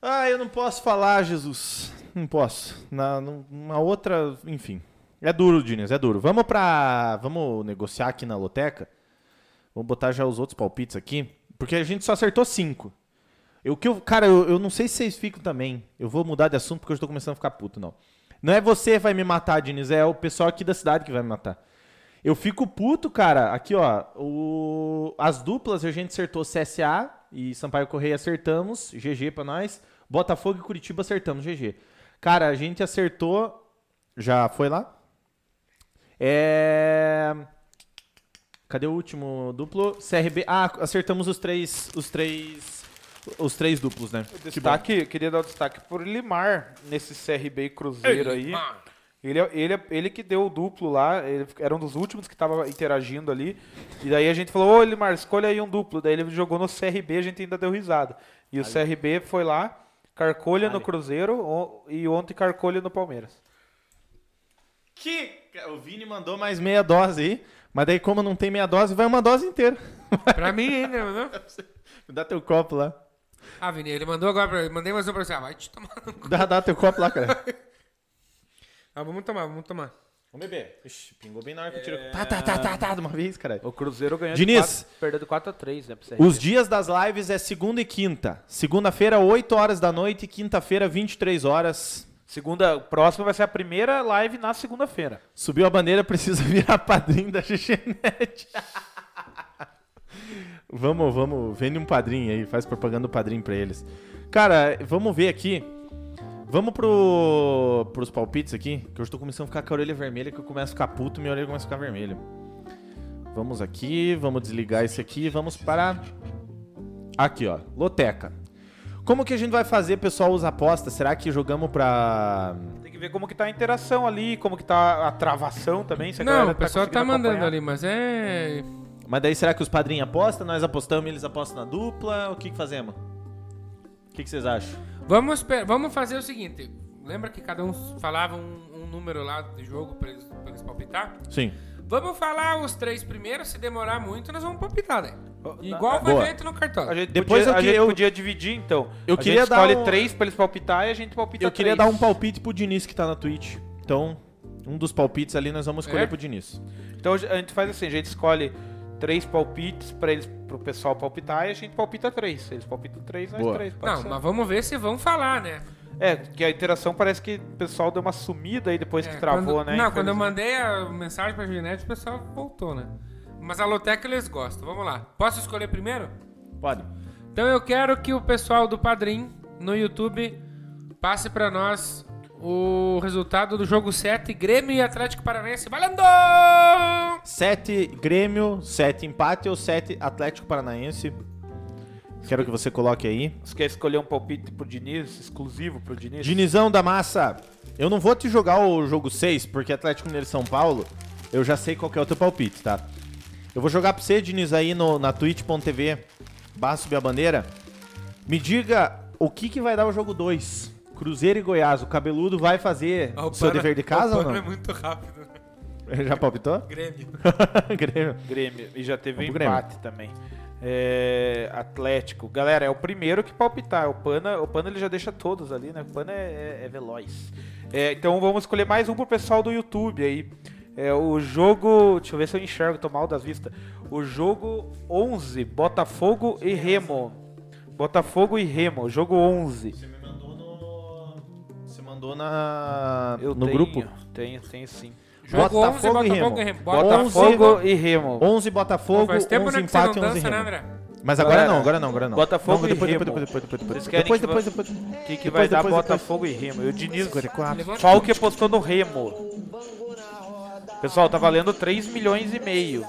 Ah, eu não posso falar, Jesus. Não posso. Na, numa outra... Enfim. É duro, Diniz, é duro. Vamos pra... Vamos negociar aqui na loteca. Vamos botar já os outros palpites aqui. Porque a gente só acertou cinco. Eu, que eu, cara, eu, eu não sei se vocês ficam também. Eu vou mudar de assunto porque eu estou começando a ficar puto, não. Não é você que vai me matar, Diniz, é o pessoal aqui da cidade que vai me matar. Eu fico puto, cara. Aqui, ó. o- as duplas a gente acertou CSA e Sampaio Correia acertamos. GG pra nós. Botafogo e Curitiba acertamos. GG. Cara, a gente acertou. Já foi lá? É. Cadê o último duplo? CRB. Ah, acertamos os três. Os três. Os três duplos, né? Que bom.
Destaque, queria dar o destaque por Limar nesse CRB e Cruzeiro aí.
Mano,
Ele, é- ele, é- ele que deu o duplo lá, ele f- era um dos últimos que tava interagindo ali. E daí a gente falou, ô Limar, escolha aí um duplo. Daí ele jogou no CRB, a gente ainda deu risada. E o CRB foi lá, Carcolha no Cruzeiro o- e ontem Carcolha no Palmeiras.
Que. O Vini mandou mais meia dose aí. Mas daí, como não tem meia dose, vai uma dose inteira.
Pra mim ainda, não?
Dá teu copo lá.
Ah, Vini, ele mandou agora pra Mandei mais um pra você. Ah, vai te tomar. no cu.
Dá, dá teu copo lá, cara.
Ah, vamos tomar, vamos tomar.
Vamos beber. Ixi, pingou bem na hora que eu tiro. Tá, tá, tá, tá, tá, de uma vez, cara.
O Cruzeiro ganhou
de Diniz. quatro-
perdeu de 4 a 3 né, pro CRB.
Os dias das lives é segunda e quinta. Segunda-feira, 8 horas da noite. Quinta-feira, 23 horas.
Segunda, próxima vai ser a primeira live na segunda-feira.
Subiu a bandeira, precisa virar padrinho da Xixenete. vamos, vamos, vende um padrinho aí, faz propaganda do padrinho pra eles. Cara, vamos ver aqui. Vamos pro, pros palpites aqui, que eu estou começando a ficar com a orelha vermelha, que eu começo a ficar puto, minha orelha começa a ficar vermelha. Vamos aqui, vamos desligar esse aqui, vamos para... Aqui, ó, Loteca. Como que a gente vai fazer, pessoal, os apostas? Será que jogamos pra...
Tem que ver como que tá a interação ali, como que tá a travação também. Se a
Não,
galera
o pessoal tá
conseguindo
mandando
acompanhar.
ali, mas é.
Mas daí será que os padrinhos apostam? Nós apostamos, eles apostam na dupla? O que, que fazemos? O que, que vocês acham?
Vamos, pe- vamos fazer o seguinte. Lembra que cada um falava um, um número lá de jogo pra eles, pra eles palpitar?
Sim.
Vamos falar os três primeiros, se demorar muito, nós vamos palpitar, né?
Oh,
Igual foi
boa.
feito no cartola.
A gente
Depois
Depois é
eu
podia, a
queria-
gente
eu-
podia dividir, então.
eu
a
queria
gente
dar
escolhe
um-
três pra eles palpitar e a gente palpita
Eu queria
três.
dar um palpite pro Diniz que tá na Twitch. Então, um dos palpites ali nós vamos escolher
É?
pro Diniz.
Então a gente faz assim, a gente escolhe três palpites pra eles, pro pessoal palpitar e a gente palpita três. Se eles palpitam três, nós
Boa.
três. pode
Não,
ser.
mas vamos ver se vão falar, né?
É, que a interação parece que o pessoal deu uma sumida aí depois
É,
que travou,
quando-
né?
Não, quando eu
Infelizmente.
mandei a mensagem pra Juliette, o pessoal voltou, né? Mas a Loteca eles gostam. Vamos lá. Posso escolher primeiro?
Pode.
Então eu quero que o pessoal do Padrim no YouTube passe pra nós o resultado do jogo 7, Grêmio e Atlético Paranaense. Valendo!
7 Grêmio, 7 empate ou 7 Atlético Paranaense. Quero que você coloque aí.
Você quer escolher um palpite pro Diniz, exclusivo pro Diniz?
Dinizão da massa, eu não vou te jogar o jogo 6, porque Atlético Mineiro e São Paulo, eu já sei qual que é o teu palpite, tá? Eu vou jogar pra você, Diniz, aí no, na twitch.tv, barra subir a bandeira. Me diga o que que vai dar o jogo 2. Cruzeiro e Goiás, o cabeludo vai fazer o seu dever de casa ou
É
não?
muito rápido.
né?
Já palpitou?
Grêmio.
Grêmio.
Grêmio. E já teve um
Vamos pro Grêmio.
empate também. É, Atlético. Galera, é o primeiro que palpitar. é O Pana, o Pana ele já deixa todos ali, né? O Pana é, é- é veloz. É, então vamos escolher mais um pro pessoal do YouTube aí. É, o jogo. Deixa eu ver se eu enxergo, tô mal das vistas. O jogo 11, Botafogo e Remo. Botafogo e Remo, jogo 11.
Você me mandou no... Você mandou na...
Eu
no
tenho,
grupo?
Tenho, tenho sim.
Jogo 11,
Botafogo e
Botafogo e
Remo.
Remo.
Botafogo
né?
e Remo.
11
Pô,
Botafogo,
Faz tempo
11
né, que você não
empate, 11
dança, né,
Remo.
André?
Mas agora
Galera,
não, agora não, agora não.
Botafogo
não, depois,
e
depois,
Remo.
depois, depois, depois,
Vocês
depois.
querem
Depois,
que
depois,
vo-
depois.
O que, que vai
Depois,
dar
depois,
Botafogo e Remo? E o Diniz,
Levanta.
só o que apostou no Remo. Pessoal, tá valendo 3 milhões e meio.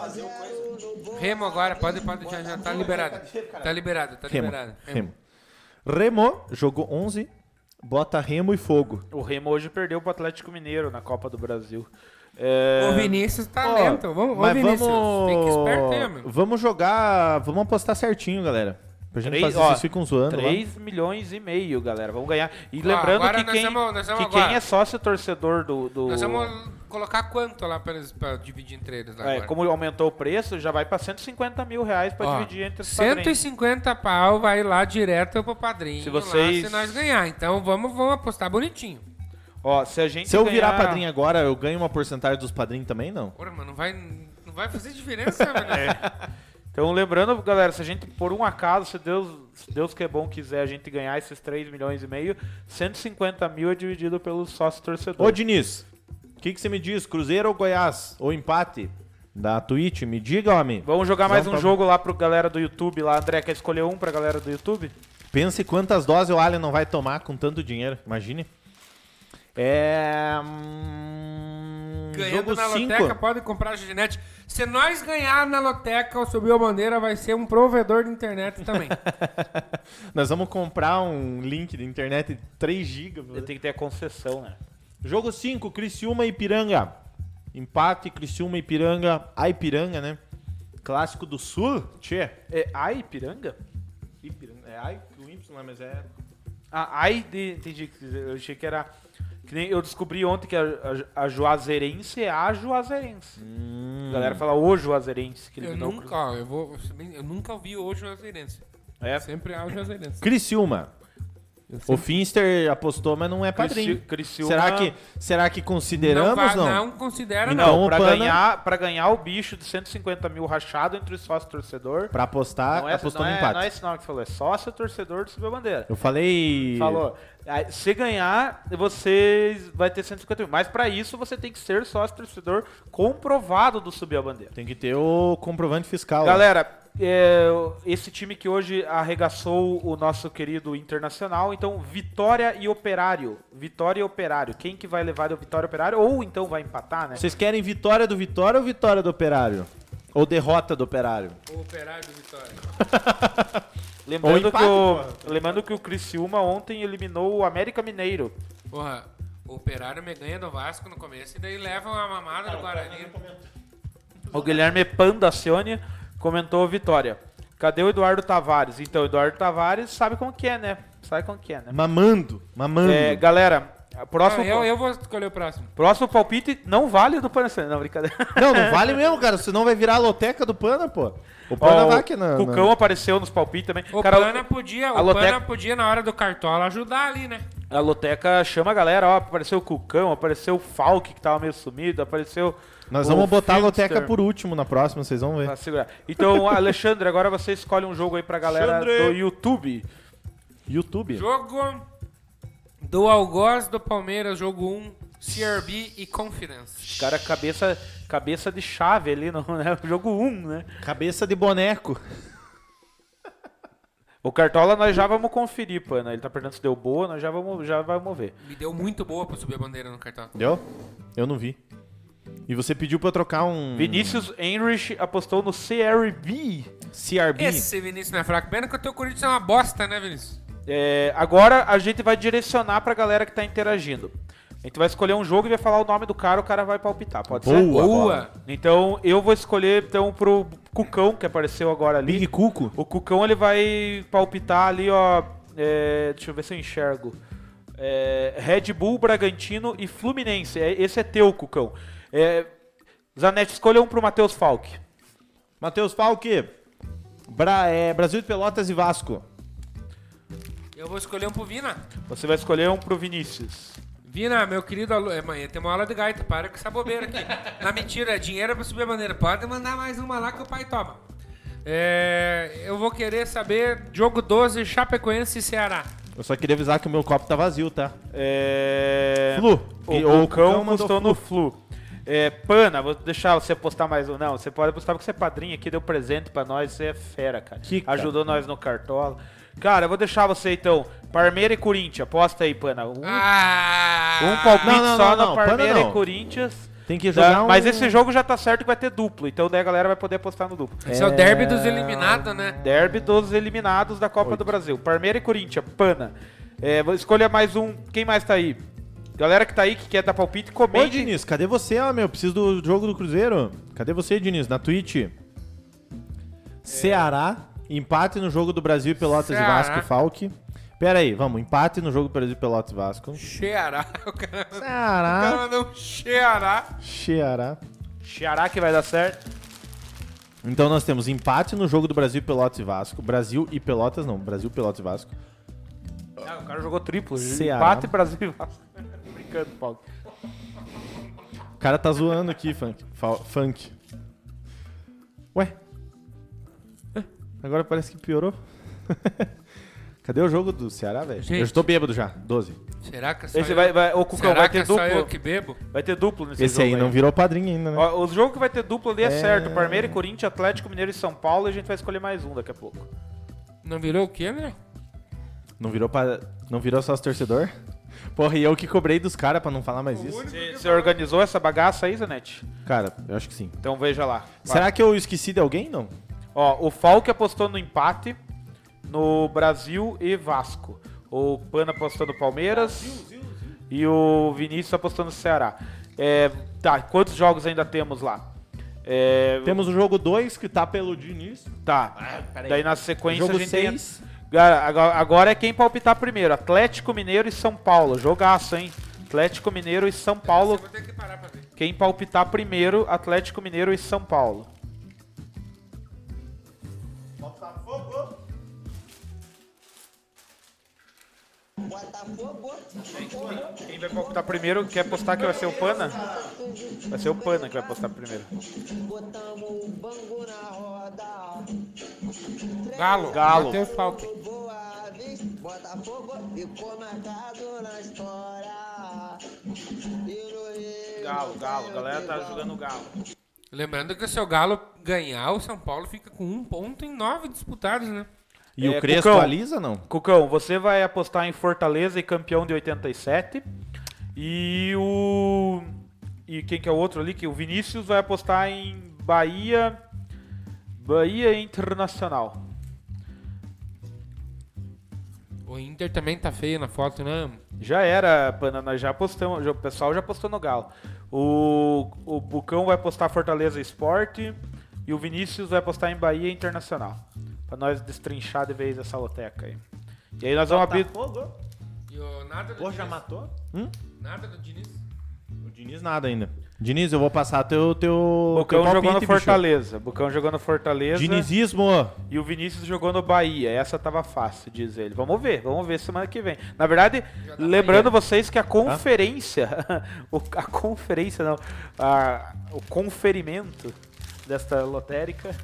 Remo agora, pode, pode, já, já tá liberado. Tá liberado, tá
Remo.
liberado.
Remo. Remo jogou 11, bota Remo e Fogo.
O Remo hoje perdeu pro Atlético Mineiro na Copa do Brasil. É,
O Vinícius tá
Ó,
lento. Vamos, ô,
mas
Vinícius,
vamos-
fica esperto aí, amigo.
Vamos jogar, vamos apostar certinho, galera. Pra gente
Três-
fazer,
ó,
vocês ficam zoando lá.
3 milhões e meio, galera. Vamos ganhar. E
Ó,
lembrando
Ah, agora
que,
nós
quem,
vamos- nós vamos
que quem
agora.
é sócio torcedor do. do...
Nós vamos colocar quanto lá pra, eles, pra dividir entre eles lá
É,
agora?
como aumentou o preço, já vai pra 150 mil reais pra
Ó,
dividir entre os padrinhos.
150 pau vai lá direto pro padrinho
Se vocês-
lá, se nós ganhar. Então vamos, vamos apostar bonitinho.
Ó, se a gente
Se eu
ganhar-
virar padrinho agora, eu ganho uma porcentagem dos padrinhos também, não?
Porra, mano, não vai, não vai fazer diferença, velho.
Então, lembrando, galera, se a gente, por um acaso, se Deus, se Deus que é bom quiser a gente ganhar esses 3 milhões e meio, 150 mil é dividido pelo sócio torcedor.
Ô, Diniz, o que, que você me diz? Cruzeiro ou Goiás? Ou empate? Da Twitch, me diga, homem.
Vamos jogar mais
Vamos
um
pra-
jogo lá pro galera do YouTube lá. André, quer escolher um pra galera do YouTube?
Pense quantas doses o Alien não vai tomar com tanto dinheiro, imagine. É.
Um
hum,
Ganhando
jogo
na
cinco.
loteca, pode comprar a Julinete. Se nós ganhar na loteca, o Subiu a Bandeira vai ser um provedor de internet também.
Nós vamos comprar um link de internet de 3 GB.
Tem que ter a concessão, né?
Jogo 5, Criciúma e Ipiranga. Empate, Criciúma e Ipiranga. A Ipiranga, né? Clássico do Sul. Tchê.
É AI Piranga?
Ipiranga. É ai com Y, mas é.
Ah, AI de. Entendi. Eu achei que era. Que nem eu descobri ontem que a, a, a Juazeirense é a Juazeirense. A galera fala o Juazeirense. Que
eu
eliminou o
nunca, ó, eu vou. Eu nunca ouvi hoje o Juazeirense.
Cruzeiro. É,
Sempre há o Juazeirense.
Criciúma.
Eu
O Finster apostou, mas não é padrinho.
Crici- Criciúma-
Será que, será que
Não,
consideramos,
vai-
não?
não considera,
Então,
não.
Então,
Não, pra
o Pana-
ganhar, pra ganhar o bicho de 150 mil rachado entre os sócios torcedor.
Pra apostar,
não, é,
Ah, apostou
não,
no
é,
empate.
não é esse nome que falou, é sócio torcedor do Subiu a Bandeira.
Eu falei.
Falou. aí, Se ganhar, você vai ter 150 mil. Mas pra isso você tem que ser sócio torcedor comprovado do Subir a Bandeira.
Tem que ter o comprovante fiscal.
Galera, é, esse time que hoje arregaçou o nosso querido Internacional, então Vitória e Operário. Vitória e Operário. Quem que vai levar o Vitória e Operário? Ou então vai empatar, né?
Vocês querem vitória do Vitória ou vitória do Operário? Ou derrota do Operário?
O operário do Vitória.
Ou
Lembrando,
empate,
que o, lembrando que o Criciúma ontem eliminou o América Mineiro.
Porra, o operário me ganha do Vasco no começo e daí levam a mamada do Guarani.
O Guilherme Pandacione comentou vitória. Cadê o Eduardo Tavares? Então, o Eduardo Tavares sabe como que é, né? Sabe como que é, né?
Mamando, mamando.
É, galera, A próximo,
Não, eu, eu vou escolher o próximo.
próximo palpite não vale do Panasonic. Não, brincadeira.
Não, não vale mesmo, cara. Senão vai virar a loteca do Pana, pô. O é Pana
Ó,
vai aqui na.
o Cucão apareceu nos palpites também.
O
Cara,
Pana podia,
a
o
Loteca-
Pana podia, na hora do Cartola, ajudar ali, né?
A Loteca chama a galera, ó, apareceu o Cucão, apareceu o Falk, que tava meio sumido, apareceu...
Nós
o
vamos botar a
Finster
loteca por último na próxima, vocês vão ver.
pra segurar. Então, Alexandre, agora você escolhe um jogo aí pra galera
Alexandre.
do YouTube.
YouTube.
Jogo do Algoz do Palmeiras, jogo 1, CRB e Confidence.
Cara, cabeça, cabeça de chave ali, no, né? O jogo 1, um, né?
Cabeça de boneco.
O Cartola nós já vamos conferir, Pana. Ele tá perguntando se deu boa, nós já vamos, já vamos
Hum.
ver.
Me deu muito boa pra subir a bandeira no Cartola.
Deu? Eu não vi. E você pediu pra eu trocar um
Vinícius Henrich apostou no CRB.
CRB.
Esse Vinícius não é fraco. Pena que o teu Corinthians é uma bosta, né, Vinícius?
É, agora a gente vai direcionar pra galera que tá interagindo. A gente vai escolher um jogo e vai falar o nome do cara, o cara vai palpitar, pode ser?
Boa.
Boa!
Então eu vou escolher então pro Cucão, que apareceu agora ali.
Big Cuco.
O Cucão ele vai palpitar ali, ó. é, deixa eu ver se eu enxergo. É, Red Bull, Bragantino e Fluminense. É, esse é teu, Cucão. É, Zanetti, escolha um pro Matheus Falck.
Matheus Falque. Bra- é, Brasil de Pelotas e Vasco.
Eu vou escolher um pro Vina.
Você vai escolher um pro Vinícius.
Vina, meu querido aluno. Amanhã tem uma aula de gaita, para com essa bobeira aqui. Na mentira, é dinheiro pra subir a bandeira. Pode mandar mais uma lá que o pai toma. É, eu vou querer saber jogo 12, Chapecoense e Ceará.
Eu só queria avisar que o meu copo tá vazio, tá?
É...
Flu. E- ou
O
o Cucão
Cucão
mandou
apostou no Flu. É, Pana, vou deixar você apostar mais um. Não, você pode apostar porque você é padrinho aqui, deu presente pra nós, você é fera, cara.
Que cara.
Ajudou nós no cartola. Cara, eu vou deixar você então. Parmeira e Corinthians, aposta aí, Pana. Um,
Ah!
um palpite
Não, não, não,
só no
não, Pana
Parmeira
não.
e Corinthians.
Tem que jogar
Tá,
um-
Mas esse jogo já tá certo que vai ter duplo, então daí a galera vai poder apostar no duplo.
Esse é... o derby dos eliminados, né?
Derby dos eliminados da Copa do Brasil. Parmeira e Corinthians, pana. É, vou- escolha mais um. Quem mais tá aí? Galera que tá aí, que quer dar palpite,
Ô,
comente.
Diniz, cadê você, ó, meu? Preciso do jogo do Cruzeiro. Cadê você, Diniz? Na Twitch. Ceará, empate no jogo do Brasil e Pelotas e
Ceará.
Vasco, Falque. Pera aí, vamos, empate no jogo do Brasil e Pelotas e Vasco.
Ceará. O cara, o cara
Ceará.
mandou um Ceará.
Ceará.
Xará que vai dar certo.
Então nós temos empate no jogo do Brasil e Pelotas e Vasco. Brasil e Pelotas, não, Brasil, Pelotas e Vasco.
Ah, o cara jogou triplo.
Ceará.
Empate Brasil e Vasco. Brincando, Paulo.
O cara tá zoando aqui, Funk. Fa- funk. Ué? É, Agora parece que piorou. Cadê o jogo do Ceará, velho?
Gente.
Eu já tô bêbado já, 12.
Será que é só
Esse
eu-
vai, vai, ô, Cucão,
Será
vai
que
ter
é só eu
duplo.
que bebo?
Vai ter duplo nesse
Esse
jogo.
aí não virou padrinho ainda, né?
Ó, o jogo que vai ter duplo ali é,
É.
certo. Parmeira e Corinthians, Atlético Mineiro e São Paulo. E a gente vai escolher mais um daqui a pouco.
Não virou o quê, André?
Não virou pa... não virou sócio torcedor? Porra, e eu que cobrei dos caras pra não falar mais isso?
Você você organizou essa bagaça aí, Zanetti?
Cara, eu acho que sim.
Então veja lá. Vai.
Será que eu esqueci de alguém, não?
Ó, o Falk apostou no empate no Brasil e Vasco. O Pana apostou no Palmeiras e o Vinícius apostou no Ceará. É, tá, quantos jogos ainda temos lá? É,
Temos o jogo 2, que tá pelo Diniz.
tá. Daí na sequência a
Jogo
gente
6.
tem- Cara, agora- agora é quem palpitar primeiro. Atlético Mineiro e São Paulo. Jogaço, hein? Atlético Mineiro e São Paulo.
Vou ter que parar pra ver.
Quem palpitar primeiro, Atlético Mineiro e São Paulo. Quem vai palpitar primeiro? Quer apostar que vai ser o Pana? Vai ser o Pana que vai apostar primeiro.
Botamos o bangu na roda.
Galo.
Galo.
Bateu o Falcão.
Boa vista, Botafogo ficou marcado na história. E no Rio
Galo,
não
galo. A
tem
galera tá
rival.
jogando galo.
Lembrando que se o Galo ganhar, o São Paulo fica com um ponto em nove disputados, né?
E
É,
o Crespo
Cucão.
alisa, não?
Cucão, você vai apostar em Fortaleza e campeão de 87. E o. E quem que é o outro ali? Que o Vinícius vai apostar em Bahia. Bahia Internacional.
O Inter também tá feio na foto, né?
Já era, Pana, nós já apostamos, já- o pessoal já apostou no Galo. O, o Bucão vai apostar Fortaleza Esporte e o Vinícius vai apostar em
Então
Bahia Tá
tá.
Internacional. Pra nós destrinchar de vez essa loteca aí. E aí nós vamos abrir.
E E o nada do Diniz.
matou?
Nada do Diniz.
O Diniz nada ainda. Diniz, eu vou passar teu, teu, teu
Bucão jogou no
palpite, bicho.
Fortaleza. Bucão jogou no Fortaleza.
Dinizismo.
E o Vinícius jogou no Bahia. Essa tava fácil, diz ele. Vamos ver, vamos ver semana que vem. Na verdade,
Já tá
lembrando vocês que a conferência, o- a conferência não, a- o conferimento desta lotérica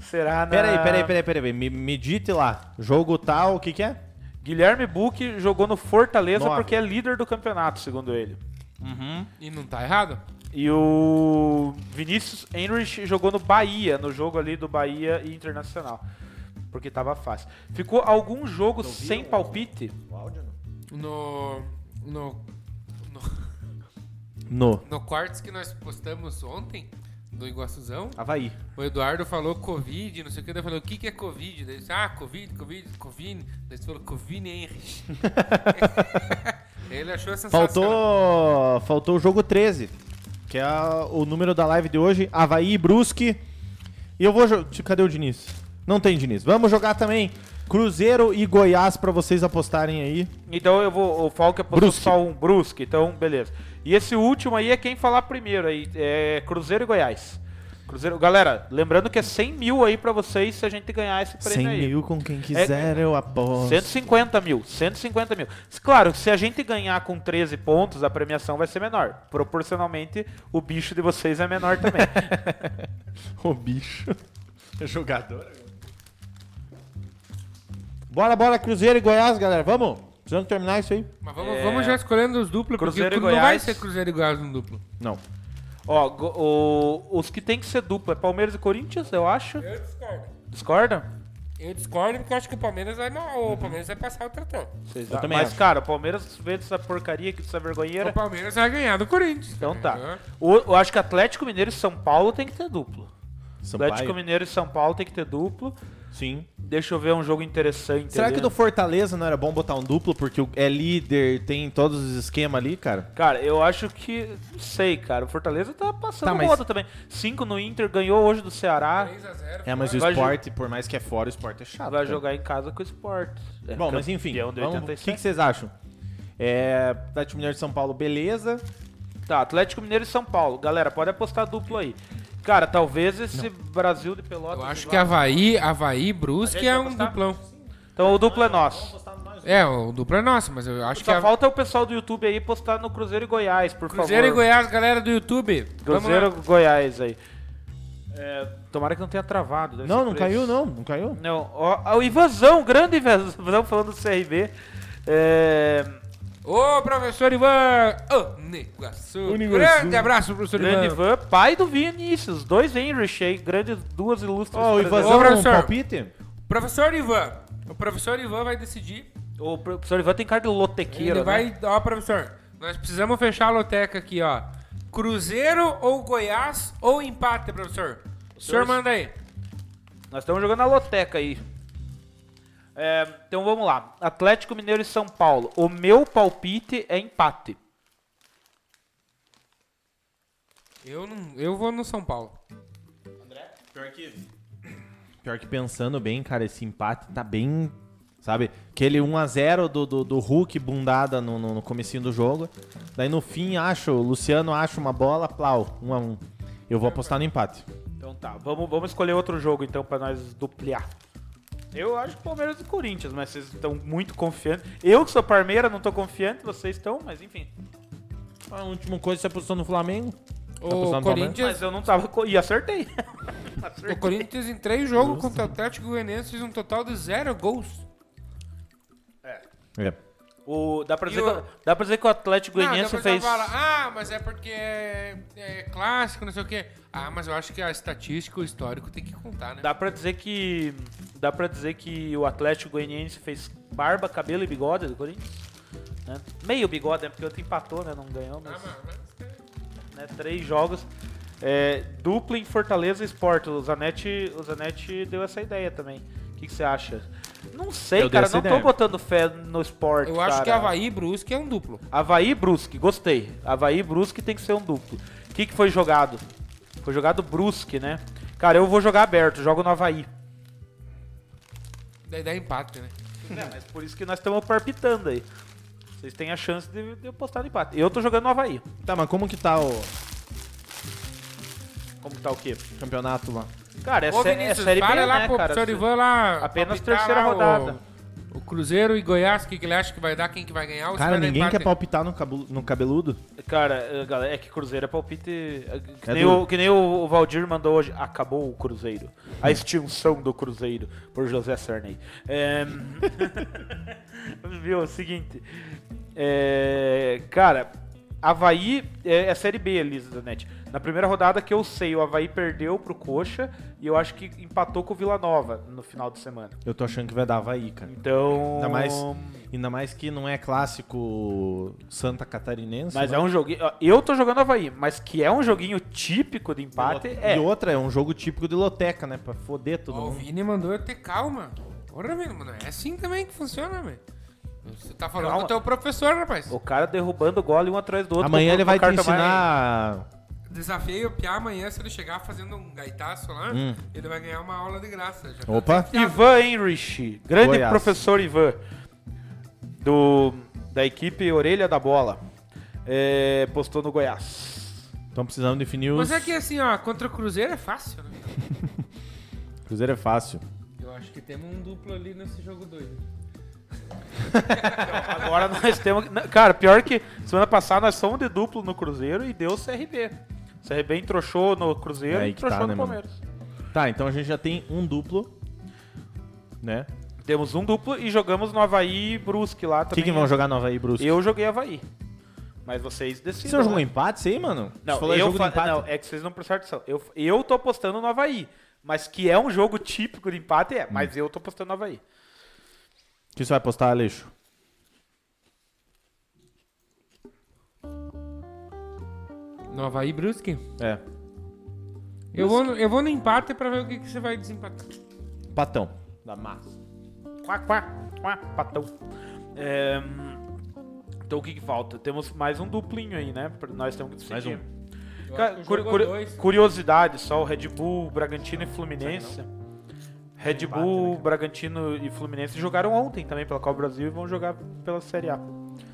será na...
Peraí,
Ah.
peraí, peraí, peraí. Me, me dite lá. Jogo tal, o que que é?
Guilherme Buck jogou no Fortaleza
Nove.
porque é líder do campeonato, segundo ele.
Uhum.
E não tá errado?
E o Vinícius Henrich jogou no Bahia, no jogo ali do Bahia e Internacional. Porque tava fácil. Ficou algum jogo sem palpite?
No. No. No,
No.
no quartos que nós postamos ontem, do Iguaçuzão,
Havaí.
o Eduardo falou Covid, não sei o que. Daí eu falei, o que, que é Covid? Daí ele disse, ah, Covid, Covid, Covid. Daí ele falou, Covid Henrich. ele achou sensacional.
Faltou, faltou o jogo 13, que é a- o número da live de hoje. Havaí e Brusque. E eu vou jogar... Cadê o Diniz? Não tem Diniz. Vamos jogar também Cruzeiro e Goiás pra vocês apostarem aí.
Então eu vou. O Falca apostou
Brusque.
só um Brusque, então beleza. E esse último aí é quem falar primeiro aí. É Cruzeiro e Goiás. Cruzeiro. Galera, lembrando que é 100 mil aí pra vocês se a gente ganhar esse prêmio
100
aí. É,
mil com quem quiser eu aposto.
150 mil, 150 mil. Claro, se a gente ganhar com 13 pontos, a premiação vai ser menor. Proporcionalmente, o bicho de vocês é menor também.
O bicho.
É
Jogador.
né?
Bora, bora, Cruzeiro e Goiás, galera. Vamos. Precisamos terminar isso aí?
Mas vamos,
É.
vamos já escolhendo os duplos,
Cruzeiro e
porque não vai
Goiás.
ser Cruzeiro e Goiás no duplo.
Não.
Ó, go- o- os que tem que ser duplo é Palmeiras e Corinthians, eu acho.
Eu discordo.
Discorda?
Eu discordo porque eu acho que o Palmeiras vai mal.
Uhum.
O Palmeiras vai passar o tratão.
Vocês
Eu
a-
também
Tá, Mas,
acho.
cara, o Palmeiras vê dessa porcaria, dessa
O
vergonheira.
Palmeiras vai ganhar do Corinthians.
Então
entendeu?
tá. O, eu acho que Atlético Mineiro e São Paulo tem que ter duplo. Atlético
Sampaio?
Mineiro e São Paulo tem que ter duplo.
Sim.
Deixa eu ver um jogo interessante.
Será
ali.
que do Fortaleza não era bom botar um duplo? Porque o- é líder, tem todos os esquemas ali, cara.
Cara, eu acho que. Não sei, cara. O Fortaleza tá passando
Tá, mas-
moda também. 5 no Inter, ganhou hoje do Ceará.
3 a 0
É, mas o
Vai
esporte, por mais que é fora, o esporte é chato.
Vai
cara.
jogar em casa com o Sport. É
Bom, mas enfim.
campeão de
vamos- O que, que
87.
vocês acham? É, Atlético Mineiro de São Paulo, beleza.
Tá, Atlético Mineiro e São Paulo. Galera, pode apostar duplo aí. Cara, talvez esse Brasil de Pelotas.
Eu acho
vá-
que Havaí, Havaí,
A
Brusque
gente vai
é um
apostar?
duplão.
Então o duplo é nosso.
É, o duplo é nosso, mas eu acho que
Só
a...
falta o pessoal do YouTube aí postar no Cruzeiro e Goiás, tá por
Cruzeiro e
favor.
Goiás, galera do YouTube. Vamos
Cruzeiro
lá.
e Goiás aí. É, tomara que não tenha travado. deve
Não,
ser
não
por
caiu,
isso.
não. Não caiu.
Não, ó, ó, o Ivanzão, grande Ivanzão falando do CRB. É,
Ô, professor Ivan! Ô, Neguaçu! Grande abraço, professor
grande
Ivan!
Ivan, pai do Vinícius, dois Henrich aí, grandes duas ilustres.
Ó, o
presenças.
Ivanzão, um
professor.
palpite?
Professor Ivan, o professor Ivan vai decidir.
O professor Ivan tem cara de
Ele
lotequeiro, né?
vai... Ó, professor, nós precisamos fechar a loteca aqui, ó. Cruzeiro ou Goiás ou empate, professor? O senhor
Dois.
manda aí.
Nós estamos jogando a loteca aí. É, então vamos lá. Atlético Mineiro e São Paulo. O meu palpite é empate.
Eu, não, eu vou no São Paulo.
Tá
Pior que pensando bem, cara, esse empate tá bem. Sabe? Aquele 1x0 do, do, do Hulk bundada no, no, no comecinho do jogo. Daí no fim, acho, o Luciano acha uma bola, plau, 1x1. Eu vou apostar no empate.
Então tá, vamos, vamos escolher outro jogo então pra nós dupliar. Eu acho que Palmeiras e Corinthians, mas vocês estão muito confiantes. Eu que sou Palmeira, não tô confiante, vocês estão, mas enfim.
Ah, A última coisa, você apostou no Flamengo? Tá apostando
O
no
Corinthians,
né? Mas eu não tava. co- E acertei.
o Corinthians em três jogos contra o Atlético Goianiense fez um total de zero gols.
É.
O, dá, pra dizer
E
que,
o-
o- dá pra dizer que o Atlético Goianiense
depois
fez.
ela Fala, ah, mas é porque é, é clássico, não sei o quê. Ah, mas eu acho que a estatística, o histórico tem que contar, né?
Dá pra dizer que. Dá pra dizer que o Atlético Goianiense fez barba, cabelo e bigode do Corinthians? né? Meio bigode, né? Porque o outro empatou, né? Não ganhou,
Ah,
mas,
mas- mas-
né? Três jogos. É, dupla em Fortaleza e Sport. O Zanetti, o Zanetti deu essa ideia também. O que que você acha? Não sei,
Eu dei
cara.
essa
Não
ideia.
tô botando fé no Sport.
Eu acho
cara.
que Havaí e Brusque é um duplo.
Havaí e Brusque, gostei. Havaí e Brusque tem que ser um duplo. O que, que foi jogado? Foi jogado Brusque, né? Cara, eu vou jogar aberto, jogo no Havaí.
Daí dá né? empate, né?
Né, É, mas por isso que nós estamos palpitando aí. Vocês têm a chance de, de eu postar no empate. Eu tô jogando no Havaí.
Tá, mas como que tá o
Como que tá o quê?
campeonato lá?
Cara, é,
Ô,
sé- é
Vinícius,
série B,
fala
né,
lá pro
cara?
professor Ivan lá.
Apenas
palpitar
terceira
lá o-
rodada.
O, Cruzeiro e Goiás, o que, que ele acha que vai dar, quem que vai ganhar? ou se
Cara,
vai dar
ninguém
empate?
quer palpitar no, cabu- no cabeludo?
Cara, é, galera, é que Cruzeiro é palpite. é, Que,
É
nem,
duro.
o, que nem o Valdir mandou hoje. Acabou o Cruzeiro. A extinção do Cruzeiro, por José Sarney. É... Viu, é o seguinte. É, Cara, Havaí é, é Série B, Elisa Zanetti. Na primeira rodada que eu sei, o Havaí perdeu pro Coxa e eu acho que empatou com o Vila Nova no final de semana.
Eu tô achando que vai dar Havaí, cara.
Então.
Ainda mais, ainda mais que não é clássico Santa Catarinense.
Mas
né?
é um joguinho. Eu tô jogando Havaí, mas que é um joguinho típico de empate,
E
é.
outra, é um jogo típico de loteca, né? Pra foder todo
Ó, o
mundo.
Vini mandou eu ter calma. Porra, Vini, mano. É assim também que funciona, velho. Você tá falando
Calma.
do teu professor, rapaz.
O cara derrubando o gole um atrás do outro.
Amanhã
pro-
ele
pro
vai te
cara tomar-
ensinar.
Desafio o Piá amanhã, se ele chegar fazendo um gaitaço lá, ele vai ganhar uma aula de graça. Já tá
Opa!
desafiado.
Ivan Henrich, grande
Goiás.
professor Ivan, do, da equipe Orelha da Bola, é, postou no Goiás.
Estão precisando definir os.
Mas é que assim, ó, contra o Cruzeiro é fácil, né?
Cruzeiro é fácil.
Eu acho que temos um duplo ali nesse jogo doido.
Agora nós temos. na- Cara, pior que semana passada nós fomos de duplo no Cruzeiro e deu CRB. CRB entrochou no Cruzeiro
É aí
e
que
entrochou
tá,
no
né, mano?
Palmeiras.
Tá, então a gente já tem um duplo. Né?
Temos um duplo e jogamos no Havaí e Brusque lá
O
também.
que, que
é.
vão jogar no Havaí, Bruce?
Eu joguei Havaí. Mas vocês né? decidem.
Você jogou empate isso aí, mano? Você
Não,
falou
eu
jogo
fa-
de empate.
não, é que vocês não prestaram atenção. Eu, eu tô apostando no Havaí. Mas que é um jogo típico de empate, é.
Hum.
Mas eu tô apostando no Havaí.
O que você vai postar, Aleixo?
No Havaí Brusque?
É.
Eu vou, no- eu vou no empate pra ver o que, que você vai desempatar.
Patão. Da massa.
Quá, quá, quá, patão. É, hum, então o que, que falta? Temos mais um duplinho aí, né? Pra- Nós temos que decidir.
Mais um.
Eu
Cara,
acho que o
curi-
jogo
curi-
dois-
curiosidade só, o Red Bull, Bragantino e Fluminense. Red Bull, Bragantino e Fluminense jogaram ontem também pela Copa Brasil e vão jogar pela Série A.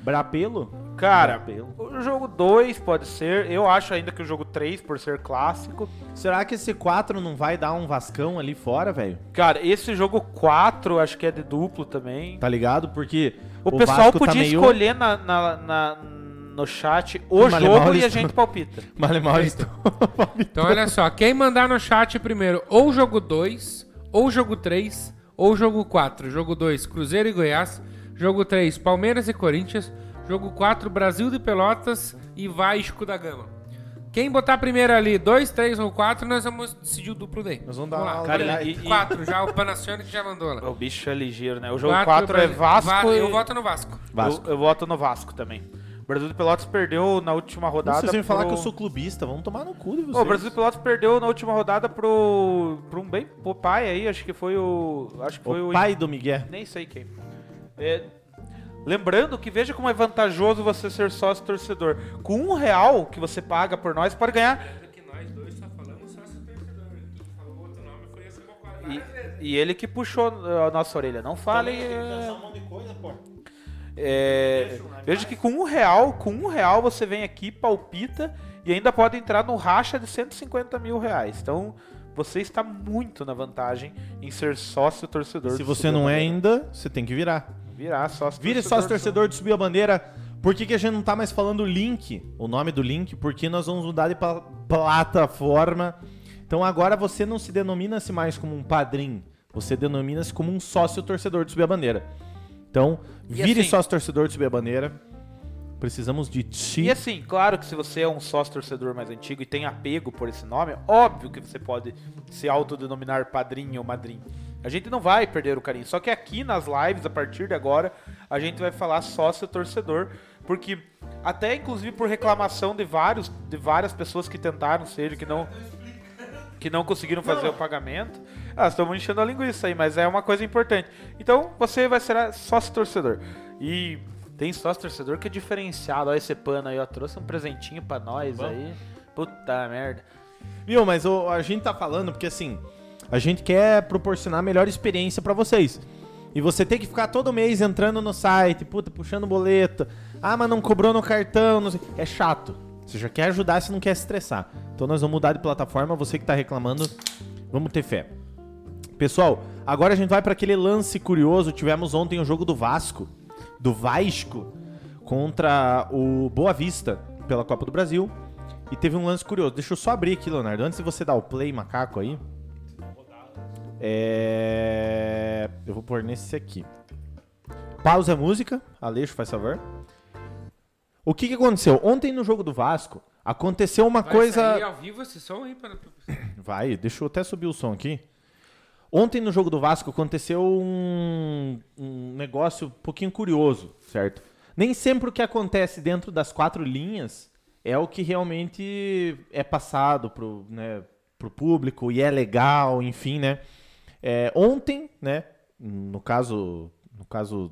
Brapelo?
Cara,
Brapelo.
o jogo 2 pode ser, eu acho ainda que o jogo 3 por ser clássico.
Será que esse 4 não vai dar um Vascão ali fora, velho?
Cara, esse jogo 4 acho que é de duplo também.
Tá ligado? Porque.
O, pessoal
Vasco
podia
tá meio...
escolher na, na- na- no chat o
Mas alemão
jogo e
eles
a gente palpita.
Mal e
É
mal eles estão.
Então olha só, quem mandar no chat primeiro ou jogo 2, ou jogo 3, ou jogo 4. Jogo 2, Cruzeiro e Goiás. Jogo 3, Palmeiras e Corinthians. Jogo 4, Brasil de Pelotas e Vasco da Gama. Quem botar primeiro ali, 2, 3 ou 4, nós vamos decidir o duplo daí.
Nós vamos dar uma
lá.
aula,
né? E- e-
4, já o Panacione que já mandou lá.
O bicho é ligeiro, né? O jogo
Quatro,
4 é
Brasil-
Vasco.
Va- Eu
e-
voto no Vasco.
Vasco.
Eu, eu voto no Vasco também. O Brasil de Pelotas perdeu na última rodada.
Vocês vão me falar
pro-
que eu sou clubista, vamos tomar no cu de vocês.
Ô, o Brasil de Pelotas perdeu na última rodada pro. pro um bem. pro pai aí, acho que foi o. Acho que foi
O
o.
pai do Miguel.
Nem sei quem. É, Lembrando que veja como é vantajoso você ser sócio torcedor. Com um real que você paga por nós, pode ganhar.
Que nós dois só falamos só se o torcedor. Quem falou outro nome foi essa
E, e ele que puxou eh, a nossa orelha. Não fale. é, É, veja que com um real, com um real você vem aqui, palpita e ainda pode entrar no racha de 150 mil reais. Então você está muito na vantagem em ser sócio torcedor.
Se
do
você
Subir a
não é
Bandeira.
ainda, você tem que virar.
virar sócio
Vire sócio torcedor de Subir a Bandeira. Por que, que a gente não tá mais falando link? O nome do link? Porque nós vamos mudar de pla- plataforma. Então agora você não se denomina-se mais como um padrinho. Você denomina-se como um sócio torcedor de Subir a Bandeira. Então, vire
assim-
sócio torcedor de Subir a Bandeira. Precisamos de ti.
E assim, claro que se você é um sócio torcedor mais antigo e tem apego por esse nome, óbvio que você pode se autodenominar padrinho ou madrinho. A gente não vai perder o carinho. Só que aqui nas lives, a partir de agora, a gente vai falar sócio torcedor, porque até inclusive por reclamação de vários, de várias pessoas que tentaram ser, que não que não conseguiram fazer o pagamento. Ah, estamos enchendo a linguiça aí, mas é uma coisa importante. Então, você vai ser sócio torcedor. E tem sócio torcedor que é diferenciado. Olha esse pano aí, ó. Trouxe um presentinho pra nós aí. Puta merda.
Viu, mas o- a gente tá falando porque assim, a gente quer proporcionar a melhor experiência pra vocês. E você tem que ficar todo mês entrando no site, puta, puxando boleto. Ah, mas não cobrou no cartão. Não sei. É chato. Você já quer ajudar, você não quer se estressar. Então nós vamos mudar de plataforma. Você que tá reclamando, vamos ter fé. Pessoal, agora a gente vai para aquele lance curioso. Tivemos ontem o jogo do Vasco, do Vasco, contra o Boa Vista pela Copa do Brasil. E teve um lance curioso. Deixa eu só abrir aqui, Leonardo. Antes de você dar o play, macaco aí. É... Eu vou pôr nesse aqui. Pausa a música. Aleixo, faz favor. O que, que aconteceu? Ontem no jogo do Vasco, aconteceu uma
Vai
coisa...
sair ao vivo esse som aí para...
Vai, deixa eu até subir o som aqui. Ontem no jogo do Vasco aconteceu um, um negócio um pouquinho curioso, certo? Nem sempre o que acontece dentro das quatro linhas é o que realmente é passado pro, né, pro público e é legal, enfim, né? É, ontem, né? No caso, no caso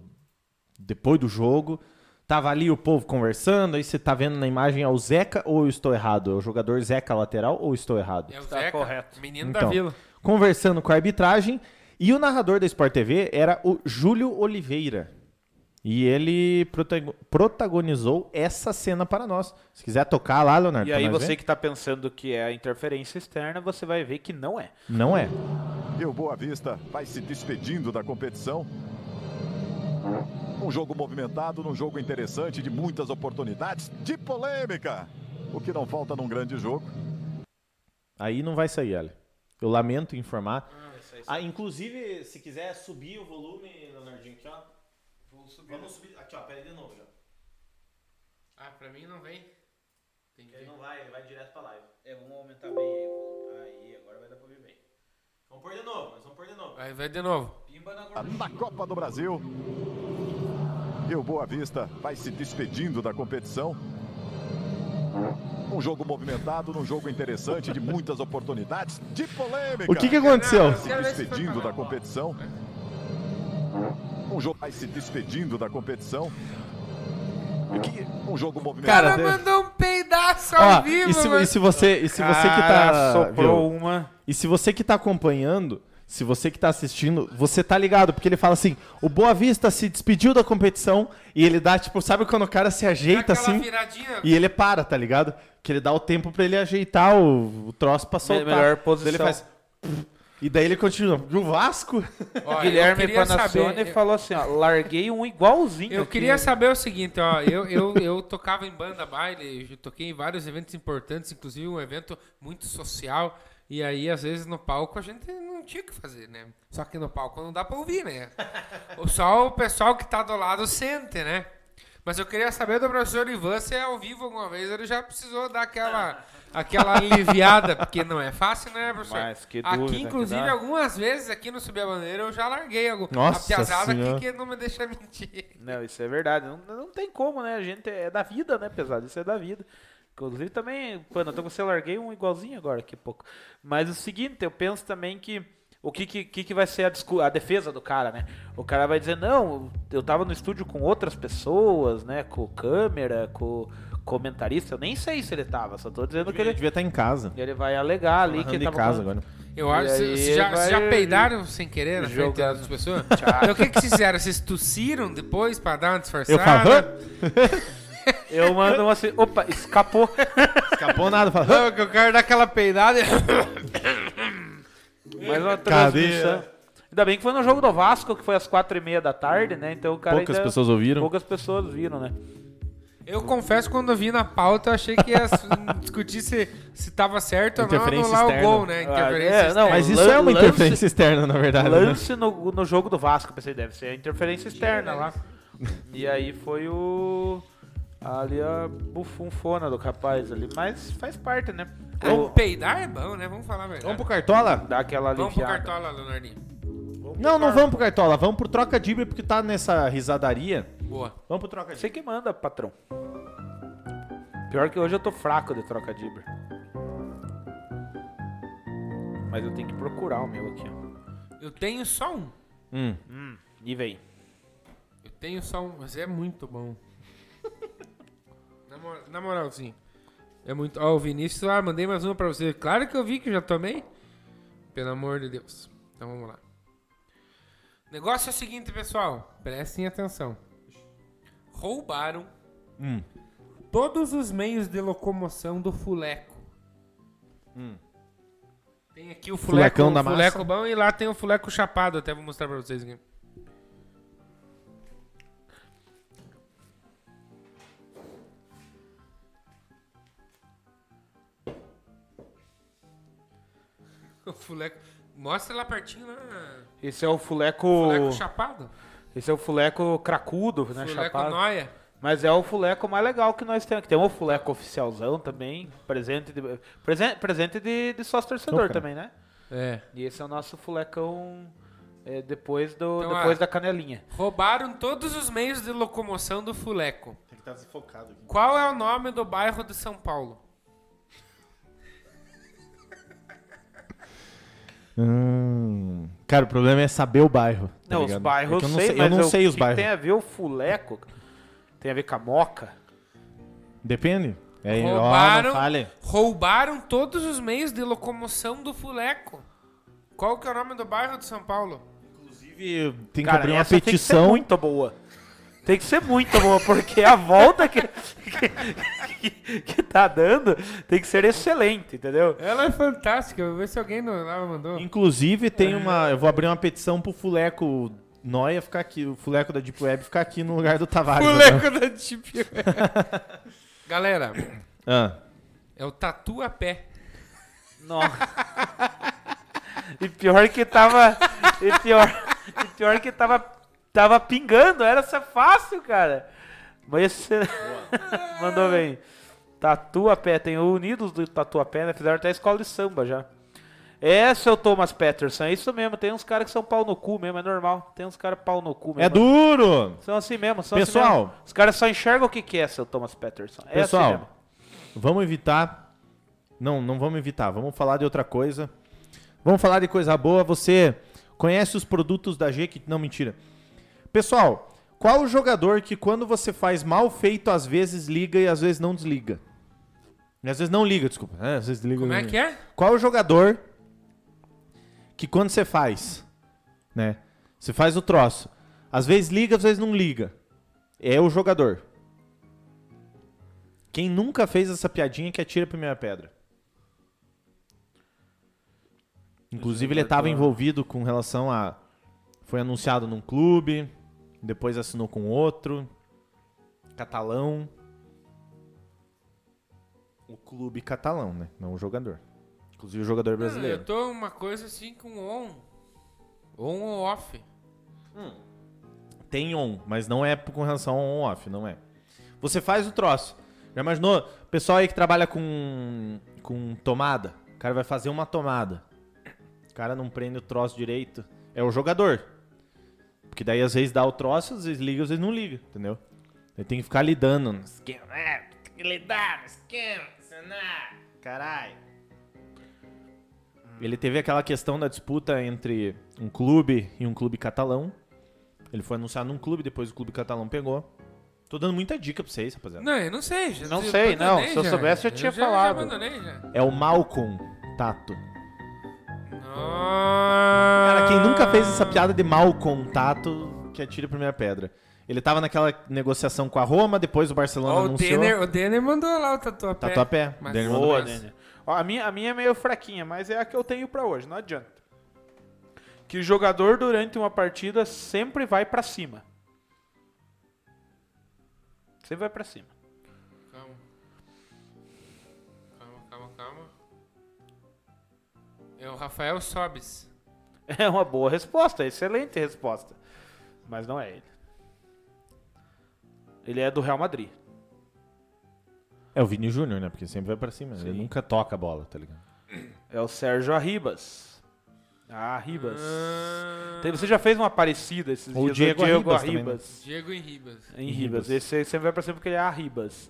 depois do jogo. Tava ali o povo conversando, aí você tá vendo na imagem é o Zeca ou eu estou errado? É o jogador Zeca lateral ou eu estou errado?
É o
Tá
Zeca,
correto.
menino da
Então.
vila.
Conversando com a arbitragem e o narrador da Sport TV era o Júlio Oliveira. E ele protago- protagonizou essa cena para nós. Se quiser tocar lá, Leonardo.
E
pra
aí
nós
você
ver.
que tá pensando que é a interferência externa, você vai ver que não é.
Não é.
E o Boa Vista vai se despedindo da competição. Um jogo movimentado, num jogo interessante, de muitas oportunidades, de polêmica. O que não falta num grande jogo.
Aí não vai sair, olha. Eu lamento informar. Ah, inclusive, se quiser subir o volume, Leonardinho, aqui, ó.
Vou subir.
Vamos subir. Aqui, ó. Peraí de novo, ó.
Ah, pra mim não vem. Tem que...
não vai, vai direto pra live.
É, vamos aumentar bem aí. Aí, agora vai dar pra ver bem.
Vamos pôr de novo, nós vamos pôr de novo.
Aí vai de novo.
Pimba na
Na Copa do Brasil. E o Boa Vista vai se despedindo da competição. Um jogo movimentado, num jogo interessante, de muitas oportunidades, de polêmica.
O que, que aconteceu?
Não,
Se
Quero ver se foi
despedindo
pra
da
lá.
competição. Um jogo vai se despedindo da competição. O que que- Um jogo movimentado.
Cara,
O
Deus.
cara mandou um peidaço ao
Ó,
vivo, né?
e se,
mano.
e se você, e se você que tá
Ah, Soprou
viu?
uma.
E se você que tá acompanhando, se você que tá assistindo, você tá ligado, porque ele fala assim: "O Boa Vista se despediu da competição" e ele dá tipo, sabe quando o cara se
Dá
ajeita
aquela
assim
viradinha.
e ele para, tá ligado? Que ele dá o tempo pra ele ajeitar o, o troço pra soltar.
melhor
Daí
posição.
Ele faz e daí ele continua. E o Vasco?
Ó, eu
Guilherme
queria
Panassone
saber-
falou assim, ó, larguei um igualzinho.
Eu
aqui, né?
queria
ó.
saber o seguinte, ó, eu, eu, eu tocava em banda baile, eu toquei em vários eventos importantes, inclusive um evento muito social, e aí às vezes no palco a gente não tinha o que fazer, né? Só que no palco não dá pra ouvir, né? O- Só o pessoal que tá do lado sente, né? Mas eu queria saber do professor Ivan se é ao vivo alguma vez, ele já precisou dar aquela, aquela aliviada, porque não é fácil, né, professor?
Mas que dúvida
aqui,
que
inclusive,
dá.
algumas vezes aqui no Subir a Bandeira eu já larguei algum,
Nossa
a piazada
Senhora.
aqui que não me deixa mentir.
Não, isso é verdade. Não, não tem como, né? A gente é da vida, né, pesado? Isso é da vida. Inclusive também, Pana, então você larguei um igualzinho agora, que pouco. Mas o seguinte, eu penso também que o que, que, que que vai ser a, discu- a defesa do cara, né? O cara vai dizer, não, eu tava no estúdio com outras pessoas, né? Com câmera, com comentarista. Eu nem sei se ele tava, só tô dizendo que
Ele
ele,
devia estar em casa.
ele vai alegar ali que
Ele
ele
em
tava
casa
com-
agora.
Eu acho.
E
se-
aí
se já,
vai-
se já peidaram sem querer na frente
Jogando.
das pessoas? Então, o que, que vocês fizeram? Vocês tossiram depois pra dar uma
Eu
disfarçada?
falo, "Hã?"
né? Eu mando um assim, opa, escapou.
escapou nada, fala, "Hã?"
Não, que eu quero dar aquela peidada.
Mais uma
Cadeira.
transmissão. Ainda bem que foi no jogo do Vasco, que foi às quatro e meia da tarde, né? Então o cara
Poucas
ainda-
pessoas ouviram.
Poucas pessoas viram, né?
Eu confesso, quando eu vi na pauta, eu achei que ia s- discutir se, se tava certo ou não
Interferência
anular o
externa.
gol, né?
Ah,
Interferência
é, não,
Mas isso
Lan-
é uma
lance-
interferência externa, na verdade. né?
Lance no, no jogo do Vasco, pensei, deve ser a interferência externa lá. E aí foi o... Ali a bufunfona do rapaz ali, mas faz parte, né?
Vamos
O-
peidar é bom, né? Vamos falar a verdade.
Vamos pro Cartola?
Dá aquela aliviada.
Vamos pro Cartola, Leonardinho.
Não, não vamos pro Cartola, vamos pro Troca Dibre, porque tá nessa risadaria.
Boa.
Vamos pro Troca
Você que manda, patrão. Pior que hoje eu tô fraco de troca de Uber. Mas eu tenho que procurar o meu aqui, ó.
Eu tenho só um.
E vem.
Eu tenho só um, mas é muito bom. na, mor- na moral, sim. É muito. Ó, o Vinícius, ah, mandei mais uma pra você. Claro que eu vi que eu já tomei. Pelo amor de Deus. Então vamos lá. O negócio é o seguinte, pessoal. Prestem atenção. Roubaram
Hum.
todos os meios de locomoção do fuleco. Tem aqui o fuleco,
Hum. Fulecão da
o fuleco
massa.
bom e lá tem o fuleco chapado. Até vou mostrar pra vocês aqui. O fuleco... Mostra lá pertinho, lá.
Esse é o fuleco.
Fuleco chapado.
Esse é o fuleco cracudo, né?
Fuleco
chapado.
noia.
Mas é o fuleco mais legal que nós temos. Que tem um fuleco oficialzão também. Presente de, presente, presente de, de sócio torcedor
cara.
também, né?
É.
E esse é o nosso fulecão é, depois, do,
Então,
depois
ah,
da canelinha.
Roubaram todos os meios de locomoção do fuleco.
Tem que estar desfocado aqui.
Qual é o nome do bairro de São Paulo?
Hum, cara, o problema é saber o bairro. tá
não, os
ligado?
bairros
É que eu não
sei,
sei, eu
mas
não
o
sei os
que
bairros.
Tem a ver o fuleco. Tem a ver com a moca.
Depende. É, ó,
roubaram,
não falha.
roubaram todos os meios de locomoção do fuleco. Qual que é o nome do bairro de São Paulo?
Inclusive, tem que
Cara,
abrir uma
essa Tem que ser
petição.
muito boa. Tem que ser muito boa, porque a volta que, que, que- que tá dando tem que ser excelente, entendeu?
Ela é fantástica. Vou ver se alguém lá mandou.
Inclusive, tem uma. Eu vou abrir uma petição pro Fuleco Noia ficar aqui, o Fuleco da Deep Web ficar aqui no lugar do Tavares. agora.
da Deep Web. Galera,
Ah,
é o Tatuapé.
Nossa. E pior que tava. E pior, e pior que tava. Tava pingando, era ser fácil, cara. Mas esse. Mandou bem. Tatuapé, tem o Unidos do Tatuapé, né? Fizeram até escola de samba já. É, seu Thomas Peterson, é isso mesmo. Tem uns caras que são pau no cu mesmo, é normal. Tem uns caras pau no cu mesmo.
é duro!
São assim mesmo, são
Pessoal.
assim mesmo. Os caras só enxergam o que, que é, seu Thomas Peterson. É assim mesmo.
Pessoal, vamos evitar. Não, não vamos evitar. Vamos falar de outra coisa. Vamos falar de coisa boa. Você conhece os produtos da Jequiti? Não, mentira. Pessoal, qual o jogador que quando você faz mal feito, às vezes liga e às vezes não desliga? E às vezes não liga, desculpa. É, às vezes liga.
Como é que é?
Qual o jogador que quando você faz, né? Você faz o troço. Às vezes liga, às vezes não liga. É o jogador. Quem nunca fez essa piadinha que atira a primeira pedra. Inclusive, ele estava envolvido com relação a. Foi anunciado num clube, depois assinou com outro. Catalão. O clube catalão, né? Não o jogador. Inclusive o jogador brasileiro.
Hum, Eu tô uma coisa assim com on. On ou off.
Tem on, mas não é com relação ao on-off, não é. Você faz o troço. Já imaginou? Pessoal aí que trabalha com, com tomada. O cara vai fazer uma tomada. O cara não prende o troço direito. É o jogador. Porque daí às vezes dá o troço, às vezes liga, às vezes não liga, entendeu? Ele tem que ficar lidando no esquema. É, tem que lidar no esquema, cenar, caralho. Ele teve aquela questão da disputa entre um clube e um clube catalão. Ele foi anunciar num clube, depois o clube catalão pegou. Tô dando muita dica pra vocês, rapaziada.
Não, eu não sei. já-
Não
eu
sei, não.
abandonei
Se eu
já.
soubesse, eu tinha
já-
falado.
Já abandonei, já.
É o Malcolm Tato.
Nossa.
Cara, quem
Ah.
nunca fez essa piada de mau contato que atira a primeira pedra? Ele tava naquela negociação com a Roma, depois o Barcelona
Ó, o
anunciou.
Denner, o Denner mandou lá o tatuapé.
Tatuapé.
Mas-
Denner mandou.
Boa,
Manda mais.
Daniel. Ó, a, minha, a minha é meio fraquinha, mas é a que eu tenho pra hoje, não adianta. Que o jogador durante uma partida sempre vai pra cima. Sempre vai pra cima.
Calma. Calma, calma, calma. É o Rafael Sobis.
É uma boa resposta, excelente resposta. Mas não é ele. Ele é do Real Madrid.
É o Vini Júnior, né? Porque sempre vai pra cima. Ele nunca toca a bola, tá ligado?
É o Sérgio Arribas. Ah, Ribas. Tem- Você já fez uma parecida esses
Ou
dias?
Diego
do
Arribas também, né?
Diego Henribas.
Em
Em
Ribas.
Ribas.
Esse aí sempre vai pra sempre porque ele é a Ribas.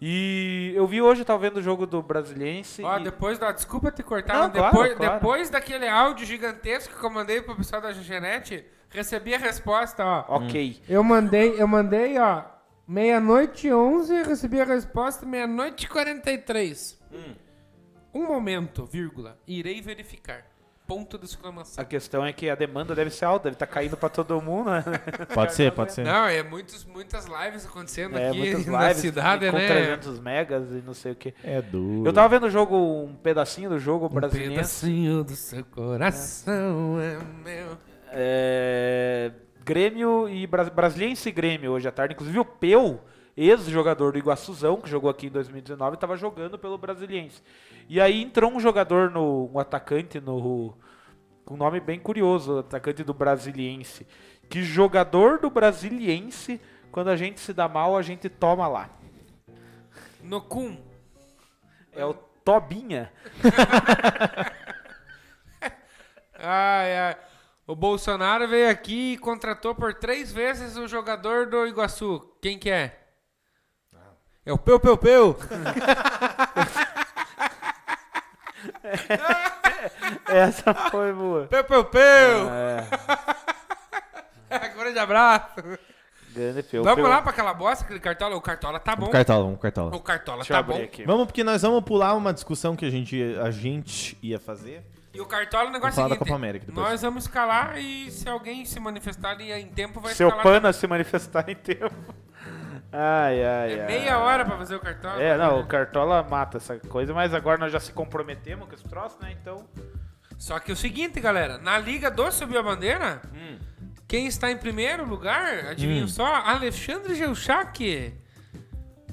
E eu vi hoje, tava vendo o jogo do Brasiliense.
Ó,
e-
depois da. Desculpa te cortar,
Não,
mas
claro,
depois,
claro.
depois daquele áudio gigantesco que eu mandei pro pessoal da Genete, recebi a resposta, ó.
Ok.
Eu mandei, eu mandei, ó. Meia-noite e 11, recebi a resposta
Hum.
meia-noite e 43. Um momento, vírgula. Irei verificar. ponto de exclamação.
A questão é que a demanda deve ser alta, deve estar caindo pra todo mundo, né?
Pode ser, pode ser.
Não, é muitos, muitas lives acontecendo
É,
aqui
muitas
na
lives
cidade,
com
né?
300 megas e não sei o quê.
É duro.
Eu tava vendo o jogo, um pedacinho do jogo
Um
brasileiro.
pedacinho do seu coração é meu.
É, Grêmio e Bra Brasiliense e Grêmio hoje à tarde. Inclusive o Peu, ex-jogador do Iguaçuzão, que jogou aqui em 2019, estava jogando pelo Brasiliense. E aí entrou um jogador, no, um atacante no com um nome bem curioso, atacante do Brasiliense. Que jogador do Brasiliense, quando a gente se dá mal, a gente toma lá.
No cum.
É o Tobinha.
Ai, ai. O Bolsonaro veio aqui e contratou por três vezes o jogador do Iguaçu. Quem que é?
Ah.
É o Peu Peu Peu.
Essa foi boa.
Peu Peu Peu.
É,
Grande abraço.
grande Peu.
vamos
Peu.
lá pra aquela bosta, aquele Cartola. O Cartola tá bom.
Vamos cartola, vamos cartola.
O Cartola
Deixa eu
tá
abrir
bom.
aqui.
um Vamos, porque nós vamos pular uma discussão que a gente, a gente ia fazer.
E o Cartola, o negócio é
Vamos falar da
seguinte.
Copa América depois.
Nós vamos escalar e se alguém se manifestar e em tempo vai
Seu
escalar.
pana se manifestar em tempo. Ai, ai,
É
ai.
meia hora né? pra fazer o Cartola.
É, não, o Cartola mata essa coisa, mas agora nós já se comprometemos com esse troço, né? Então.
Só que é o seguinte, galera, na Liga do Subiu a Bandeira, quem está em primeiro lugar, adivinha só, Alexandre Geuchac.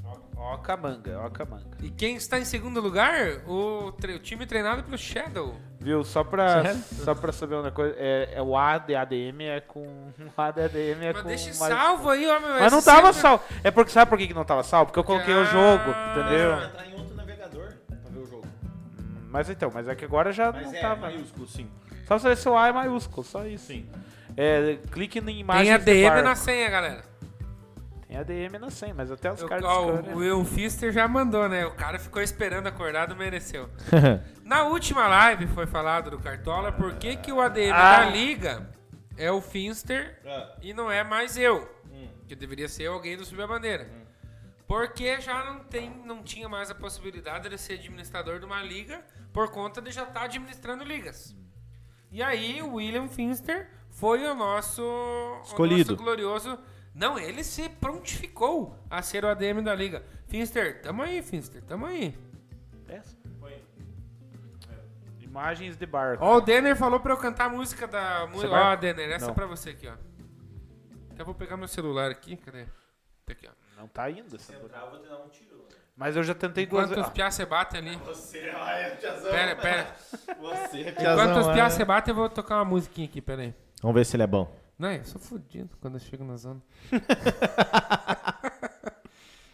Ó, ó camanga, ó camanga.
E quem está em segundo lugar, o, tre- o time treinado pelo Shadow.
Viu? Só pra,
Sério?
só pra saber uma coisa, é, é o A de ADM é com. O A de ADM é
Mas
com.
deixa
mais-
salvo aí, ó, meu.
Mas não
esse
tava
sempre-
salvo. É porque sabe por que que não tava salvo? Porque eu coloquei o jogo,
Ah.
entendeu?
entrar em outro navegador pra ver o jogo.
Mas então, mas é que agora já não tava.
maiúsculo, sim.
Só se esse o A é maiúsculo, só isso.
Sim.
É, clique em imagem.
Tem ADM na senha, galera.
Tem ADM na 100, mas até os né?
O,
caras
ó,
de scanner-
o Will Fister já mandou, né? O cara ficou esperando acordado, mereceu. Na última live foi falado do Cartola por que, que o ADM
Ah.
da Liga é o Finster e não é mais eu. Que deveria ser alguém do Subir a Bandeira. Porque já não, tem, não tinha mais a possibilidade de ser administrador de uma liga por conta de já estar administrando ligas. E aí o William Finster foi o nosso o
Escolhido.
nosso glorioso. Não, ele se prontificou a ser o ADM da liga. Finster, tamo aí, Finster, tamo aí.
É Essa? Imagens de barco.
Ó, o Denner falou pra eu cantar a música da. mu-
Você vai?
Ó, Denner, essa
Não.
é pra você aqui, ó. Até vou pegar meu celular aqui, cadê? Tá aqui, ó.
Não tá indo. Essa porra. Mas eu já tentei duas
Enquanto
vezes.
os piá se batem ali. Pera, pera.
Você,
Enquanto
é.
os piá se batem, eu vou tocar uma musiquinha aqui, pera aí.
Vamos ver se ele é bom.
Não, eu sou fodido quando eu chego na zona.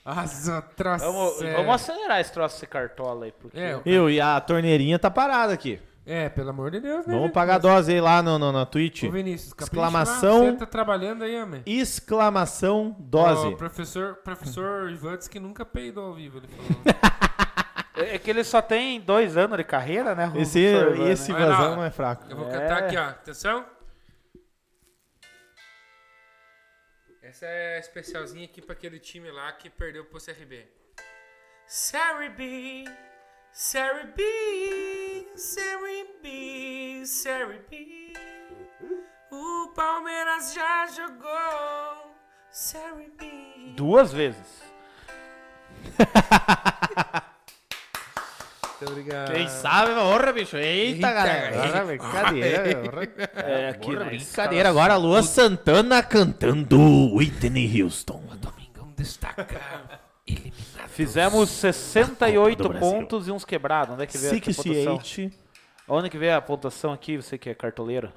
As outras.
Ah, Vamos,
é.
vamos acelerar esse troço de cartola aí, porque.
É,
Eu e a torneirinha tá parada aqui.
é, pelo amor de Deus, né?
Vamos
gente?
pagar a dose aí lá no, no, na Twitch.
Ô, Vinícius, capricha
Exclamação.
lá, Você tá trabalhando aí, homem?
Exclamação dose.
Ó, professor, professor Ivantes que nunca peidou ao vivo, ele falou.
É que ele só tem dois anos de carreira, né? o
Esse, é-
professor Ivan,
esse
né?
Vai lá.
vazão é fraco.
Eu vou
É.
cantar aqui, ó. Atenção. Essa é a especialzinha aqui pra aquele time lá que perdeu pro CRB. Série B, Série B, Série B, Série B. O Palmeiras já jogou Série B.
Duas vezes.
Muito obrigado.
Quem sabe, porra, bicho. Eita,
Eita,
galera.
galera.
Porra, brincadeira. porra.
É, aqui
Porra,
na
brincadeira. Agora a Lua Santana cantando Whitney Houston.
Domingão destaca. Eliminado.
Fizemos 68
Copa do Brasil.
pontos e uns quebrados. Onde é que veio essa pontuação?
68.
Onde que veio a pontuação aqui, você que é cartoleiro?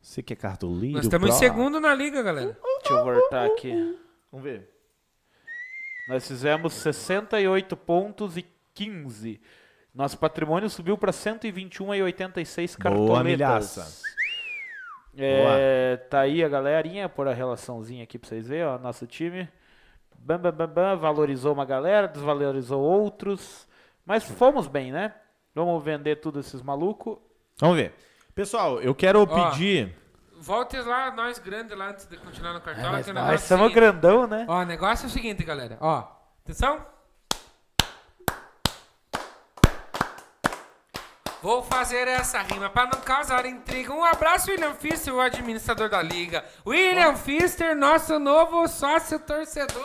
Você que é cartoleiro.
Nós estamos em
pro.
segundo na liga, galera.
Deixa eu voltar aqui.
Vamos ver.
Nós fizemos 68 pontos e 15. Nosso patrimônio subiu para 121,86 cartoletas.
Boa, milhaça.
É, tá aí a galerinha, por a relaçãozinha aqui pra vocês verem, ó, nosso time. Bam, bam, bam, bam, valorizou uma galera, desvalorizou outros. Mas fomos bem, né? Vamos vender tudo esses malucos.
Vamos ver. Pessoal, eu quero pedir.
Volte lá, nós grandes lá, antes de continuar no cartola. que o negócio é
Nós
o
somos
seguinte.
grandão, né?
Ó, o negócio é o seguinte, galera. Ó, atenção. Vou fazer essa rima pra não causar intriga. Um abraço, William Fister, o administrador da liga. William Fister, nosso novo sócio torcedor.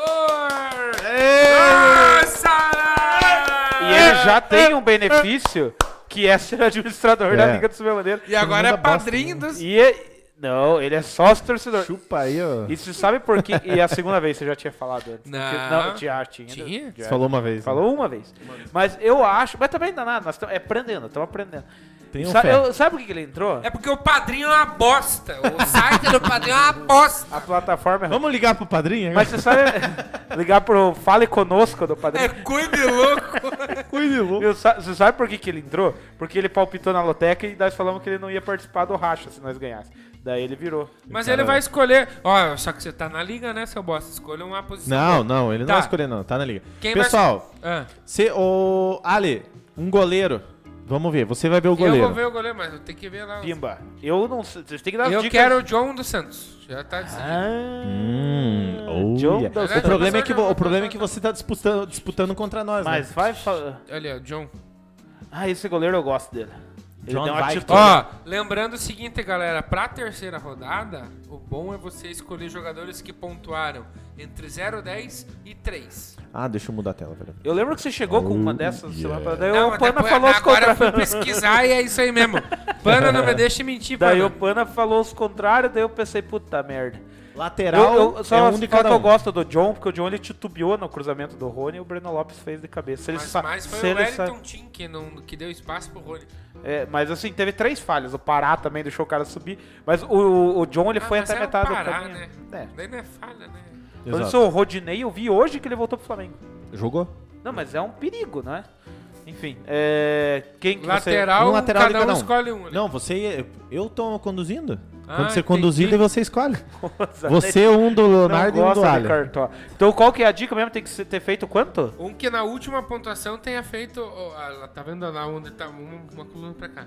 Nossa!
E ele já tem um benefício que é ser administrador da
É.
Liga do Submaneiro.
E agora é
Manda bosta,
padrinho dos.
E é- não, ele é sócio torcedor.
Chupa aí, ó.
E você sabe por quê? E a segunda vez você já tinha falado antes.
Não.
Porque- não já tinha.
Tinha?
Já.
Você falou uma vez. né?
Falou uma vez. Mas eu acho. Mas também não é nada. Nós estamos aprendendo, estamos aprendendo.
Tenham
Sa-
fé.
eu- sabe por que que ele entrou?
É porque o padrinho é uma bosta. O site do padrinho é uma bosta.
A plataforma é ruim.
Vamos ligar pro padrinho?
Mas você sabe. ligar pro Fale Conosco do
É
padrinho.
cuide louco.
cuide louco.
Viu? Sa- Você sabe por que, que ele entrou? Porque ele palpitou na loteca e nós falamos que ele não ia participar do racha se nós ganhássemos. Daí ele virou.
Mas ele vai escolher. Ó, só que você tá na liga, né, seu bosta? Escolha uma posição.
Não, não, ele não
Tá.
vai escolher, não. Tá na liga.
Quem vai-
Pessoal,
Ah,
você. Ô, Ale, um goleiro. Vamos ver, você vai ver o
eu
goleiro.
vou ver o goleiro, mas eu tenho que ver lá.
Pimba. Eu não sei. Vocês têm que dar
Eu
dicas.
quero o John dos Santos. Já tá decidido.
Ah,
Hum,
John
olha.
Dawson.
O problema é que, vo-
Não, não,
o problema é
não,
que
não.
você tá disputando, disputando contra nós, né?
Mas vai falar.
Olha, o John.
Ah, esse goleiro eu gosto dele. Ele
John
deu uma
Victor.
atitude.
Ó, lembrando o seguinte, galera, pra terceira rodada, o bom é você escolher jogadores que pontuaram entre 0, 10 e 3.
Ah, deixa eu mudar a tela, velho.
Eu lembro que você chegou com uma dessas
yeah.
semana passada. Daí
Não,
o
mas
Pana
depois-
falou os
agora eu fui
contrários.
pesquisar e é isso aí mesmo. Pana não me deixa mentir, Pana.
Daí o Pana falou os contrários, daí eu pensei, puta merda. Eu,
Lateral
eu- só
é
falar
um de cada
que eu
um.
gosto do John, porque o John ele titubeou no cruzamento do Rony e o Breno Lopes fez de cabeça. Se ele
Mas,
sa-
mas
se
foi o
ele sa-
Wellington Tim que, não, que deu espaço pro Rony.
É, mas assim, teve três falhas. O Pará também deixou o cara subir. Mas o, o John ele
Ah,
foi
mas
até
era o
metade do
Pará,
caminho.
Né?
É.
Daí não é falha, né?
Falando
Exato.
isso, o Rodinei, eu vi hoje que ele voltou pro Flamengo.
Jogou?
Não, mas é um perigo, né? Enfim, é, quem que
Lateral,
um lateral
cada,
de
um
cada um.
escolhe um. ali.
Não, você. Eu tô conduzindo.
Ah,
Quando você
entendi.
conduzir, daí você escolhe.
você...
Você, um do
não
Leonardo e um do
gosta de
Ale.
cartola. Então qual que é a dica mesmo? Tem que ser- ter feito quanto?
Um que na última pontuação tenha feito. ó, ah, tá vendo lá onde tá uma, uma coluna pra cá?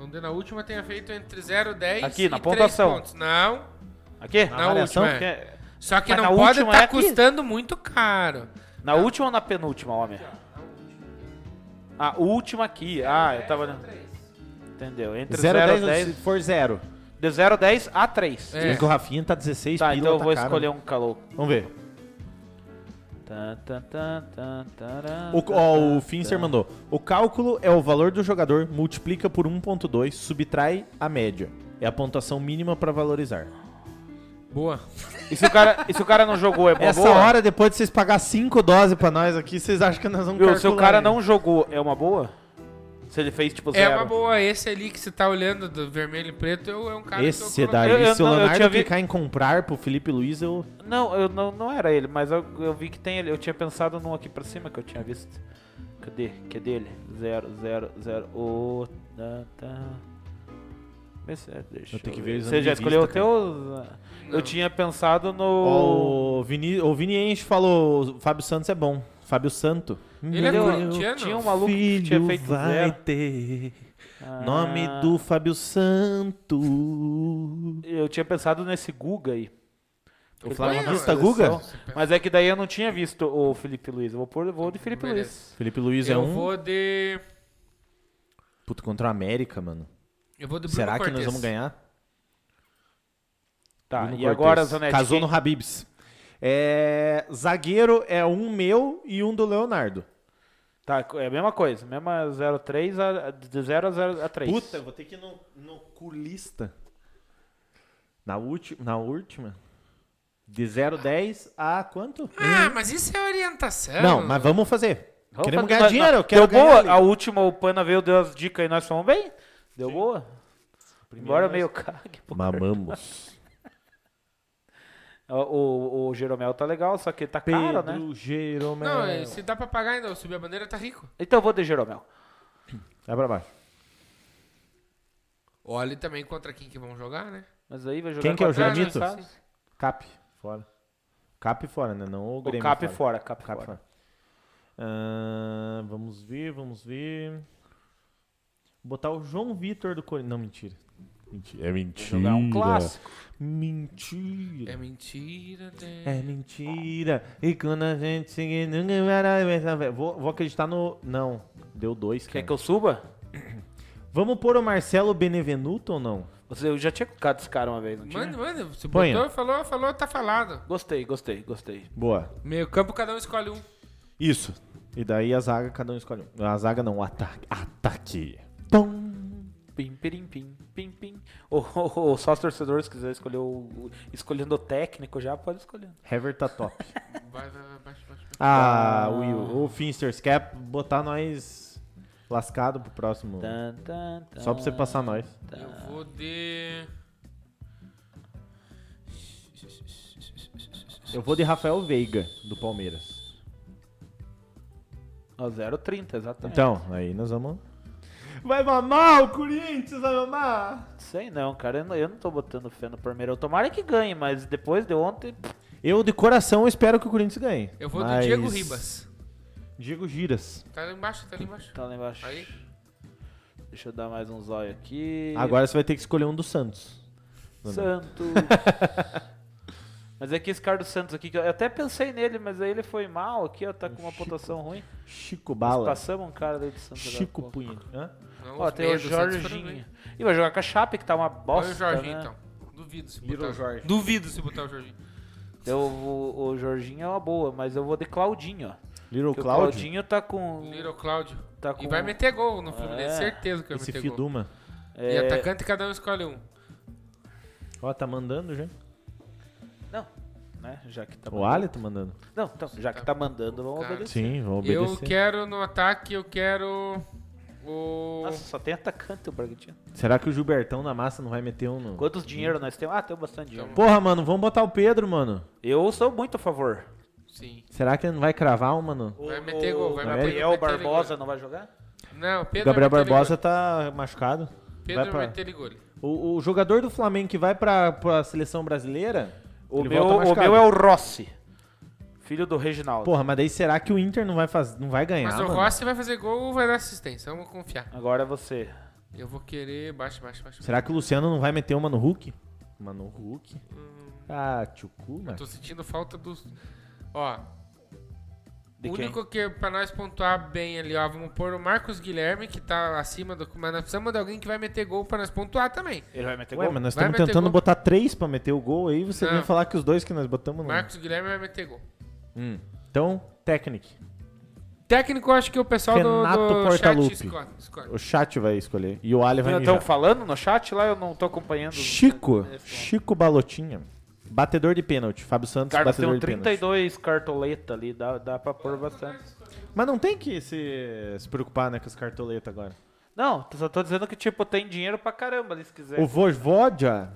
Onde na última tenha feito entre 0 e 10
Aqui,
e
na
três
pontuação.
pontos. Não.
Aqui?
Na
avaliação?
última. é.
Porque-
Só que
Mas na
não pode
última
estar
é aqui?
custando muito caro.
Na última ou na penúltima, homem? A última aqui. Ah, eu tava olhando. Entendeu? Entre 0
0
a
a
10.
10, se for 0.
De 0 a 10 a 3.
É.
Bem que o Rafinha tá 16,
Tá,
pila,
então eu
tá
vou
caro.
escolher um calor.
Vamos ver.
Tá, tá, tá, tá, tará,
O,
tá,
ó, o
tá,
Finster
tá.
mandou. O cálculo é o valor do jogador, multiplica por 1.2, subtrai a média. É a pontuação mínima pra valorizar.
Boa.
E se o cara, e se o cara não jogou, é uma
Essa
boa?
hora, depois de vocês pagar 5 doses pra nós aqui, vocês acham que nós vamos
Viu, se o
calcular,
cara
né?
não jogou, é uma boa? Se ele fez tipo
É
zero.
uma boa. Esse ali que você tá olhando, do vermelho e preto, eu, é um cara que
Esse
eu
daí,
coloquei.
Eu- eu
se o
não- eu
Leonardo
tinha vi-
clicar em comprar pro Felipe Luiz, eu...
Não, eu não, não era ele, mas eu, eu vi que tem ele. Eu tinha pensado num aqui pra cima que eu tinha visto. Cadê? Que é dele? 0, 0, 0. O. Tá, tá. Vê se- é, Deixa
Eu tenho que
eu
ver os
Você
anos
já
de
escolheu o
vista,
teu? Eu tinha pensado no.
O Vini, o Vini Enche falou, o Fábio Santos é bom. Fábio Santo.
Ele é
Meu
corintiano?
Tinha um maluco que tinha feito
vai
zero.
ter
Ah,
nome do Fábio Santo.
Eu tinha pensado nesse Guga aí.
O flamenguista
flamenguista
Guga?
Guga?
Mas é que daí eu não tinha visto o Felipe Luiz. Eu vou pôr vou de Felipe
Beleza.
Luiz.
Felipe Luiz é
Eu
um.
vou de.
Puto, contra o América, mano.
Eu vou de Bruno
Será que nós
Cortes.
vamos ganhar?
Tá,
Bruno
e agora,
Cortes.
Zanetti.
Casou
quem-
no Habibs. É, zagueiro é um meu e um do Leonardo.
Tá, é a mesma coisa. Mesma 03 a, de 0 a 0 a 3.
Puta, eu vou ter que ir no, no culista. Na, ulti, na última? De 0 10 a quanto?
Ah, mas isso é orientação.
Hum. Não, mas vamos fazer.
Vamos
Queremos
fazer-
ganhar
nós-
dinheiro,
nós-
eu quero
Deu boa?
ganhar
A
ali.
última, o Pana veio, deu as dicas e nós fomos bem? Deu boa? Embora meio cague. pô.
Mamamos.
O, o, o Jeromel tá legal, só que tá
Pedro
caro, né?
Jeromel.
Não, é, se dá pra pagar ainda, ou subir a bandeira, tá rico.
Então eu vou de Jeromel.
Vai pra baixo.
Olha também contra quem que vão jogar, né?
Mas aí vai jogar
Quem que é o
contra a
Jeromito?
Juventus, tá?
Cap, fora. Cap fora, né? Não o
O
Grêmio.
Cap fora, Cap,
Cap
fora.
fora. Ah, vamos ver, vamos ver. Vou Botar o João Vitor do Corinthians. Não, mentira. Mentira. É mentira.
Jogar um clássico.
É
Mentira.
mentira, né?
É mentira. E quando a gente. se- nunca vai dar essa vez. Vou, vou acreditar no. Não. Deu dois.
Quer
cara.
que eu suba?
Vamos pôr o Marcelo Benevenuto ou não?
Você- Eu já tinha colocado esse cara uma vez, não tinha?
Manda, manda. Se
Põe.
botou, falou, falou, tá falado.
Gostei, gostei, gostei.
Boa.
Meio campo, cada um escolhe um.
Isso. E daí a zaga, cada um escolhe um. A zaga não, o ataque. Ataque. Tom.
Pim, pirim, pim, pim, pim. Ou, ou- ou só os torcedores se quiser escolher o, o- escolhendo o técnico já, pode escolher.
Hever tá top.
Vai, vai, vai, baixa, baixa. baixa.
ah, Will. O Finsters quer botar nós lascado pro próximo.
Tan, tan, tan,
Só pra você passar nós.
tan.
Eu vou de.
Eu vou de Rafael Veiga, do Palmeiras.
Ó, 0,30, exatamente.
Então, aí nós vamos. Vai mamar o Corinthians, vai mamar!
Sei não, cara, eu não, eu não tô botando fé no Palmeiras. Tomara que ganhe, mas depois de ontem, pff,
Eu, de coração, espero que o Corinthians ganhe.
Eu vou
Mas-
do Diego Ribas.
Diego Giras.
Tá ali embaixo, tá ali embaixo.
tá lá embaixo.
Aí.
Deixa eu dar mais um zóio aqui.
Agora você vai ter que escolher um do Santos.
Santos. mas é que esse cara do Santos aqui, que eu eu até pensei nele, mas aí ele foi mal aqui, ó, tá com uma pontuação ruim.
Chico
Nós
Bala.
passamos um cara daí do Santos agora há
Chico
pouco.
Punha. Hã?
Não,
Ó,
os
tem o
meios do Santos assim, foram
Jorginho.
bem.
E vai jogar com a Chape, que tá uma bosta,
Põe o Jorginho,
né?
então. Duvido se
Little
botar o
Jorge.
Jorginho. Duvido se botar o Jorginho.
Eu vou- Então, o Jorginho é uma boa, mas eu vou de Claudinho, ó.
Little
Porque O
Cláudio.
Claudinho tá com...
Little Cláudio.
Tá
E
com-
vai meter gol no Fluminense,
É.
certeza que vai
Esse
meter gol.
Fiduma.
E
é,
atacante, cada um escolhe um.
Ó, tá mandando já.
Não, né? Já que tá
O Ali tá mandando.
Não, então, já que tá mandando, vamos
Cara.
obedecer.
Sim, vamos
Eu
obedecer.
quero no ataque, eu quero o.
Nossa, só tem atacante o Bragantino.
Será que o Gilbertão da Massa não vai meter um no...
Quantos dinheiro nós temos? Ah, temos bastante dinheiro.
Então.
Porra, mano, vamos botar o Pedro, mano.
Eu sou muito a favor.
Sim.
Será que ele não vai cravar um, mano?
Vai meter gol, vai
o
meter
Gabriel
gol, vai meter
Barbosa não vai jogar?
Não,
O
Pedro.
Gabriel
vai meter
Barbosa
ele
tá machucado.
gole.
Vai
Pedro
pra-
vai meter ele gole.
O, o jogador do Flamengo que vai pra, pra seleção brasileira.
O
ele
meu,
volta
o
machucado.
meu é o Rossi, filho do Reginaldo.
Porra, mas daí será que o Inter não vai, faz... não vai ganhar?
Mas o
mano?
Rossi vai fazer gol ou vai dar assistência? Vamos confiar.
Agora é você.
Eu vou querer. Baixa, baixa, baixa.
Será que o Luciano não vai meter uma no Hulk? Uma no Hulk? Ah, tchucu, mano.
Hum. Tô sentindo falta dos. Ó,
De
o
quem?
único que pra nós pontuar bem ali, ó, vamos pôr o Marcos Guilherme, que tá acima do. Mas nós precisamos de alguém que vai meter gol pra nós pontuar também.
Ele vai meter
Ué,
gol?
mas nós
Vai
estamos
meter
tentando
gol.
botar três pra meter o gol aí. Você
Não.
vem falar que os dois que nós botamos não.
Marcos Guilherme vai meter gol.
Hum. Então, técnico.
Técnico, eu acho que o pessoal do- do,
Renato
chat
Portaluppi.
escolhe- escolhe.
O chat vai escolher. E o Ali vai
Estão
mijar.
falando no chat lá? Eu não tô acompanhando. É
Chico. Chico Balotinha. Batedor de pênalti. Fábio Santos,
Cara, um nós
batedor
temos
de pênalti.
32 cartoleta ali, dá, dá pra pôr bastante.
Mas não tem que se, se preocupar né, com as cartoletas agora.
Não, só tô dizendo que, tipo, tem dinheiro pra caramba ali, se quiser.
O Vojvoda.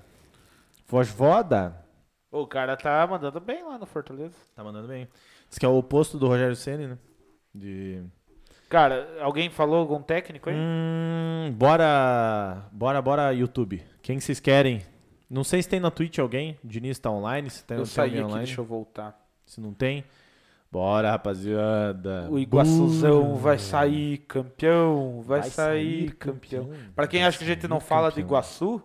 Vojvoda.
O cara tá mandando bem lá no Fortaleza.
Tá mandando bem. Diz que é o oposto do Rogério Ceni, né? De.
Cara, alguém falou algum técnico aí?
Hum, bora. Bora, bora, YouTube. Quem que vocês querem? Não sei se tem na Twitch alguém. O Diniz tá online. Se tem,
eu
tem
saí
alguém
aqui,
online.
deixa eu voltar.
Se não tem. Bora, rapaziada.
O Iguaçuzão vai sair campeão, vai, sair, campeão. Pra quem acha que a gente não fala do
campeão.
Iguaçu,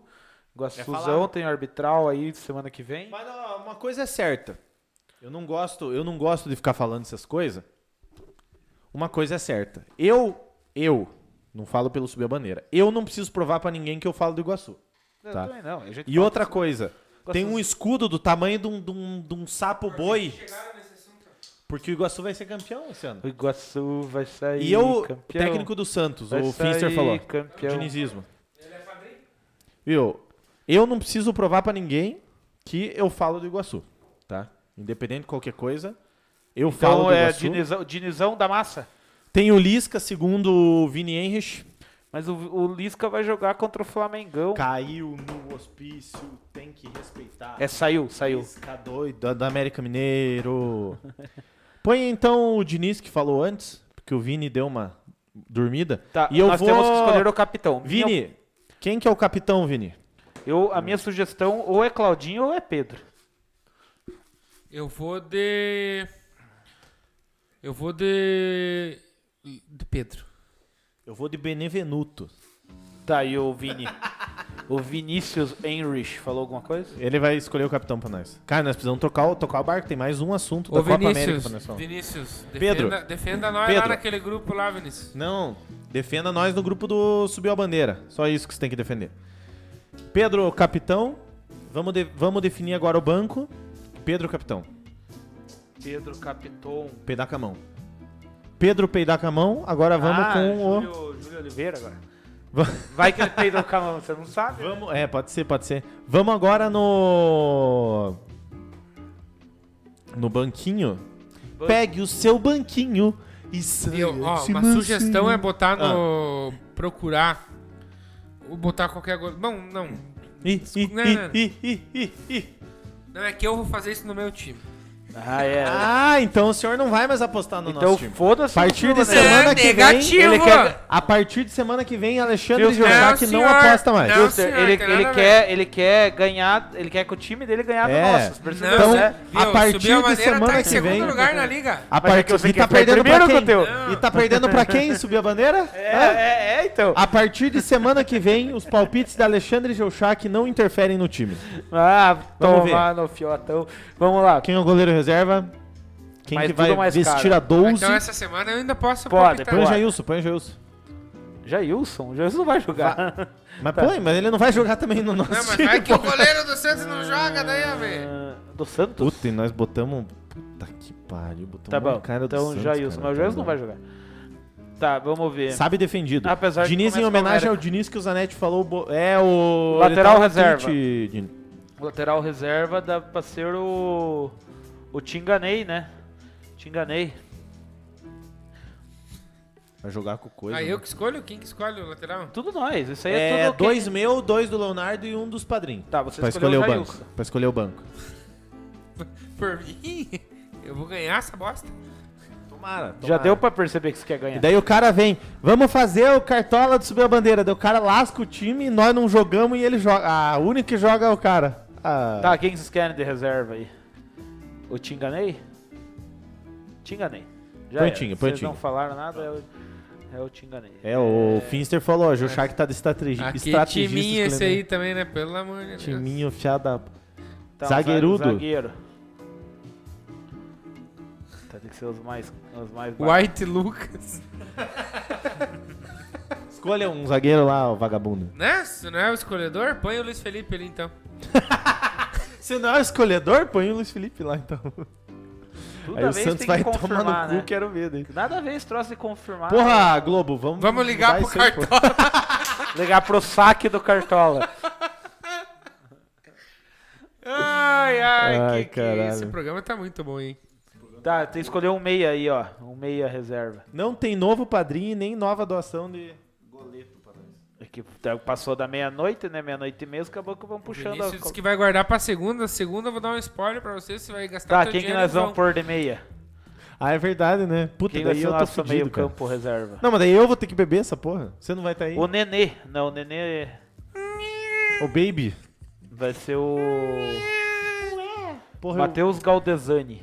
Iguaçuzão tem arbitral aí semana que vem.
Mas ó, uma coisa é certa. Eu não gosto, eu não gosto de ficar falando essas coisas. Uma coisa é certa. Eu, eu, não falo pelo subir a bandeira. Eu não preciso provar pra ninguém que eu falo do Iguaçu.
Não,
tá.
também não, a gente
E
fala
outra
assim.
coisa, tem um escudo do tamanho de um, de um- de um sapo boi. Porque o Iguaçu vai ser campeão esse ano.
O Iguaçu vai sair
E eu,
campeão.
técnico do Santos,
vai
o Finster
sair
falou.
campeão.
Dinizismo. Viu? Eu não preciso provar pra ninguém que eu falo do Iguaçu, tá? Independente de qualquer coisa, eu falo
Então
do
é
Iguaçu.
Dinizão, Dinizão da massa.
Tem o Lisca, segundo o Vini Henrich.
Mas o, o Lisca vai jogar contra o Flamengão.
Caiu no hospício, tem que respeitar.
É, saiu, saiu.
Lisca doido da América Mineiro. Põe então o Diniz que falou antes, porque o Vini deu uma dormida.
Tá,
e eu
nós
vou...
temos que escolher o capitão. Minha-
Vini, quem que é o capitão, Vini?
eu, a minha sugestão ou é Claudinho ou é Pedro.
Eu vou de. Eu vou de. De Pedro.
Eu vou de Benevenuto.
Tá, e o Vini? O Vinícius Henrich falou alguma coisa?
Ele vai escolher o capitão pra nós. Cara, nós precisamos trocar, o- tocar o barco. Tem mais um assunto
Ô,
da Copa
Vinícius,
América pra nós falar.
Vinícius, defenda,
Pedro.
defenda nós lá
Pedro.
naquele grupo lá, Vinícius.
Não, defenda nós no grupo do Subiu a Bandeira. Só isso que você tem que defender. Pedro, capitão. Vamos, de- vamos definir agora o banco. Pedro, capitão.
Pedro Capitão.
Peidar com a mão. Pedro peidar com a mão. Agora vamos
ah,
com o.
Júlio, Júlio Oliveira agora.
Va-
Vai que ele peidou com a mão, você não sabe? né?
Vamos, é, pode ser, pode ser. Vamos agora no. No banquinho. Pegue o seu banquinho e saia.
E, ó, ó,
de
uma
mansinho.
sugestão é botar no. procurar. Ou botar qualquer. go- Bom, não.
Ih, ih,
Não,
ih,
né,
não, não.
ih, ih, ih, ih.
Não é que eu vou fazer isso no meu time.
Ah, é.
Ah, então o senhor não vai mais apostar no
então
nosso time.
foda-se.
A partir de
Silva, né?
semana que vem.
negativo.
Ele quer, a partir de semana que vem, Alexandre
Não,
Giovac não,
senhor.
aposta mais.
Não,
Juster,
É um senhor,
ele,
tem
ele
nada a
quer, ele quer ganhar, ele quer que o time dele ganhe
É.
do nosso. percebeu,
Então,
né?
a partir
Subiu
de
Bandeira
semana
tá em
que
segundo
vem- né?
lugar na liga.
A
Mas é que eu
partir
sei
e
que
tá
foi
perdendo pra
primeiro
quem?
que o
teu.
E tá perdendo pra quem? Subir a bandeira?
É,
Hã?
é, é, então.
A partir de semana que vem, os palpites da Alexandre Geuchac não interferem no time.
Ah,
Vamos
toma no fiotão. Vamos lá.
Quem é o goleiro reserva? Quem
Mas
que
tudo
vai
mais
vestir
caro.
a 12?
Então essa semana eu ainda posso
Pode,
Põe o
pode.
Jailson, põe o Jailson.
Jailson, Jailson não vai jogar.
Mas
Tá.
põe, mas ele não vai jogar também no nosso
Não, mas
time.
vai que
pô.
o goleiro do Santos não joga daí, ó, velho.
Ah, Do Santos?
Puta, e nós botamos... Puta que pariu, botamos
tá bom.
um cara do
então
Santos, cara,
Jailson, mas
tá
o Jailson não
bom.
vai jogar. Tá, vamos ver.
Sabe defendido.
Apesar de
Diniz
começa
em
com
homenagem
América.
ao Diniz que o Zanetti falou... bo- É o...
Lateral
ele tá no
reserva.
tweet, Diniz.
O lateral reserva dá pra ser o. O Tinganei, né? Tinganei.
Vai jogar com coisa.
Aí
né?
eu que escolho? Quem que escolhe o lateral?
Tudo nós, isso aí é,
É,
tudo. quem-
dois meu, dois do Leonardo e um dos padrinhos.
Tá, você
pra escolher
escolheu o
o
Jailson.
banco. Pra escolher o banco.
Por mim, eu vou ganhar essa bosta.
Tomara,
Já deu pra perceber que você quer
E
ganhar.
daí o cara vem, vamos fazer o cartola de subir a bandeira. Daí o cara lasca o time, nós não jogamos e ele joga. Ah, o único que joga é o cara. Ah,
Tá, quem vocês querem de reserva aí? O Tinganei? Tinganei. Já
Põe
era.
Tinga, põe
Vocês não
Tinga.
falaram nada, é o, é o Tinganei.
É, o Finster falou, ó, o Chá que tá de estratégia.
Aqui é
estrategista.
timinho Ah, esse aí
escolhendo.
também, né? Pelo amor de Deus.
Timinho fiada.
Tá, um
Zagueirudo.
zague- Zagueiro. Tá, tem que ser os mais, os mais baixos.
White Lucas.
Escolha um zagueiro lá, o vagabundo.
Né? Se não é o escolhedor, põe o Luiz Felipe ali então.
Se não é o escolhedor, põe o Luiz Felipe lá então.
Toda
Aí o
vez
Santos
tem
vai
que
tomar
confirmar,
no cu,
né?
quero ver daí.
Nada a ver esse troço de confirmar.
Porra, Globo, vamos.
Vamos ligar
mudar
pro
isso aí, pô.
cartola.
Ligar pro saque do Cartola.
Ai, ai,
Ai,
que, que
caralho.
esse programa tá muito bom, hein?
tá, tem que escolher um meia aí, ó. Um meia reserva.
Não tem novo padrinho e nem nova doação de.
É que tá, passou da meia-noite, né? Meia-noite e meia, acabou que vão puxando.
Vinícius
a-
disse que vai guardar pra segunda. Segunda eu vou dar um spoiler pra você, você vai gastar
Tá,
teu
quem que
dinheiro
nós
em
vamos
vão.
pôr de meia?
Ah, é verdade, né? Puta,
Quem vai
daí
ser o
eu tô
nosso
fudido, cara.
meio-campo reserva?
Não, mas daí eu vou ter que beber essa porra. Você não vai estar aí.
O Nenê. Não, o Nenê
O Baby.
vai ser o
Porra, eu-
Matheus Galdesani.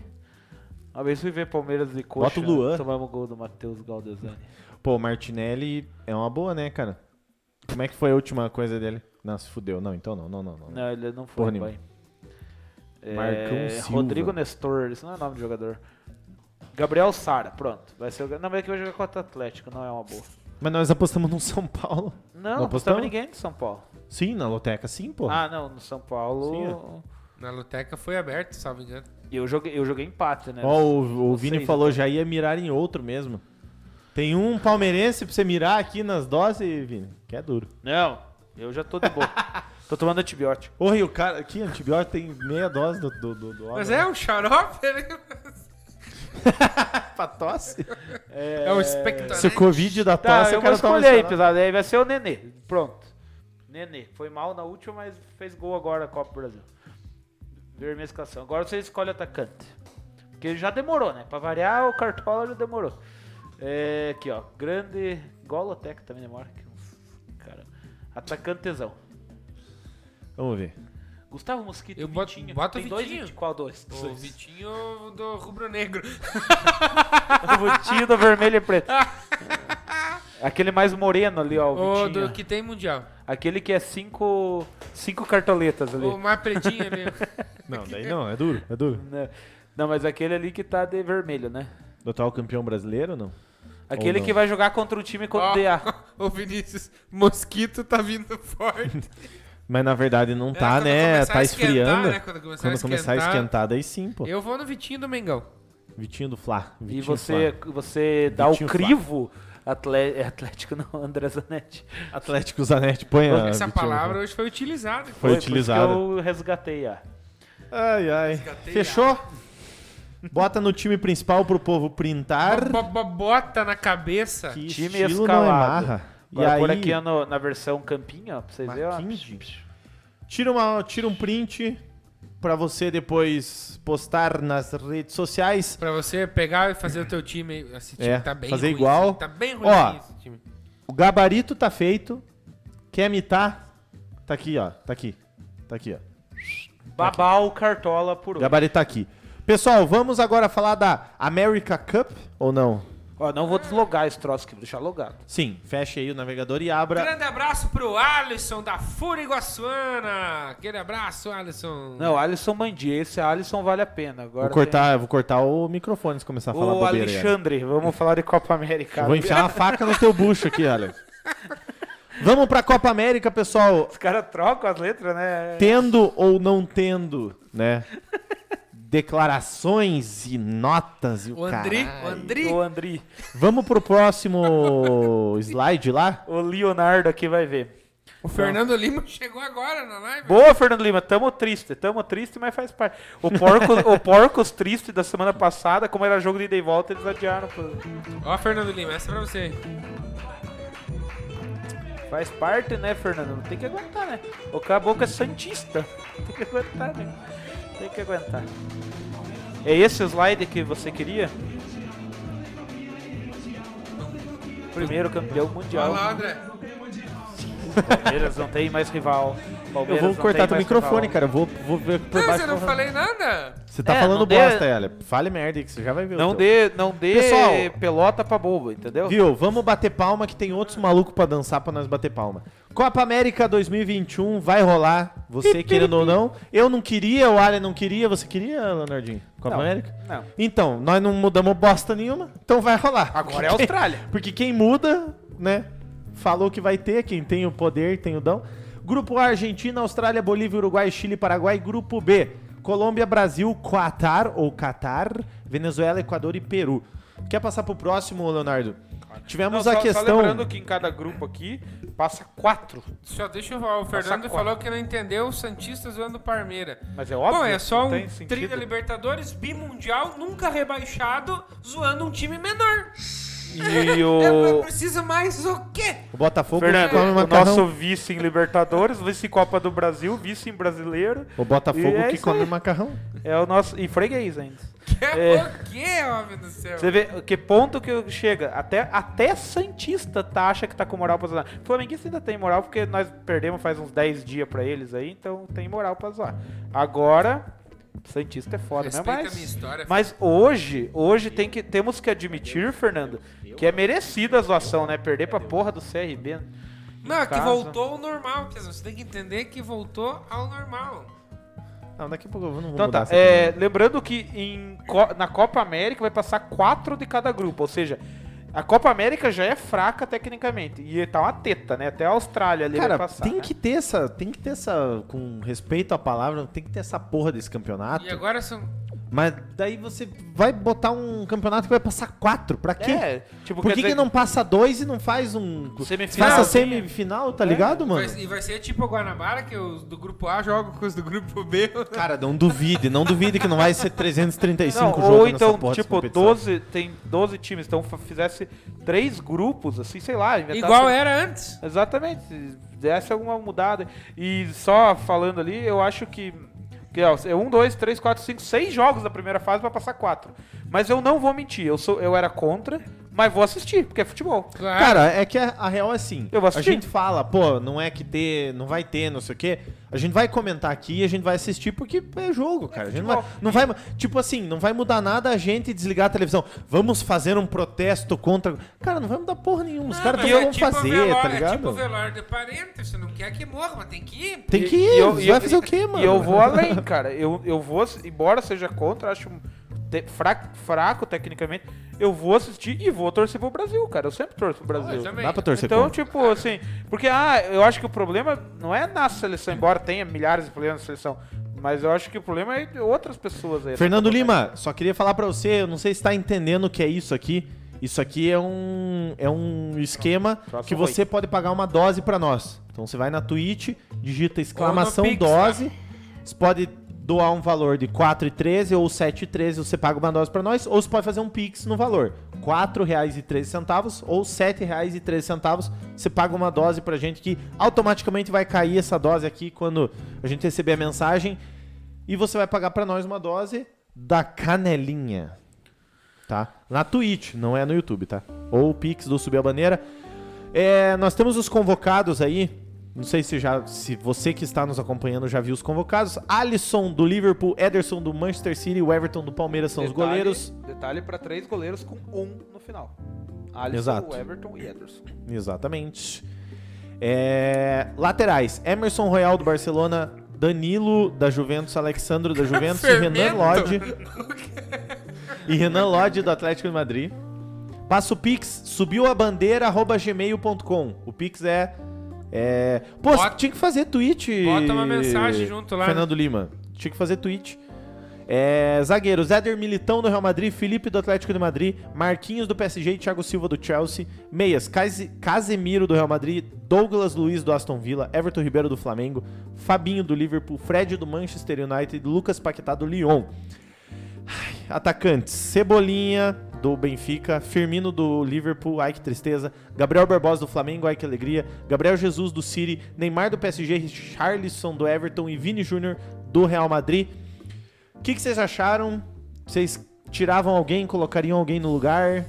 Uma vez fui ver Palmeiras e Coxa.
Bota o Luan.
Tomamos gol do Matheus Galdesani.
Pô, o Martinelli é uma boa, né, cara? Como é que foi a última coisa dele? Nossa, fudeu. Não, então não, não, não. não.
Não, ele não
Porra
foi
nenhuma.
bem. É,
Marcão Silva.
Rodrigo Nestor, isso não é nome de jogador. Gabriel Sara, pronto. Vai ser o... ga- Não, mas é que vai jogar contra o Atlético, não é uma boa.
Mas nós apostamos no São Paulo.
Não, não apostamos
apostamos?
ninguém de São Paulo.
Sim, na loteca sim, pô.
Ah, não, no São Paulo.
é.
Na Luteca foi aberto, salvo engano.
eu, joguei, eu joguei empate, né?
Ó, o, o
Não
Vini
sei,
falou, já ia mirar em outro mesmo. Tem um palmeirense pra você mirar aqui nas doses, Vini. Que é duro.
Não, eu já tô de boa. tô tomando antibiótico.
Porra, e o cara aqui, antibiótico, tem meia dose do... do, do, do
Mas é um xarope, né?
pra tosse.
É, um espectador.
Se o Covid da
Tá,
tosse,
eu
Então, é o cara
vou
toma
escolher aí,
xarope.
pesado. Aí vai ser o Nenê. Pronto. Nenê. Foi mal na última, mas fez gol agora na Copa do Brasil. Ver minha escalação. Agora você escolhe atacante. Porque já demorou, né? Pra variar, o Cartola já demorou. É, aqui, ó. Grande. Golotec também demora. que uns- Cara. Atacantezão.
Vamos ver.
Gustavo Mosquito,
Eu boto-
Vitinho.
boto o
Tem dois
Vitinho.
Vitinho. Qual dois?
O Vitinho do Rubro Negro.
um O Vitinho do vermelho e preto. Aquele mais moreno ali, ó, o
O
Vitinho.
do que tem mundial.
Aquele que é cinco, cinco cartoletas ali.
O mais pretinho ali.
Não, daí não, é duro, é duro.
Né? Não, mas aquele ali que tá de vermelho, né?
Do atual campeão brasileiro, não?
Aquele
não.
que vai jogar contra o time contra
Ó,
o DA.
o Vinícius Mosquito tá vindo forte.
Mas na verdade não
É,
tá,
quando
né?
começar a
Tá
esquentar,
esfriando.
né? Quando começar a
Quando começar a
esquentar.
esquentar, daí sim, pô.
Eu vou no Vitinho do Mengão.
Vitinho do um Fla. um
E
Vitinho
você, você dá
Vitinho
o
Flá.
crivo. Atle- é Atlético não, André Zanetti.
Fla. Atlético Zanetti, põe a
Essa
Ah, Vitinho do Fla.
palavra hoje foi utilizada.
foi
por isso que
utilizada.
Eu resgatei a.
Ai, ai.
Escateia.
Fechou? Bota no time principal pro povo printar.
Bo- bo- Bota na cabeça.
Que
Time
estilo não
escalado.
amarra. E
Agora por
aí,
aqui ó, no- na versão campinha, ó, pra vocês verem. ó.
Marquinhos? tira, uma, tira um print pra você depois postar nas redes sociais.
Pra você pegar e fazer o teu time. Esse time
É,
tá bem
fazer
ruim,
igual.
Tá bem ruim
Ó,
esse time.
O gabarito tá feito. Quer imitar? Tá aqui, ó. Tá aqui. Tá aqui, ó.
Babau Cartola por
O
hoje.
gabarito tá aqui. Pessoal, vamos agora falar da America Cup ou não?
Ó, não vou deslogar esse troço aqui, vou deixar logado.
Sim, fecha aí o navegador e abra.
Grande abraço pro Alisson da Fúria Iguaçuana. Aquele abraço, Alisson.
Não, Alisson Mandi, esse Alisson vale a pena. Agora
Vou cortar, vou cortar o microfone se começar a
tem
falar
o
bobeira. aí, Alex.
Alexandre, vamos falar de Copa América.
Eu vou enfiar uma faca no teu bucho aqui, Alex. Vamos pra Copa América, pessoal.
Os caras trocam as letras, né?
Tendo ou não tendo, né? Declarações e notas e o,
O Andri, o
caralho.
Andri.
O Andri,
Vamos pro próximo slide lá?
o Leonardo aqui vai ver.
O Fernando Lima chegou agora na live.
Boa, Fernando Lima, tamo triste, tamo triste, mas faz parte. O, porco, o Porcos triste da semana passada, como era jogo de ida e volta, eles adiaram. pro-
Ó, Fernando Lima, essa é pra você.
Faz parte, né, Fernando? Tem que aguentar, né? O Caboclo é Santista. Tem que aguentar, né? Tem que aguentar. É esse o slide que você queria? Primeiro campeão mundial.
Fala, André.
Palmeiras não tem mais rival.
Eu
Palmeiras
vou
não
cortar
tem
teu
mais
microfone,
rival.
cara. Eu Vou, vou ver por
Não,
baixo.
Ah, você não falei nada.
Você tá
É,
falando
não dê-
bosta aí, Alex. Fale merda aí que você já vai ver. o
Não
teu.
dê, não dê
Pessoal.
pelota pra bobo, entendeu?
Viu? Vamos bater palma que tem outros malucos pra dançar pra nós bater palma. Copa América 2021 vai rolar. Você querendo ou não. Eu não queria, o Alien não queria. Você queria, Leonardinho? Copa
Não,
América?
não.
Então, nós não mudamos bosta nenhuma. Então vai rolar.
Agora é a Austrália.
Porque quem muda, né? Falou que vai ter, quem tem o poder tem o dão. Grupo A, Argentina, Austrália, Bolívia, Uruguai, Chile, Paraguai. Grupo B, Colômbia, Brasil, Qatar ou Catar, Venezuela, Equador e Peru. Quer passar pro próximo, Leonardo? Tivemos
Não,
a
só- Só
questão.
lembrando que em cada grupo aqui passa quatro.
Só deixa eu falar. O Fernando
Passa
falou que não entendeu o Santista zoando o Parmeira.
Mas é óbvio.
Bom, é só
não
um
tem sentido.
Triga Libertadores bimundial, nunca rebaixado, zoando um time menor. É,
E
Eu
o.
preciso mais o quê?
O Botafogo
Fernando,
come
o
macarrão.
nosso vice em Libertadores, vice em Copa do Brasil, vice em Brasileiro.
O Botafogo
E é
que
isso
come
aí.
macarrão.
É o nosso. E freguês ainda.
Que
É.
o quê, homem do céu?
Você vê que ponto que chega. Até, até Santista tá, acha que tá com moral pra zoar. Flamenguista ainda tem moral, porque nós perdemos faz uns 10 dias pra eles aí, então tem moral pra zoar. Agora, Santista é foda, né?
Respeita a
Mas,
minha história,
mas hoje, hoje tem que, temos que admitir, Fernando, que é merecida a zoação, né? Perder pra porra do CRB.
Não, é que
casa.
voltou ao normal, Piazão. Você tem que entender que voltou ao normal.
Não, daqui a pouco eu não vou
Então
mudar
tá,
essa
é, lembrando que em Co- na Copa América vai passar quatro de cada grupo, ou seja, a Copa América já é fraca tecnicamente, e tá uma teta, né? Até a Austrália ali
Cara,
vai passar.
tem
né?
que ter essa, tem que ter essa, com respeito à palavra, tem que ter essa porra desse campeonato.
E agora são.
Mas daí você vai botar um campeonato que vai passar quatro, pra quê?
É, tipo,
Por
quer
que,
dizer-
que não passa dois e não faz um...
Semifinal. É.
Faça semifinal, tá ligado, mano?
Vai- e vai ser tipo o Guanabara, que os do grupo A jogam com os do grupo B.
tá
Cara, não duvide, não duvide que não vai ser 335
Não,
jogos
ou
nessa
então,
porra dessa
tipo,
competição.
12, tem 12 times, então fa- fizesse três grupos, assim, sei lá. inventasse-
Igual era antes.
Exatamente, se desse alguma mudada. E só falando ali, eu acho que. que ó, é um, dois, três, quatro, cinco, seis jogos da primeira fase pra passar quatro. Mas eu não vou mentir, eu, sou, eu era contra, mas vou assistir, porque é futebol.
Claro.
Cara, é que a, a real é assim.
Eu
a
vou assistir.
gente fala, pô, não é que ter, não vai ter, não sei o quê. A gente vai comentar aqui e a gente vai assistir porque é jogo, cara. A gente não vai, não vai, tipo assim, não vai mudar nada a gente desligar a televisão. Vamos fazer um protesto contra. Cara, não vai mudar porra nenhuma. Os caras
mas
também
é
vão
tipo
fazer,
velório,
tá
É tipo
ligado?
velório de parente, você não quer que morra, mas tem que ir.
Tem que
E-
ir.
e eu-
você
e eu-
vai fazer o quê, mano?
E eu vou além, cara. Eu, eu vou, ass- embora seja contra, acho te- fraco, fraco tecnicamente, eu vou assistir e vou torcer pro Brasil, cara. Eu sempre torço pro Brasil.
também.
Dá pra torcer
Então,
contra.
tipo, assim, porque ah, eu acho que o problema não é na seleção, embora tenha milhares de problemas na seleção, mas eu acho que o problema é de outras pessoas aí. tá
Fernando Lima, só queria falar pra você, eu não sei se tá entendendo o que é isso aqui. Isso aqui é um, é um esquema
Próximo
que você pode pagar uma dose pra nós. Então você vai na Twitch, digita exclamação
Pix,
dose. Você pode doar um valor de 4,13 ou 7,13, você paga uma dose pra nós, ou você pode fazer um Pix no valor. R$ 4,13 ou R$ 7,13, você paga uma dose pra gente que automaticamente vai cair essa dose aqui quando a gente receber a mensagem. E você vai pagar pra nós uma dose da canelinha. Tá? Na Twitch, não é no YouTube, tá? Ou o Pix do Subir a Bandeira. É, nós temos os convocados aí. Não sei se já, se você que está nos acompanhando já viu os convocados. Alisson do Liverpool, Ederson do Manchester City, o Everton do Palmeiras são os goleiros.
Detalhe pra três goleiros com um no final. Alisson,
Exato.
Everton e Ederson.
Exatamente. É, laterais: Emerson Royal do Barcelona, Danilo da Juventus, Alexandro da Juventus e Renan
Fermento.
Lodge. e Renan Lodge do Atlético de Madrid. Passa o Pix, subiu a bandeira, arroba gmail.com. O Pix é. é... Pô,
Bota-
tinha que fazer tweet.
Bota uma mensagem junto lá, né?
Fernando Lima. Tinha que fazer tweet. É, zagueiros, Éder Militão do Real Madrid, Felipe do Atlético de Madrid, Marquinhos do PSG e Thiago Silva do Chelsea. Meias, Casi- Casemiro do Real Madrid, Douglas Luiz do Aston Villa, Everton Ribeiro do Flamengo, Fabinho do Liverpool, Fred do Manchester United, Lucas Paquetá do Lyon. Ai, Atacantes, Cebolinha do Benfica, Firmino do Liverpool, ai que tristeza, Gabriel Barbosa do Flamengo, ai que alegria, Gabriel Jesus do City, Neymar do PSG, Richarlison do Everton e Vini Júnior do Real Madrid. O que, que vocês acharam? Vocês tiravam alguém, colocariam alguém no lugar?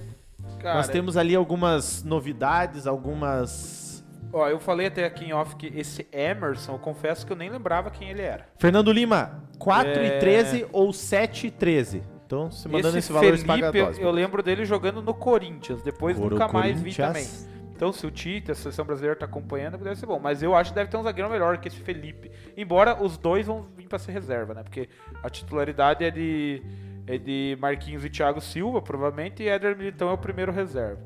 Cara,
Nós temos ali algumas novidades, algumas.
Ó, eu falei até aqui em off que esse Emerson, eu confesso que eu nem lembrava quem ele era.
Fernando Lima, 4
É.
e 13 ou 7 e 13? Então, se mandando esse, valor, você paga a dose.
eu lembro dele jogando no Corinthians, depois
Coro-
nunca mais vi também.
Corinthians.
Então, se o Tite, a seleção brasileira, tá acompanhando, deve ser bom. Mas eu acho que deve ter um zagueiro melhor que esse Felipe. Embora os dois vão vir pra ser reserva, né? Porque a titularidade é de, é de Marquinhos e Thiago Silva, provavelmente, e Éder Militão é o primeiro reserva.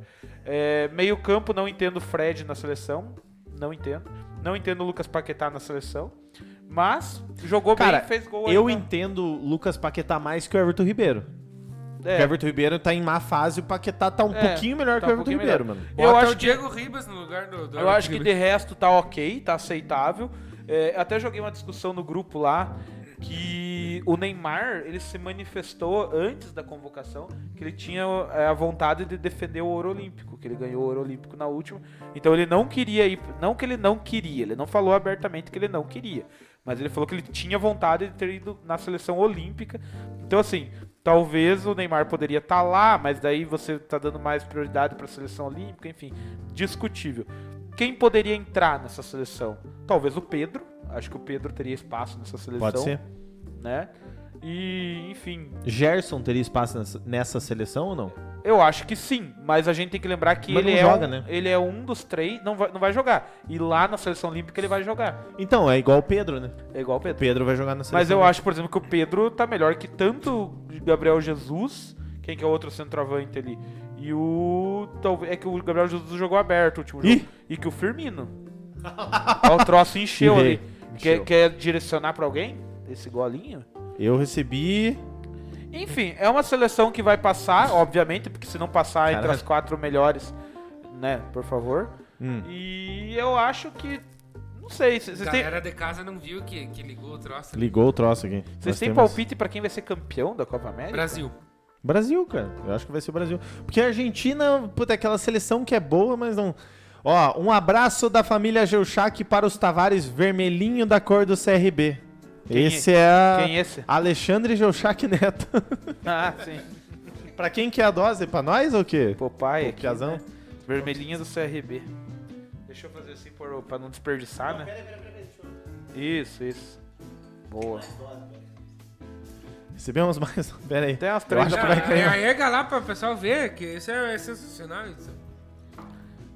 É, meio campo, não entendo o Fred na seleção. Não entendo. Não entendo o Lucas Paquetá na seleção. Mas jogou
Cara,
bem, fez gol né?
Eu
ainda.
entendo o Lucas Paquetá mais que o Everton Ribeiro. Porque
É.
o Everton Ribeiro tá em má fase, o Paquetá tá um
É,
pouquinho melhor que
tá
o
um
Everton
pouquinho
Ribeiro,
melhor.
mano.
Eu
Eu
Bota
acho
o
que-
Diego Ribas no lugar do... do
Eu acho que de
Rodrigo.
resto tá ok, tá aceitável. É, até joguei uma discussão no grupo lá que o Neymar ele se manifestou antes da convocação que ele tinha é, a vontade de defender o ouro olímpico, que ele ganhou o ouro olímpico na última. Então ele não queria ir, não que ele não queria, ele não falou abertamente que ele não queria, mas ele falou que ele tinha vontade de ter ido na seleção olímpica. Então assim, talvez o Neymar poderia estar lá, mas daí você tá dando mais prioridade para a seleção olímpica, enfim, discutível. Quem poderia entrar nessa seleção? Talvez o Pedro. Acho que o Pedro teria espaço nessa seleção.
Pode ser.
Né? E, enfim,
Gerson teria espaço nessa, nessa seleção ou não?
eu acho que sim, mas a gente tem que lembrar que
Mas
ele
não
é,
joga,
um,
né?
ele é um dos três, não vai, não vai jogar. E lá na seleção olímpica ele vai jogar.
Então, é igual o Pedro, né?
É igual o Pedro.
O Pedro vai jogar na seleção.
Mas eu acho, por exemplo, que o Pedro tá melhor que tanto o Gabriel Jesus, quem que é o outro centroavante ali, e o. talvez- É que o Gabriel Jesus jogou aberto o último
Ih!
jogo. E que o Firmino. Ó, o troço encheu
Errei.
ali. Quer,
Encheu.
quer direcionar pra alguém esse golinho?
Eu recebi.
Enfim, é uma seleção que vai passar, obviamente, porque se não passar entre
Caralho.
as quatro melhores, né, por favor.
Hum.
E eu acho que. Não sei, vocês
A
têm.
galera de casa não viu que, que ligou o troço.
Ligou o troço aqui.
Vocês
Nós
têm
temos-
palpite pra quem vai ser campeão da Copa América?
Brasil.
Brasil, cara. Eu acho que vai ser o Brasil. Porque a Argentina, puta, é aquela seleção que é boa, mas não. Ó, um abraço da família Geuchac para os Tavares vermelhinho da cor do CRB.
Quem é-
Esse é, a-
Quem é esse?
Alexandre Geuchac Neto.
Ah, sim.
Pra quem que é a dose? Pra nós ou o quê?
Popeye aqui,
Piazão.
né? Vermelhinha do CRB. Deixa eu fazer assim por, pra não desperdiçar, né? Isso, isso. Boa.
Recebemos mais. um. Pera aí.
Tem umas
Eu
três
acho
da
que Ah, vai
É,
cair.
erga lá pra o pessoal ver que isso é, é sensacional. Isso.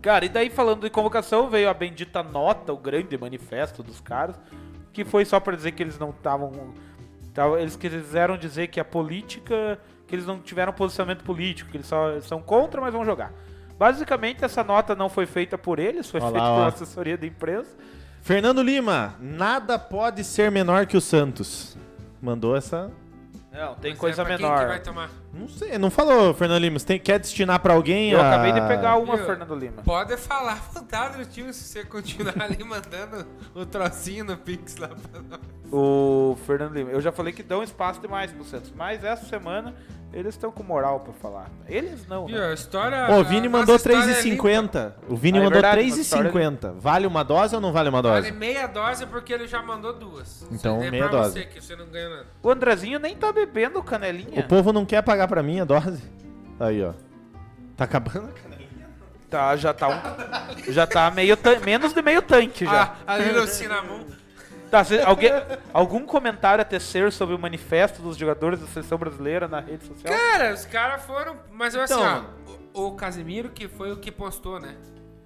Cara, e daí falando de convocação, veio a bendita nota, o grande manifesto dos caras, que foi só pra dizer que eles não estavam. tavam- Eles quiseram dizer que a política. que eles não tiveram posicionamento político, que eles só são contra, mas vão jogar. Basicamente, essa nota não foi feita por eles, foi
Olha
feita
lá, ó.
pela assessoria da imprensa.
Fernando Lima, nada pode ser menor que o Santos. Mandou essa.
Não, tem
Mas
coisa
é pra Quem que
menor.
vai tomar?
Não sei, não falou, Fernando Lima. Você tem- quer destinar pra alguém?
Eu
a-
acabei de pegar uma,
Viu?
Fernando Lima.
Pode falar à vontade do time se você continuar ali mandando o trocinho no Pix lá pra nós.
O Fernando Lima. Eu já falei que dão espaço demais pro Santos, mas essa semana eles estão com moral pra falar. Eles não,
Viu,
né?
a história.
Ô,
a
o Vini
nossa
mandou
história é
3,50. O Vini
Ah, é
mandou
verdade,
3,50. Vale uma dose ou não vale uma
limpa.
dose?
Vale meia dose porque ele já mandou duas.
Então,
Isso é
meia
pra
dose.
Você, que você não ganha nada.
O Andrezinho nem tá bebendo
O
canelinha.
povo não quer pagar pra mim a dose. Aí, ó. Tá acabando a canelinha.
Tá, já tá um. Já tá meio tan- menos de meio tanque já.
Ah, ali no Cinnamon.
Tá, cê- alguém, algum comentário a tecer sobre o manifesto dos jogadores da seleção brasileira na rede social?
Cara, os caras foram. Mas eu assim,
Então-
ó. O o Casemiro que foi o que postou, né?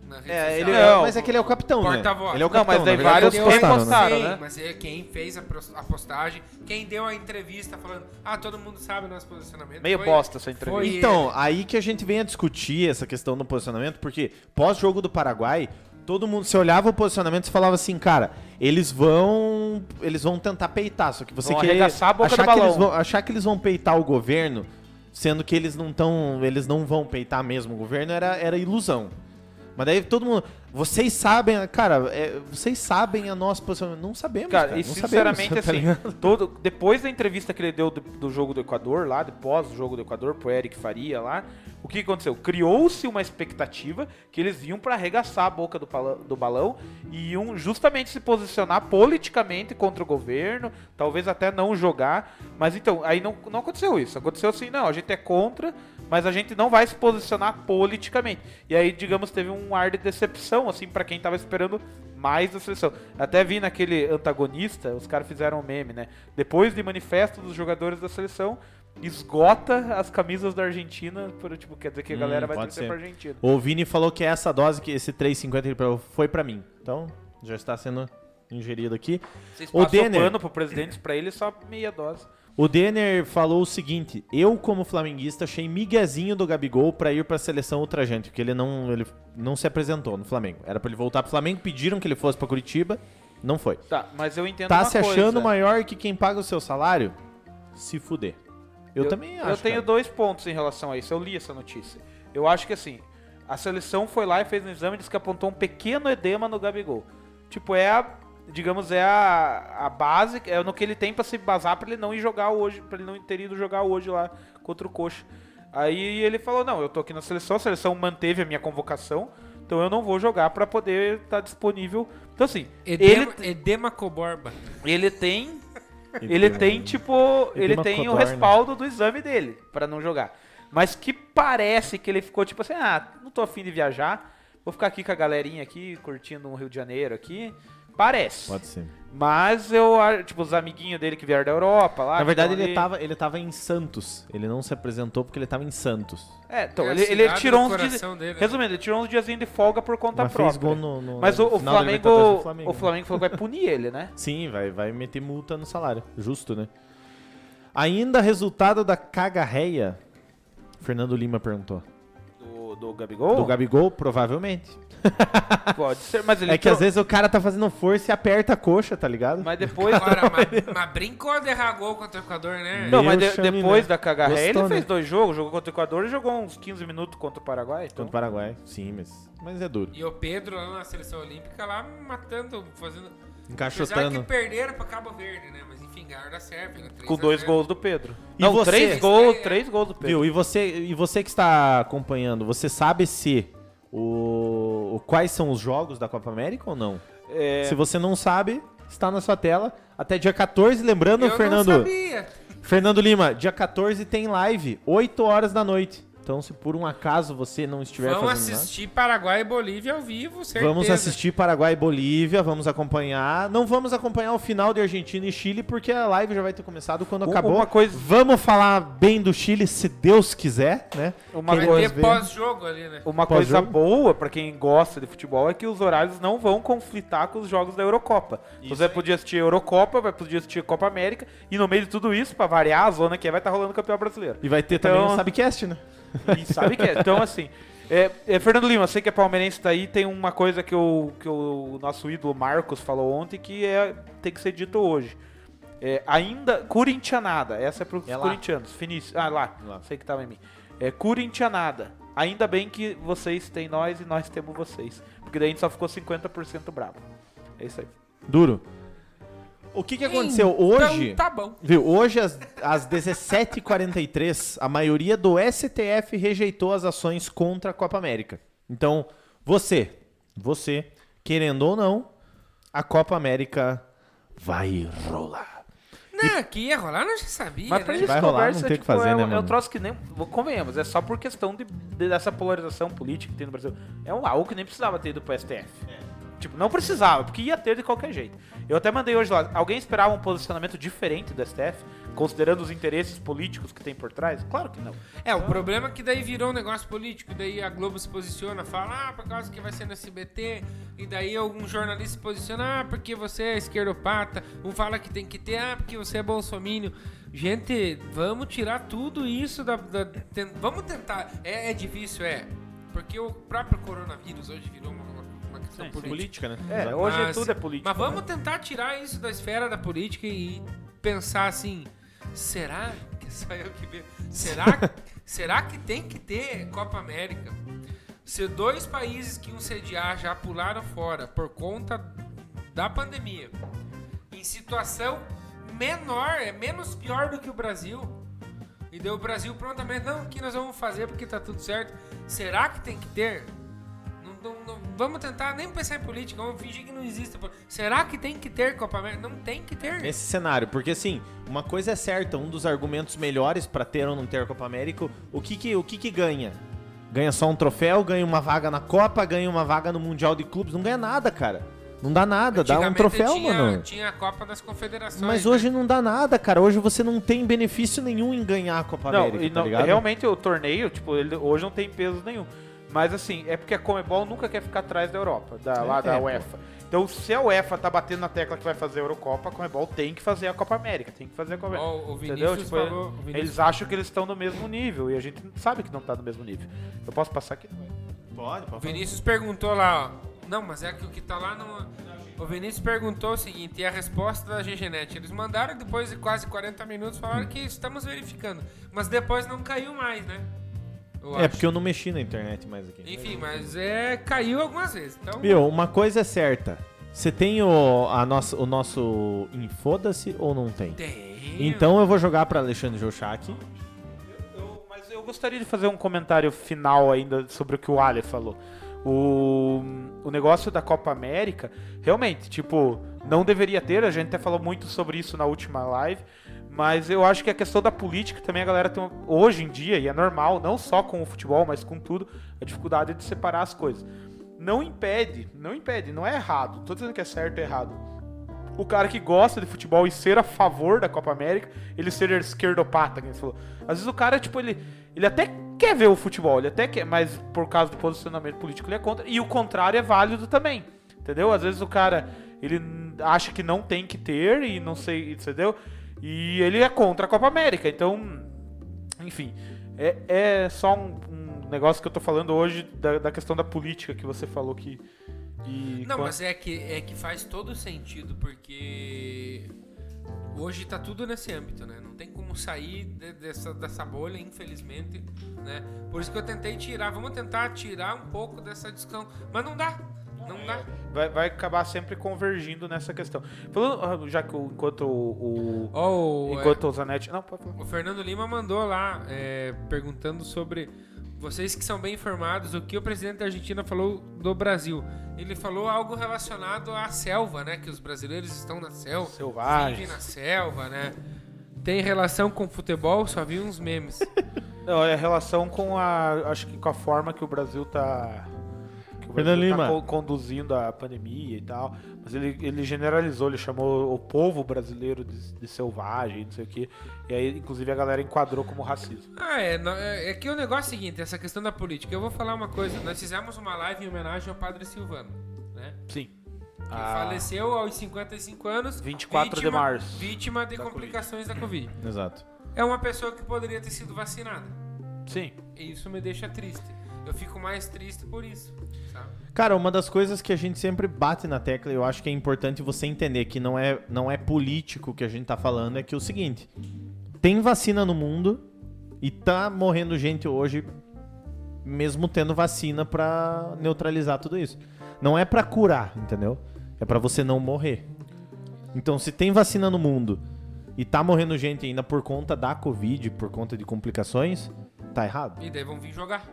Na rede
É,
social.
ele,
Não.
mas é que ele é o capitão, né?
Porta-voz.
Ele é o
Não,
capitão,
mas daí
na verdade,
vários
todos
postaram,
Sim,
né?
postaram, né?
Mas é quem fez a pros- a postagem, quem deu a entrevista falando, ah, todo mundo sabe o nosso posicionamento.
Meio
Foi-
bosta essa entrevista.
foi ele.
Então, aí que a gente vem a discutir essa questão do posicionamento, porque pós-jogo do Paraguai, todo mundo, se olhava o posicionamento e falava assim, cara, eles vão, eles vão tentar peitar, só que você
Vão
querer
arregaçar a boca
achar
do
que
balão.
eles vão, achar que eles vão peitar o governo, sendo que eles não tão, eles não vão peitar mesmo o governo, era, era ilusão. Mas daí todo mundo, vocês sabem, cara, é, vocês sabem a nossa posicionamento, não sabemos, cara,
Cara, e
não
sinceramente,
sabemos, tá
assim,
ligado?
todo, depois da entrevista que ele deu do, do jogo do Equador, lá, de pós o jogo do Equador, pro Eric Faria lá, o que aconteceu? Criou-se uma expectativa que eles iam pra arregaçar a boca do, pala- do balão e iam justamente se posicionar politicamente contra o governo, talvez até não jogar, mas então, aí não, não aconteceu isso. Aconteceu assim, não, a gente é contra, mas a gente não vai se posicionar politicamente. E aí, digamos, teve um ar de decepção, assim, pra quem tava esperando mais da seleção. Até vi naquele antagonista, os caras fizeram um meme, né? Depois de manifesto dos jogadores da seleção, esgota as camisas da Argentina, por, tipo, quer dizer que a
Hum,
galera vai
pode
torcer
ser.
pra Argentina.
O Vini falou que essa dose, que esse 3,50 ele pegou, foi pra mim. Então, já está sendo ingerido aqui.
Vocês
O
passam
Denner,
pano pro presidente, pra ele só meia dose.
o Denner falou o seguinte: "Eu como flamenguista achei miguezinho do Gabigol pra ir pra seleção ultrajante, porque ele não, ele não se apresentou no Flamengo. Era pra ele voltar pro Flamengo, pediram que ele fosse pra Curitiba, não foi.
Tá, mas eu entendo
Tá
uma
se
coisa.
achando maior que quem paga o seu salário? Se fuder. Eu, também acho.
Eu tenho
cara.
dois pontos em relação a isso. Eu li essa notícia. Eu acho que assim, a seleção foi lá e fez um exame e disse que apontou um pequeno edema no Gabigol. Tipo, é a, digamos, é a, a base, é no que ele tem pra se basar pra ele não ir jogar hoje, pra ele não ter ido jogar hoje lá contra o Coxa. Aí ele falou: "Não, eu tô aqui na seleção, a seleção manteve a minha convocação, então eu não vou jogar pra poder estar disponível". Então assim,
Edema,
ele
Edema Coborba.
ele tem. Ele tem, tipo.
Então, Ele
Ele
tem uma
tem o
codorna.
respaldo do exame dele pra não jogar. Mas que parece que ele ficou tipo assim: ah, não tô afim de viajar. Vou ficar aqui com a galerinha aqui, curtindo um Rio de Janeiro aqui. Parece.
Pode ser.
Mas eu acho, tipo, os amiguinhos dele que vieram da Europa lá.
Na
que
verdade,
tão
ele
Ah, então ali-
tava, ele tava em Santos. Ele não se apresentou porque ele tava em Santos.
É, então,
É a
ele, ele
cidade
tirou
do
uns dias.
coração dele, né?
Resumindo, ele tirou uns diazinhos de folga por conta
Mas
própria.
fez gol no- no-
Mas o, o
no final da
Flamengo.
Libertadores do Flamengo,
O
né?
Flamengo falou que vai punir ele, né?
Sim, vai, vai meter multa no salário. Justo, né? Ainda resultado da cagarreia? Fernando Lima perguntou.
Do, do Gabigol?
Do Gabigol, provavelmente.
Pode ser, mas ele
é que às
tirou-
vezes o cara tá fazendo força e aperta a coxa, tá ligado?
Mas depois.
Agora, mas, mas brincou de errar gol contra o Equador, né?
Não, mas
Meu
de-
chaminé.
depois da cagarré, ele
Gostou,
fez
né?
dois jogos, jogou contra o Equador e jogou uns 15 minutos contra o Paraguai. então.
Contra o Paraguai. Sim, mas, mas é duro.
E o Pedro lá na seleção olímpica lá matando, fazendo. Apesar que
Encaixotando.
perderam pra Cabo Verde, né? Mas enfim, ganharam da Sérvia. né? 3
Com
a
dois
0.
gols do Pedro.
E
Não,
você?
três gols, três gols do Pedro.
Viu? E você, e você que está acompanhando, você sabe se o, o- quais são os jogos da Copa América ou não?
É,
Se você não sabe, está na sua tela até dia 14, lembrando,
Eu
Fernando.
não sabia.
Fernando Lima, dia 14 tem live, 8 horas da noite. Então, se por um acaso você não estiver
Vamos
fazendo nada,
assistir Paraguai e Bolívia ao vivo, certeza.
vamos assistir Paraguai e Bolívia, vamos acompanhar. Não vamos acompanhar o final de Argentina e Chile, porque a live já vai ter começado quando acabou.
Uma coisa-
Vamos falar bem do Chile, se Deus quiser, né?
Uma
Vai
coisa,
ter pós-jogo ali, né?
uma
Pós-jogo?
coisa boa pra quem gosta de futebol é que os horários não vão conflitar com os jogos da Eurocopa.
Isso
Você vai poder assistir Eurocopa, vai poder assistir Copa América e no meio de tudo isso, pra variar a zona que é, vai estar rolando o campeão brasileiro.
E vai ter também
Então-
o Sabcast, né?
E sabe que é. Então, assim. é, é, Fernando Lima, eu sei que é palmeirense tá aí, tem uma coisa que o, que o nosso ídolo Marcos falou ontem que é, tem que ser dito hoje. É, ainda. Corintianada, essa é pros
É lá.
corintianos. Finício. Ah, lá,
Lá.
Sei que tava em mim. É Corintianada. Ainda bem que vocês têm nós e nós temos vocês. Porque daí a gente só ficou 50% bravo. É isso aí.
Duro. O que, que aconteceu hoje?
Então tá bom.
Viu, hoje às, às 17h43, a maioria do STF rejeitou as ações contra a Copa América. Então, você, você, querendo ou não, a Copa América vai rolar.
Não, que ia rolar, não já sabia,
Mas pra
né?
gente
Vai
conversa,
rolar, não tem o que
tipo,
fazer,
é,
né,
é
mano?
um troço que nem. vou- Convenhamos, é só por questão de, de- dessa polarização política que tem no Brasil. É um, algo que nem precisava ter ido pro STF. Tipo, não precisava, porque ia ter de qualquer jeito. Eu até mandei hoje lá. Alguém esperava um posicionamento diferente do STF, considerando os interesses políticos que tem por trás? Claro que não.
É, o problema é que daí virou um negócio político, daí a Globo se posiciona, fala, ah, por causa que vai ser no SBT, e daí algum jornalista se posiciona, ah, porque você é esquerdopata, um fala que tem que ter, ah, porque você é bolsomínio. Gente, vamos tirar tudo isso da. da- ten- vamos tentar. É, é difícil, é. Porque o próprio coronavírus hoje virou uma, uma questão Então, política.
né?
É, hoje
Mas-
tudo é político.
Mas vamos tentar tirar isso da esfera da política e pensar assim: será que é só eu que vejo? Será, será que tem que ter Copa América? Se dois países que um CDA já pularam fora por conta da pandemia, em situação menor, é menos pior do que o Brasil. E deu o Brasil prontamente, não, o que nós vamos fazer porque tá tudo certo. Será que tem que ter? Não, não- não- vamos tentar nem pensar em política, vamos fingir que não existe. po- Será que tem que ter Copa América? Não tem que ter.
Nesse cenário, porque assim, uma coisa é certa, um dos argumentos melhores pra ter ou não ter a Copa América, o que que, o que que ganha? Ganha só um troféu, ganha uma vaga na Copa, ganha uma vaga no Mundial de Clubes, não ganha nada, cara. Não dá nada, dá um
Antigamente
troféu,
tinha,
mano.
Tinha a Copa das Confederações.
Mas
né?
hoje não dá nada, cara. Hoje você não tem benefício nenhum em ganhar a Copa
Não,
América,
e
tá
não-
ligado?
realmente o torneio, tipo, ele hoje não tem peso nenhum. Mas assim, é porque a Comebol nunca quer ficar atrás da Europa, da, lá
É,
da
pô.
UEFA. Então, se a UEFA tá batendo na tecla que vai fazer a Eurocopa, a Comebol tem que fazer a Copa América, tem que fazer a Copa América.
Ó, o Vinícius
entendeu? Tipo,
falou- o
ele-
Vinícius-
Eles acham que eles estão no mesmo nível e a gente sabe que não tá no mesmo nível. Eu posso passar aqui?
Pode, pode.
O Vinícius perguntou lá, ó. Não, mas é que o que tá lá não. O Vinícius perguntou o seguinte, e a resposta da GGNet. Eles mandaram depois de quase 40 minutos, falaram que estamos verificando. Mas depois não caiu mais, né? Eu
É
acho.
porque eu não mexi na internet mais aqui.
Enfim, mas é. caiu algumas vezes. Então,
Viu, uma coisa é certa. Você tem o, a nossa, o nosso Infoda-se ou não tem?
tem.
Então eu vou jogar pra Alexandre Joshak.
Eu- mas eu gostaria de fazer um comentário final ainda sobre o que o Ale falou. O, o negócio da Copa América, realmente, tipo, não deveria ter, a gente até falou muito sobre isso na última live, mas eu acho que a questão da política também a galera tem, hoje em dia, e é normal, não só com o futebol, mas com tudo, a dificuldade de separar as coisas. Não impede, não impede, não é errado, tô dizendo que é certo ou errado, o cara que gosta de futebol e ser a favor da Copa América, ele ser esquerdopata, que a gente falou. Às vezes o cara, tipo, ele, ele até quer ver o futebol, ele até quer, mas por causa do posicionamento político ele é contra. E o contrário é válido também, entendeu? Às vezes o cara, ele n- acha que não tem que ter e não sei, entendeu? E ele é contra a Copa América, então enfim, é, é só um, um negócio que eu tô falando hoje da, da questão da política que você falou que. e Ah.
Não,
quan-
mas é que, é que faz todo sentido, porque hoje tá tudo nesse âmbito, né? Não tem como sair de- dessa, dessa bolha, infelizmente, né? Por isso que eu tentei tirar, vamos tentar tirar um pouco dessa discussão, mas não dá, não dá.
vai, vai acabar sempre convergindo nessa questão. Falando, ah, já que o- enquanto o. o-
Ó, o, é,
enquanto o Zanetti. Não, pode falar.
o Fernando Lima mandou lá, é, perguntando sobre vocês que são bem informados, o que o presidente da Argentina falou do Brasil. Ele falou algo relacionado à selva, né? Que os brasileiros estão na selva.
Selvagens.
vivem na selva, né? tem relação com futebol, só vi uns memes.
Não, é relação com a. Acho que com a forma que o Brasil tá. Que o
Fernando
Brasil
Lima.
tá co- conduzindo a pandemia e tal. Mas ele, ele generalizou, ele chamou o povo brasileiro de, de selvagem, não sei o quê. E aí, inclusive, a galera enquadrou como racismo.
Ah, é, no- é é que o negócio é o seguinte, essa questão da política. Eu vou falar uma coisa, nós fizemos uma live em homenagem ao Padre Silvano, né?
Sim.
Que
Ah.
faleceu aos 55 anos.
24 de
vítima-
março.
Vítima de complicações da Covid.
Exato.
É uma pessoa que poderia ter sido vacinada.
Sim.
E isso me deixa triste. Eu fico mais triste por isso, sabe?
Cara, uma das coisas que a gente sempre bate na tecla, eu acho que é importante você entender que não é, não é político que a gente tá falando, é que é o seguinte: tem vacina no mundo e tá morrendo gente hoje, mesmo tendo vacina pra neutralizar tudo isso. Não é pra curar, entendeu? É pra você não morrer. Então, se tem vacina no mundo e tá morrendo gente ainda por conta da Covid, por conta de complicações, tá errado.
E daí vão vir jogar.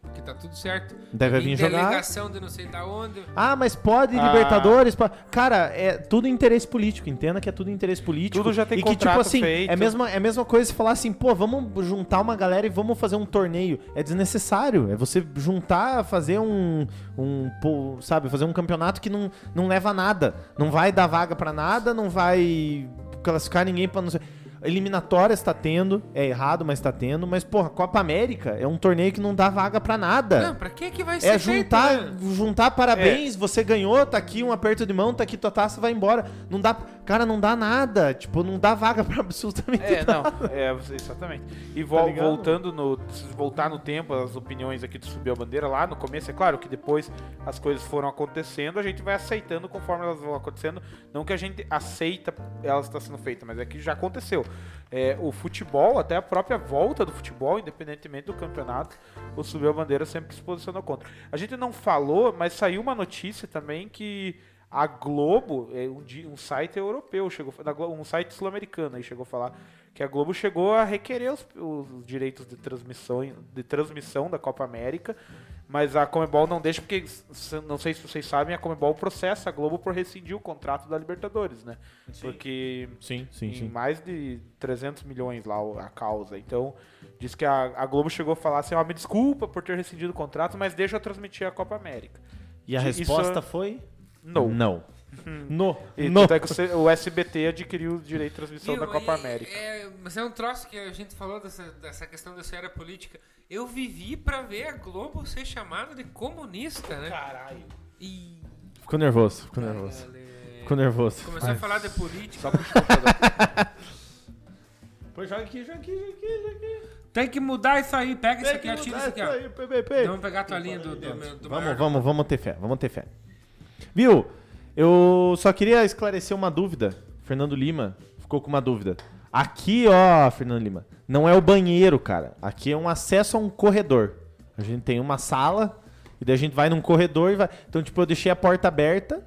Porque tá tudo certo.
Daí vai vir
Em
jogar.
Delegação de não sei da onde.
Ah, mas pode
Ah.
Libertadores? po- Cara, é tudo interesse político. Entenda que é tudo interesse político.
Tudo já tem
e que, tipo
contrato
assim,
feito.
É, a mesma, é a mesma coisa se falar assim, pô, vamos juntar uma galera e vamos fazer um torneio. É desnecessário. É você juntar, fazer um. um pô, sabe, fazer um campeonato que não, não leva a nada. Não vai dar vaga pra nada, não vai classificar ninguém pra não sei. Eliminatórias tá tendo, é errado, mas tá tendo. Mas, porra, Copa América é um torneio que não dá vaga pra nada.
Não, pra que que vai ser
É
feito,
juntar,
né? É.
juntar parabéns, você ganhou, tá aqui um aperto de mão, tá aqui tua taça, vai embora. Não dá, cara, não dá nada, tipo, não dá vaga pra absolutamente
É,
nada.
não. É, você- exatamente. E vol-
Tá ligado?
voltando no. se voltar no tempo, as opiniões aqui do Subiu a Bandeira lá no começo, é claro que depois as coisas foram acontecendo, a gente vai aceitando conforme elas vão acontecendo. Não que a gente aceita elas estar sendo feitas, mas é que já aconteceu. É, o futebol, até a própria volta do futebol, independentemente do campeonato, o Subiu a Bandeira sempre se posicionou contra. A gente não falou, mas saiu uma notícia também que. A Globo, é, um, di- um site europeu, chegou, da Glo- um site sul-americano aí chegou a falar que a Globo chegou a requerer os, os direitos de transmissão, de transmissão da Copa América, mas a Comebol não deixa, porque se- não sei se vocês sabem, a Comebol processa a Globo por rescindir o contrato da Libertadores, né? Porque
Sim,
em mais de 300 milhões lá o- a causa. Então, diz que a, a Globo chegou a falar assim, ó, me desculpa por ter rescindido o contrato, mas deixa eu transmitir a Copa América.
E a
Isso-
resposta foi?
Não.
Não. No. tá-
E
no.
tanto é que o C- o SBT adquiriu o direito de transmissão da
E-
Copa
e-
América.
É, mas é um troço que a gente falou dessa, dessa questão dessa era política. Eu vivi pra ver a Globo ser chamada de comunista, né?
Caralho.
E. é,
Ficou nervoso, ficou nervoso. Ficou nervoso.
Começou a falar de política.
Pois joga aqui, joga aqui, joga aqui, joga aqui.
Tem que mudar isso aí. Pega isso aqui, atira isso aqui, ó. Vamos pegar a tua linha do, do, meu- do maior-
Vamos, vamos, vamos ter fé, vamos ter fé. Viu? Eu só queria esclarecer uma dúvida. Fernando Lima ficou com uma dúvida. Aqui, ó, Fernando Lima, não é o banheiro, cara. Aqui é um acesso a um corredor. A gente tem uma sala e daí a gente vai num corredor e vai. Então, tipo, eu deixei a porta aberta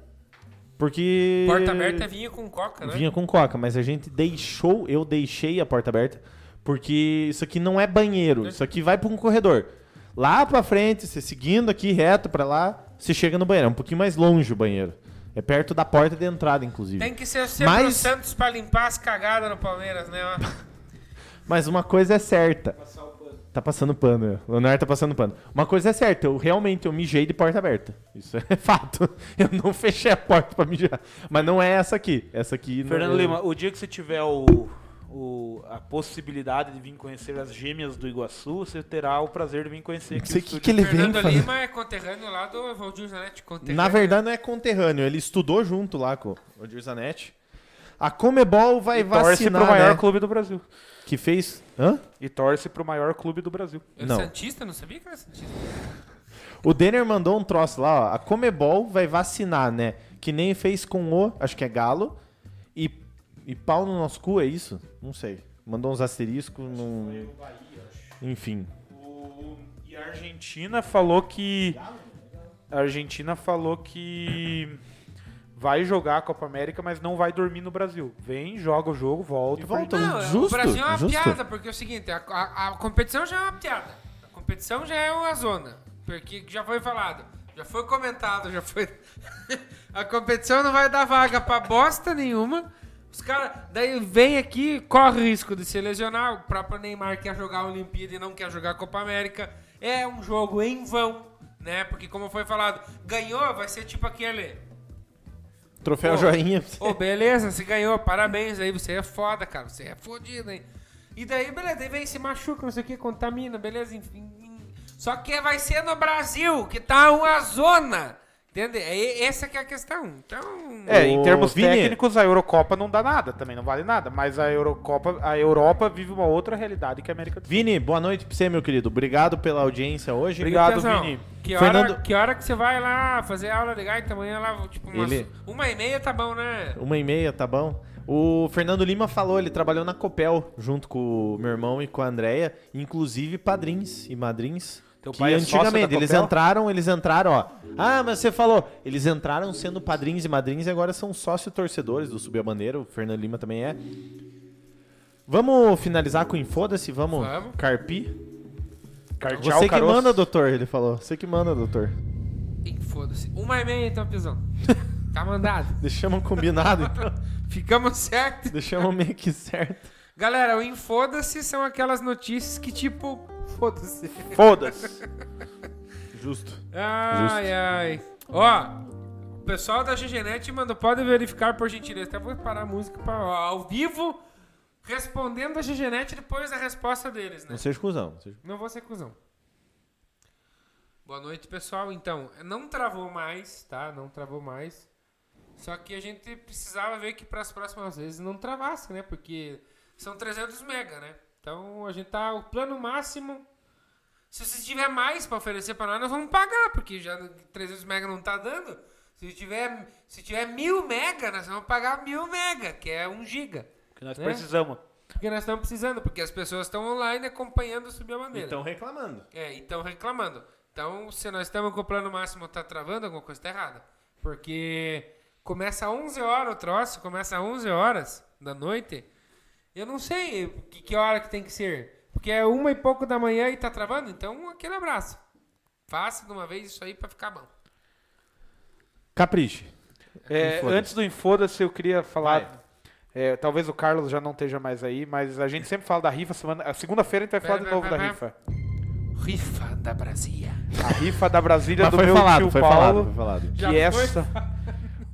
porque
Porta aberta vinha com coca, né?
vinha com coca, mas a gente deixou, eu deixei a porta aberta, porque isso aqui não é banheiro, isso aqui vai pra um corredor. Lá pra frente, você seguindo aqui reto pra lá, você chega no banheiro, é um pouquinho mais longe o banheiro. É perto da porta de entrada, inclusive.
Tem que ser o Silvio
Mas-
Santos pra limpar as cagadas no Palmeiras, né? ó.
Mas uma coisa é certa. Tá passando pano, é. Leonardo tá passando pano. Uma coisa é certa, eu realmente eu mijei de porta aberta. Isso é fato. Eu não fechei a porta pra mijar. Mas não é essa aqui. Essa aqui não-
Fernando
eu-
Lima, o dia que você tiver o, o- a possibilidade de vir conhecer as gêmeas do Iguaçu, você terá o prazer de vir conhecer
Não
aqui
sei
o
o que,
estúdio.
que ele vem
Fernando
fazer.
Lima é conterrâneo lá do Valdir Zanetti. Conterrâneo.
Na verdade, não é conterrâneo. Ele estudou junto lá com o Odir Zanetti. A Comebol vai
E torce
vacinar,
pro maior
né?
clube do Brasil.
Que fez... Hã?
E torce pro maior clube do Brasil.
Ele
não.
é Santista? Não sabia que era Santista.
O Denner mandou um troço lá, ó. A Comebol vai vacinar, né? Que nem fez com o... Acho que é Galo. E, e pau no nosso cu, é isso? Não sei. Mandou uns asteriscos num... Enfim.
E a Argentina falou que. A Argentina falou que vai jogar a Copa América, mas não vai dormir no Brasil. Vem, joga o jogo, volta.
E
pra
volta.
gente.
Então,
é,
justo,
o Brasil é uma
justo.
piada, porque é o seguinte, a, a- a competição já é uma piada. A competição já é uma zona. Porque já foi falado, já foi comentado, já foi. a competição não vai dar vaga pra bosta nenhuma. Os caras, daí vem aqui, corre o risco de se lesionar. O próprio Neymar quer jogar a Olimpíada e não quer jogar a Copa América. É um jogo em vão, né? Porque, como foi falado, ganhou, vai ser tipo aquele.
Troféu
Ô,
joinha.
Ô, beleza, você ganhou, parabéns aí, você é foda, cara, você é fodido, hein? E daí, beleza, daí vem, se machuca, não sei o que, contamina, beleza, enfim. Só que vai ser no Brasil, que tá uma zona, entende? É, e- essa que é a questão, então...
É, em
Ô,
termos
Vini.
técnicos, a Eurocopa não dá nada, também não vale nada. Mas a Eurocopa, a Europa vive uma outra realidade que a América do Sul.
Vini, boa noite pra você, meu querido. Obrigado pela audiência hoje.
Obrigado,
Piazão,
Vini.
Que hora,
Fernando-
que hora que você vai lá fazer aula de gaita? Amanhã lá, tipo, umas,
Ele-
uma e meia tá bom, né?
Uma e meia, tá bom? O Fernando Lima falou, ele trabalhou na Copel, junto com o meu irmão e com a Andrea, inclusive padrinhos e madrinhos.
Teu
que
pai é sócio
antigamente,
da
eles
Copel?
entraram, eles entraram, ó. Ah, mas você falou, eles entraram sendo padrinhos e madrinhos e agora são sócio-torcedores do Subir a Bandeira, o Fernando Lima também é. Vamos finalizar com Infoda-se, vamos,
Vamos.
carpir?
Cardeal,
Você que
caroço.
manda, doutor, ele falou. Você que manda, doutor.
Ih, foda-se. Uma e meia então, Piazão. Tá mandado.
Deixamos combinado, então.
Ficamos certos.
Deixamos meio que certo.
Galera, o Infoda-se são aquelas notícias que, tipo, foda-se.
Foda-se.
Justo.
Ai, ai. Ó, o pessoal da GGNet mandou, pode verificar por gentileza. Até vou parar a música pra, ó, ao vivo, respondendo a GGNet depois da resposta deles, né?
Não seja cuzão. não seja-
Não vou ser cuzão. Boa noite, pessoal. Então, não travou mais, tá? Não travou mais. Só que a gente precisava ver que para as próximas vezes não travasse, né? Porque são 300 mega, né? Então, a gente tá o plano máximo. Se você tiver mais para oferecer para nós, nós vamos pagar, porque já 300 mega não tá dando. Se tiver, se tiver mil mega, nós vamos pagar mil mega, que é um giga.
Que nós
Né?
precisamos.
Porque nós estamos precisando, porque as pessoas estão online acompanhando subir a bandeira.
Estão reclamando.
É, e estão reclamando. Então, se nós estamos com o plano máximo tá travando, alguma coisa tá errada. Porque começa às 11 horas o troço, começa às 11 horas da noite. Eu não sei que, que hora que tem que ser. Porque é uma e pouco da manhã e tá travando, então aquele abraço. Faça de uma vez isso aí pra ficar bom.
Capriche.
É,
Foda-se.
antes do Infoda-se, eu queria falar. é, talvez o Carlos já não esteja mais aí, mas a gente sempre fala da rifa. Semana, a segunda-feira a gente vai falar
Pera,
de
pera,
novo da
pera,
rifa.
Rifa da Brasília.
A rifa da Brasília
Mas
do
foi
meu
falado,
tio
foi
Paulo.
falado, foi falado.
Já
que
foi?
essa.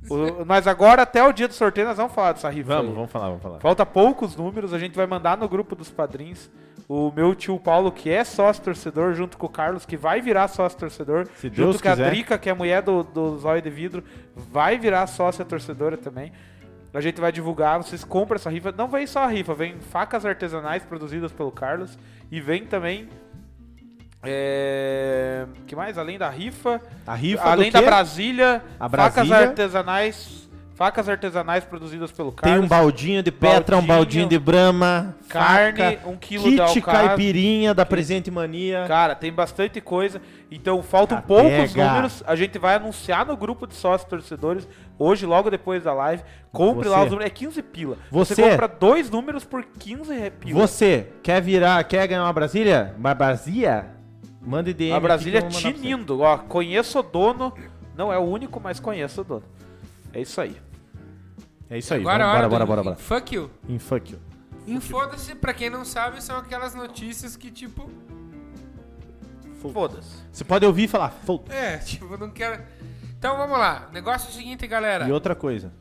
O- nós agora, até o dia do sorteio, nós vamos falar dessa rifa.
Vamos,
aí.
vamos falar, vamos falar.
Falta poucos números, a gente vai mandar no grupo dos padrinhos. O meu tio Paulo, que é sócio torcedor, junto com o Carlos, que vai virar sócio torcedor.
Se
junto
Deus
com a
quiser.
Drica, que é a mulher do, do Zóio de Vidro, vai virar sócia torcedora também. A gente vai divulgar, vocês compram essa rifa. Não vem só a rifa, vem facas artesanais produzidas pelo Carlos. E vem também. É... que mais? Além da rifa.
A rifa
Além
do
da
quê?
Brasília,
A
facas
Brasília.
artesanais, facas artesanais produzidas pelo
Tem
Carlos.
um baldinho de Petra, um baldinho de Brahma,
carne,
faca,
um quilo de
kit
alcatra.
caipirinha da Presente Mania.
Cara, tem bastante coisa. Então faltam
Tá,
poucos
pega.
números. A gente vai anunciar no grupo de sócios torcedores hoje, logo depois da live.
Você-
Compre lá os números. É 15 pila.
Você-
compra dois números por 15 re- pila.
Você quer virar, quer ganhar uma Brasília? Uma Brasília? Mande DM.
A
aqui
Brasília
é que eu vou mandar pra você.
tinindo. Ó, conheço o dono. Não é o único, mas conheço o dono. É isso aí.
É isso aí.
Agora é a
bora, bora,
hora do
bora, bora, bora.
Fuck you.
Em fuck you.
E foda-se, pra quem não sabe, são aquelas notícias que, tipo,
Foda-se.
Você pode ouvir e falar, foda
É, tipo, eu não quero. Então vamos lá. Negócio é o seguinte, galera.
E outra coisa.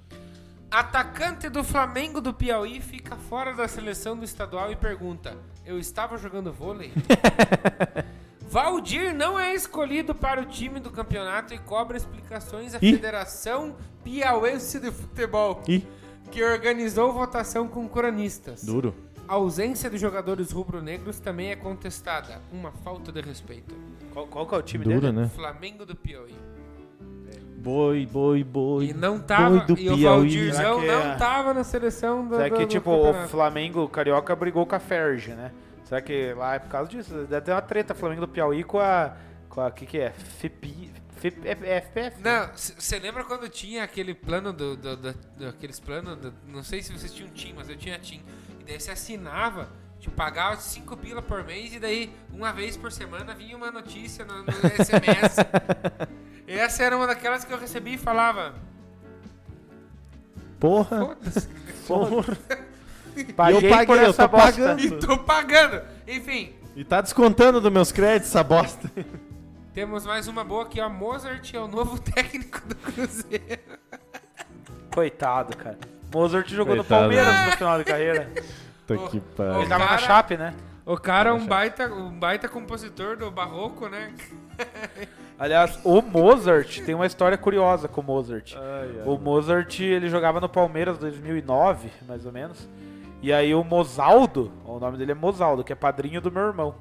Atacante do Flamengo do Piauí fica fora da seleção do estadual e pergunta: Eu estava jogando vôlei? Valdir não é escolhido para o time do campeonato e cobra explicações à
Ih.
Federação Piauense de Futebol,
Ih,
que organizou votação com cronistas.
duro.
A ausência de jogadores rubro-negros também é contestada. Uma falta de respeito.
Qual, qual que é o time
Duro,
dele?
né?
Flamengo do Piauí.
Boi, boi, boi.
E não
boi
tava,
do
e o
Piauí.
Será
Valdirzão
que é-
não tava na seleção do,
Será
do,
que,
do
tipo, o
campeonato.
Flamengo o Carioca brigou com a Ferge, né? Será que lá é por causa disso? Deve ter uma treta Flamengo do Piauí com a. Com a. que que é? FIP. FIP é- é FPF?
Não, você lembra quando tinha aquele plano do, do, do- do- aqueles planos, do- não sei se vocês tinham TIM, mas eu tinha TIM. E daí você assinava, tipo, pagava 5 pila por mês e daí uma vez por semana vinha uma notícia no, no SMS. Essa era uma daquelas que eu recebi e falava,
Porra.
foda-se.
Porra.
Paguei
eu paguei,
por
eu
essa
tô
bosta.
E
pagando.
tô pagando. Enfim,
E tá descontando dos meus créditos essa bosta.
temos mais uma boa aqui, ó. Mozart é o novo técnico do Cruzeiro.
Coitado, cara. Mozart jogou
Coitado.
no Palmeiras no final da carreira.
Puta que
Ele
Ô,
pariu.
tava na
Cara-
Chape, né?
O cara é um baita, um baita compositor do barroco, né?
Aliás, o Mozart tem uma história curiosa com o Mozart. O Mozart, ele jogava no Palmeiras 2009, mais ou menos. E aí o Mozaldo, o nome dele é Mozaldo, que é padrinho do meu irmão.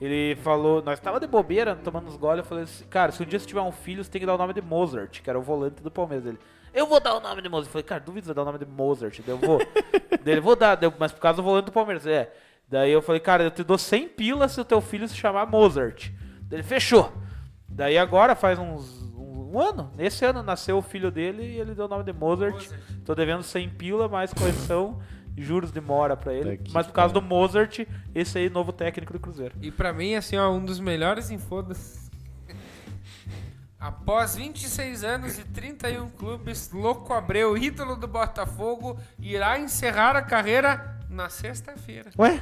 Ele falou, nós tava de bobeira, tomando uns goles, eu falei assim, cara, se um dia você tiver um filho, você tem que dar o nome de Mozart, que era o volante do Palmeiras dele. Eu vou dar o nome de Mozart. Eu falei, cara, duvido você dar o nome de Mozart. Daí eu vou. Daí ele, vou dar, daí eu, mas por causa do volante do Palmeiras. Ele, É. Daí eu falei, cara, eu te dou 100 pilas se o teu filho se chamar Mozart. Daí ele, fechou. Daí agora faz uns um, um ano, nesse ano nasceu o filho dele e ele deu o nome de Mozart. Tô devendo 100 pila, mais correção, juros de mora pra ele.
Tá que
Mas por causa do Mozart, esse aí novo técnico do Cruzeiro.
E pra mim, assim, ó, um dos melhores em fodas. Após 26 anos e 31 clubes, Louco Abreu, ídolo do Botafogo, irá encerrar a carreira na sexta-feira.
Ué?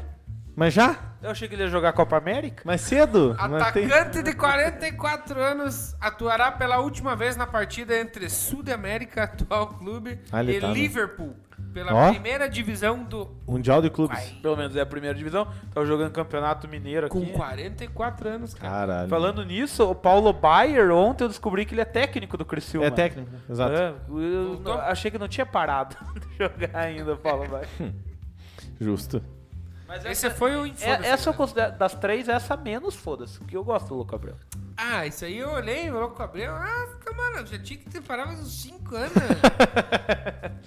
Mas já?
Eu achei que ele ia jogar Copa América.
Mais cedo? Mas tem-
Atacante de 44 anos atuará pela última vez na partida entre Sudamérica, atual clube,
Ah, ele
e
tá, né?
Liverpool, pela
Ó.
primeira divisão do.
Mundial de clubes.
Uai.
Pelo menos é a primeira divisão. Tava jogando Campeonato Mineiro aqui.
Com 44 anos, cara.
Caralho.
Falando nisso, o Paulo Baier, ontem eu descobri que ele é técnico do Criciúma.
é técnico, exato.
É, eu
Voltou?
achei que não tinha parado de jogar ainda o Paulo Baier.
Justo.
Mas
Esse foi o
É, essa eu considero, das três, essa menos foda-se, porque eu gosto do Louco Abreu.
Ah, isso aí eu olhei, o louco abriu. Ah, tá, mano, já tinha que ter parado mais uns 5 anos.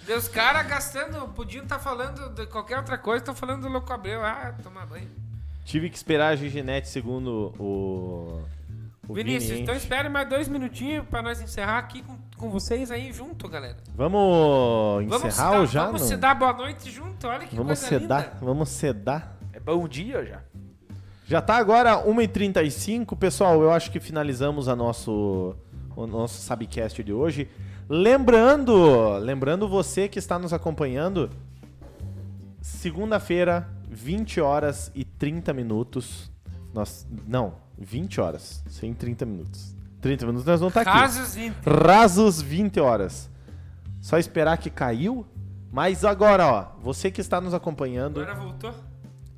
Daí os caras gastando, podiam estar falando de qualquer outra coisa, estão falando do louco abreu. Ah, tomar banho.
Tive que esperar a Giginete segundo o. o
Vinícius,
Vini,
então
hein?
espere mais dois minutinhos pra nós encerrar aqui com, com vocês aí junto, galera.
Vamos
Vamos
encerrar
se dar,
ou já?
Vamos
não?
se dar boa noite junto, olha que
Vamos
coisa
sedar,
linda.
vamos sedar.
É bom dia já.
Já tá agora 1h35. Pessoal, eu acho que finalizamos a nosso, o nosso Sabcast de hoje. Lembrando, lembrando você que está nos acompanhando, segunda-feira, 20 horas e 30 minutos. Nós, não, 20 horas, sem 30 minutos. 30 minutos nós vamos estar aqui.
Casos Inter.
Rasos 20 horas. Só esperar que caiu. Mas agora, ó, você que está nos acompanhando,
Agora voltou?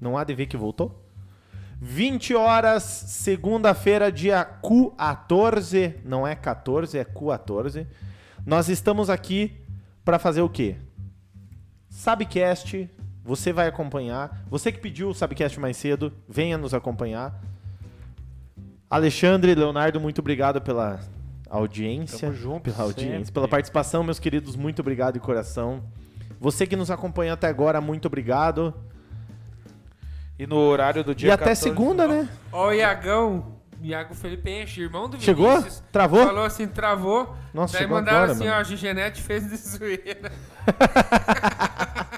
não há de ver que voltou. 20 horas, segunda-feira, dia Q14. Não é 14, é Q14. Nós estamos aqui para fazer o quê? Sabcast, você vai acompanhar. Você que pediu o Sabcast mais cedo, venha nos acompanhar. Alexandre, Leonardo, muito obrigado pela audiência.
Tamo junto,
pela audiência,
sempre.
pela participação, meus queridos, muito obrigado de coração. Você que nos acompanha até agora, muito obrigado.
E no horário do dia
e até
14,
segunda, né?
Ó, o Iagão. Iago Felipe Enche, irmão do
Chegou?
Vinícius.
Travou?
Falou assim, travou.
Nossa,
Daí
chegou
mandaram
agora,
assim,
mano.
ó, a Gigenete fez de zoeira.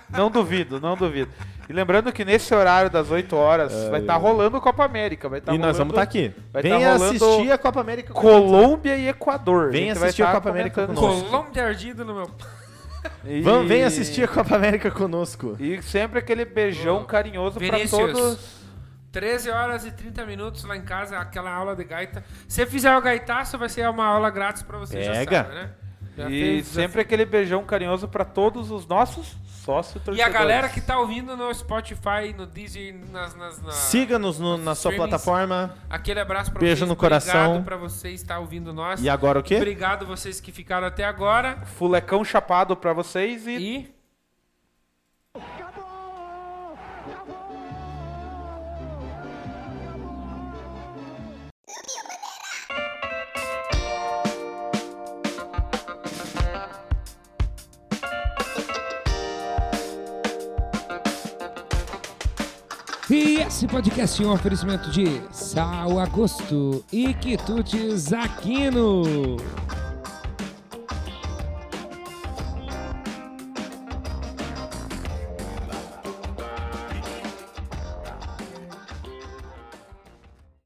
Não duvido, não duvido. E lembrando que nesse horário das 8 horas vai estar rolando Copa América. Vai tá
É. e nós vamos estar
rolando
aqui.
vai tá
Venha
rolando
assistir a Copa América.
Colômbia e Equador.
Vem
gente vai
assistir a
tá
Copa América
comentando.
conosco.
Colombo ardido no meu...
E-
Vamos, venha assistir a Copa América conosco.
E sempre aquele beijão
Ô,
carinhoso pra
Vinícius.
todos.
13 horas e 30 minutos lá em casa, aquela aula de gaita. Se fizer o gaitaço, vai ser uma aula grátis pra você, já
Pega.
sabe, né?
E
Já fez- já
sempre aquele beijão carinhoso pra todos os nossos sócios
E a galera que tá ouvindo no Spotify, no Deezer, nas... nas na-
Siga-nos no- na sua
Streamings.
plataforma.
Aquele abraço pra
Beijo
vocês.
no coração.
Obrigado pra você estar ouvindo nós.
E agora o quê?
Obrigado vocês que ficaram até agora.
Fulecão chapado pra vocês e
E...
E esse podcast é um oferecimento de Sal Agosto e Quitutes Aquino.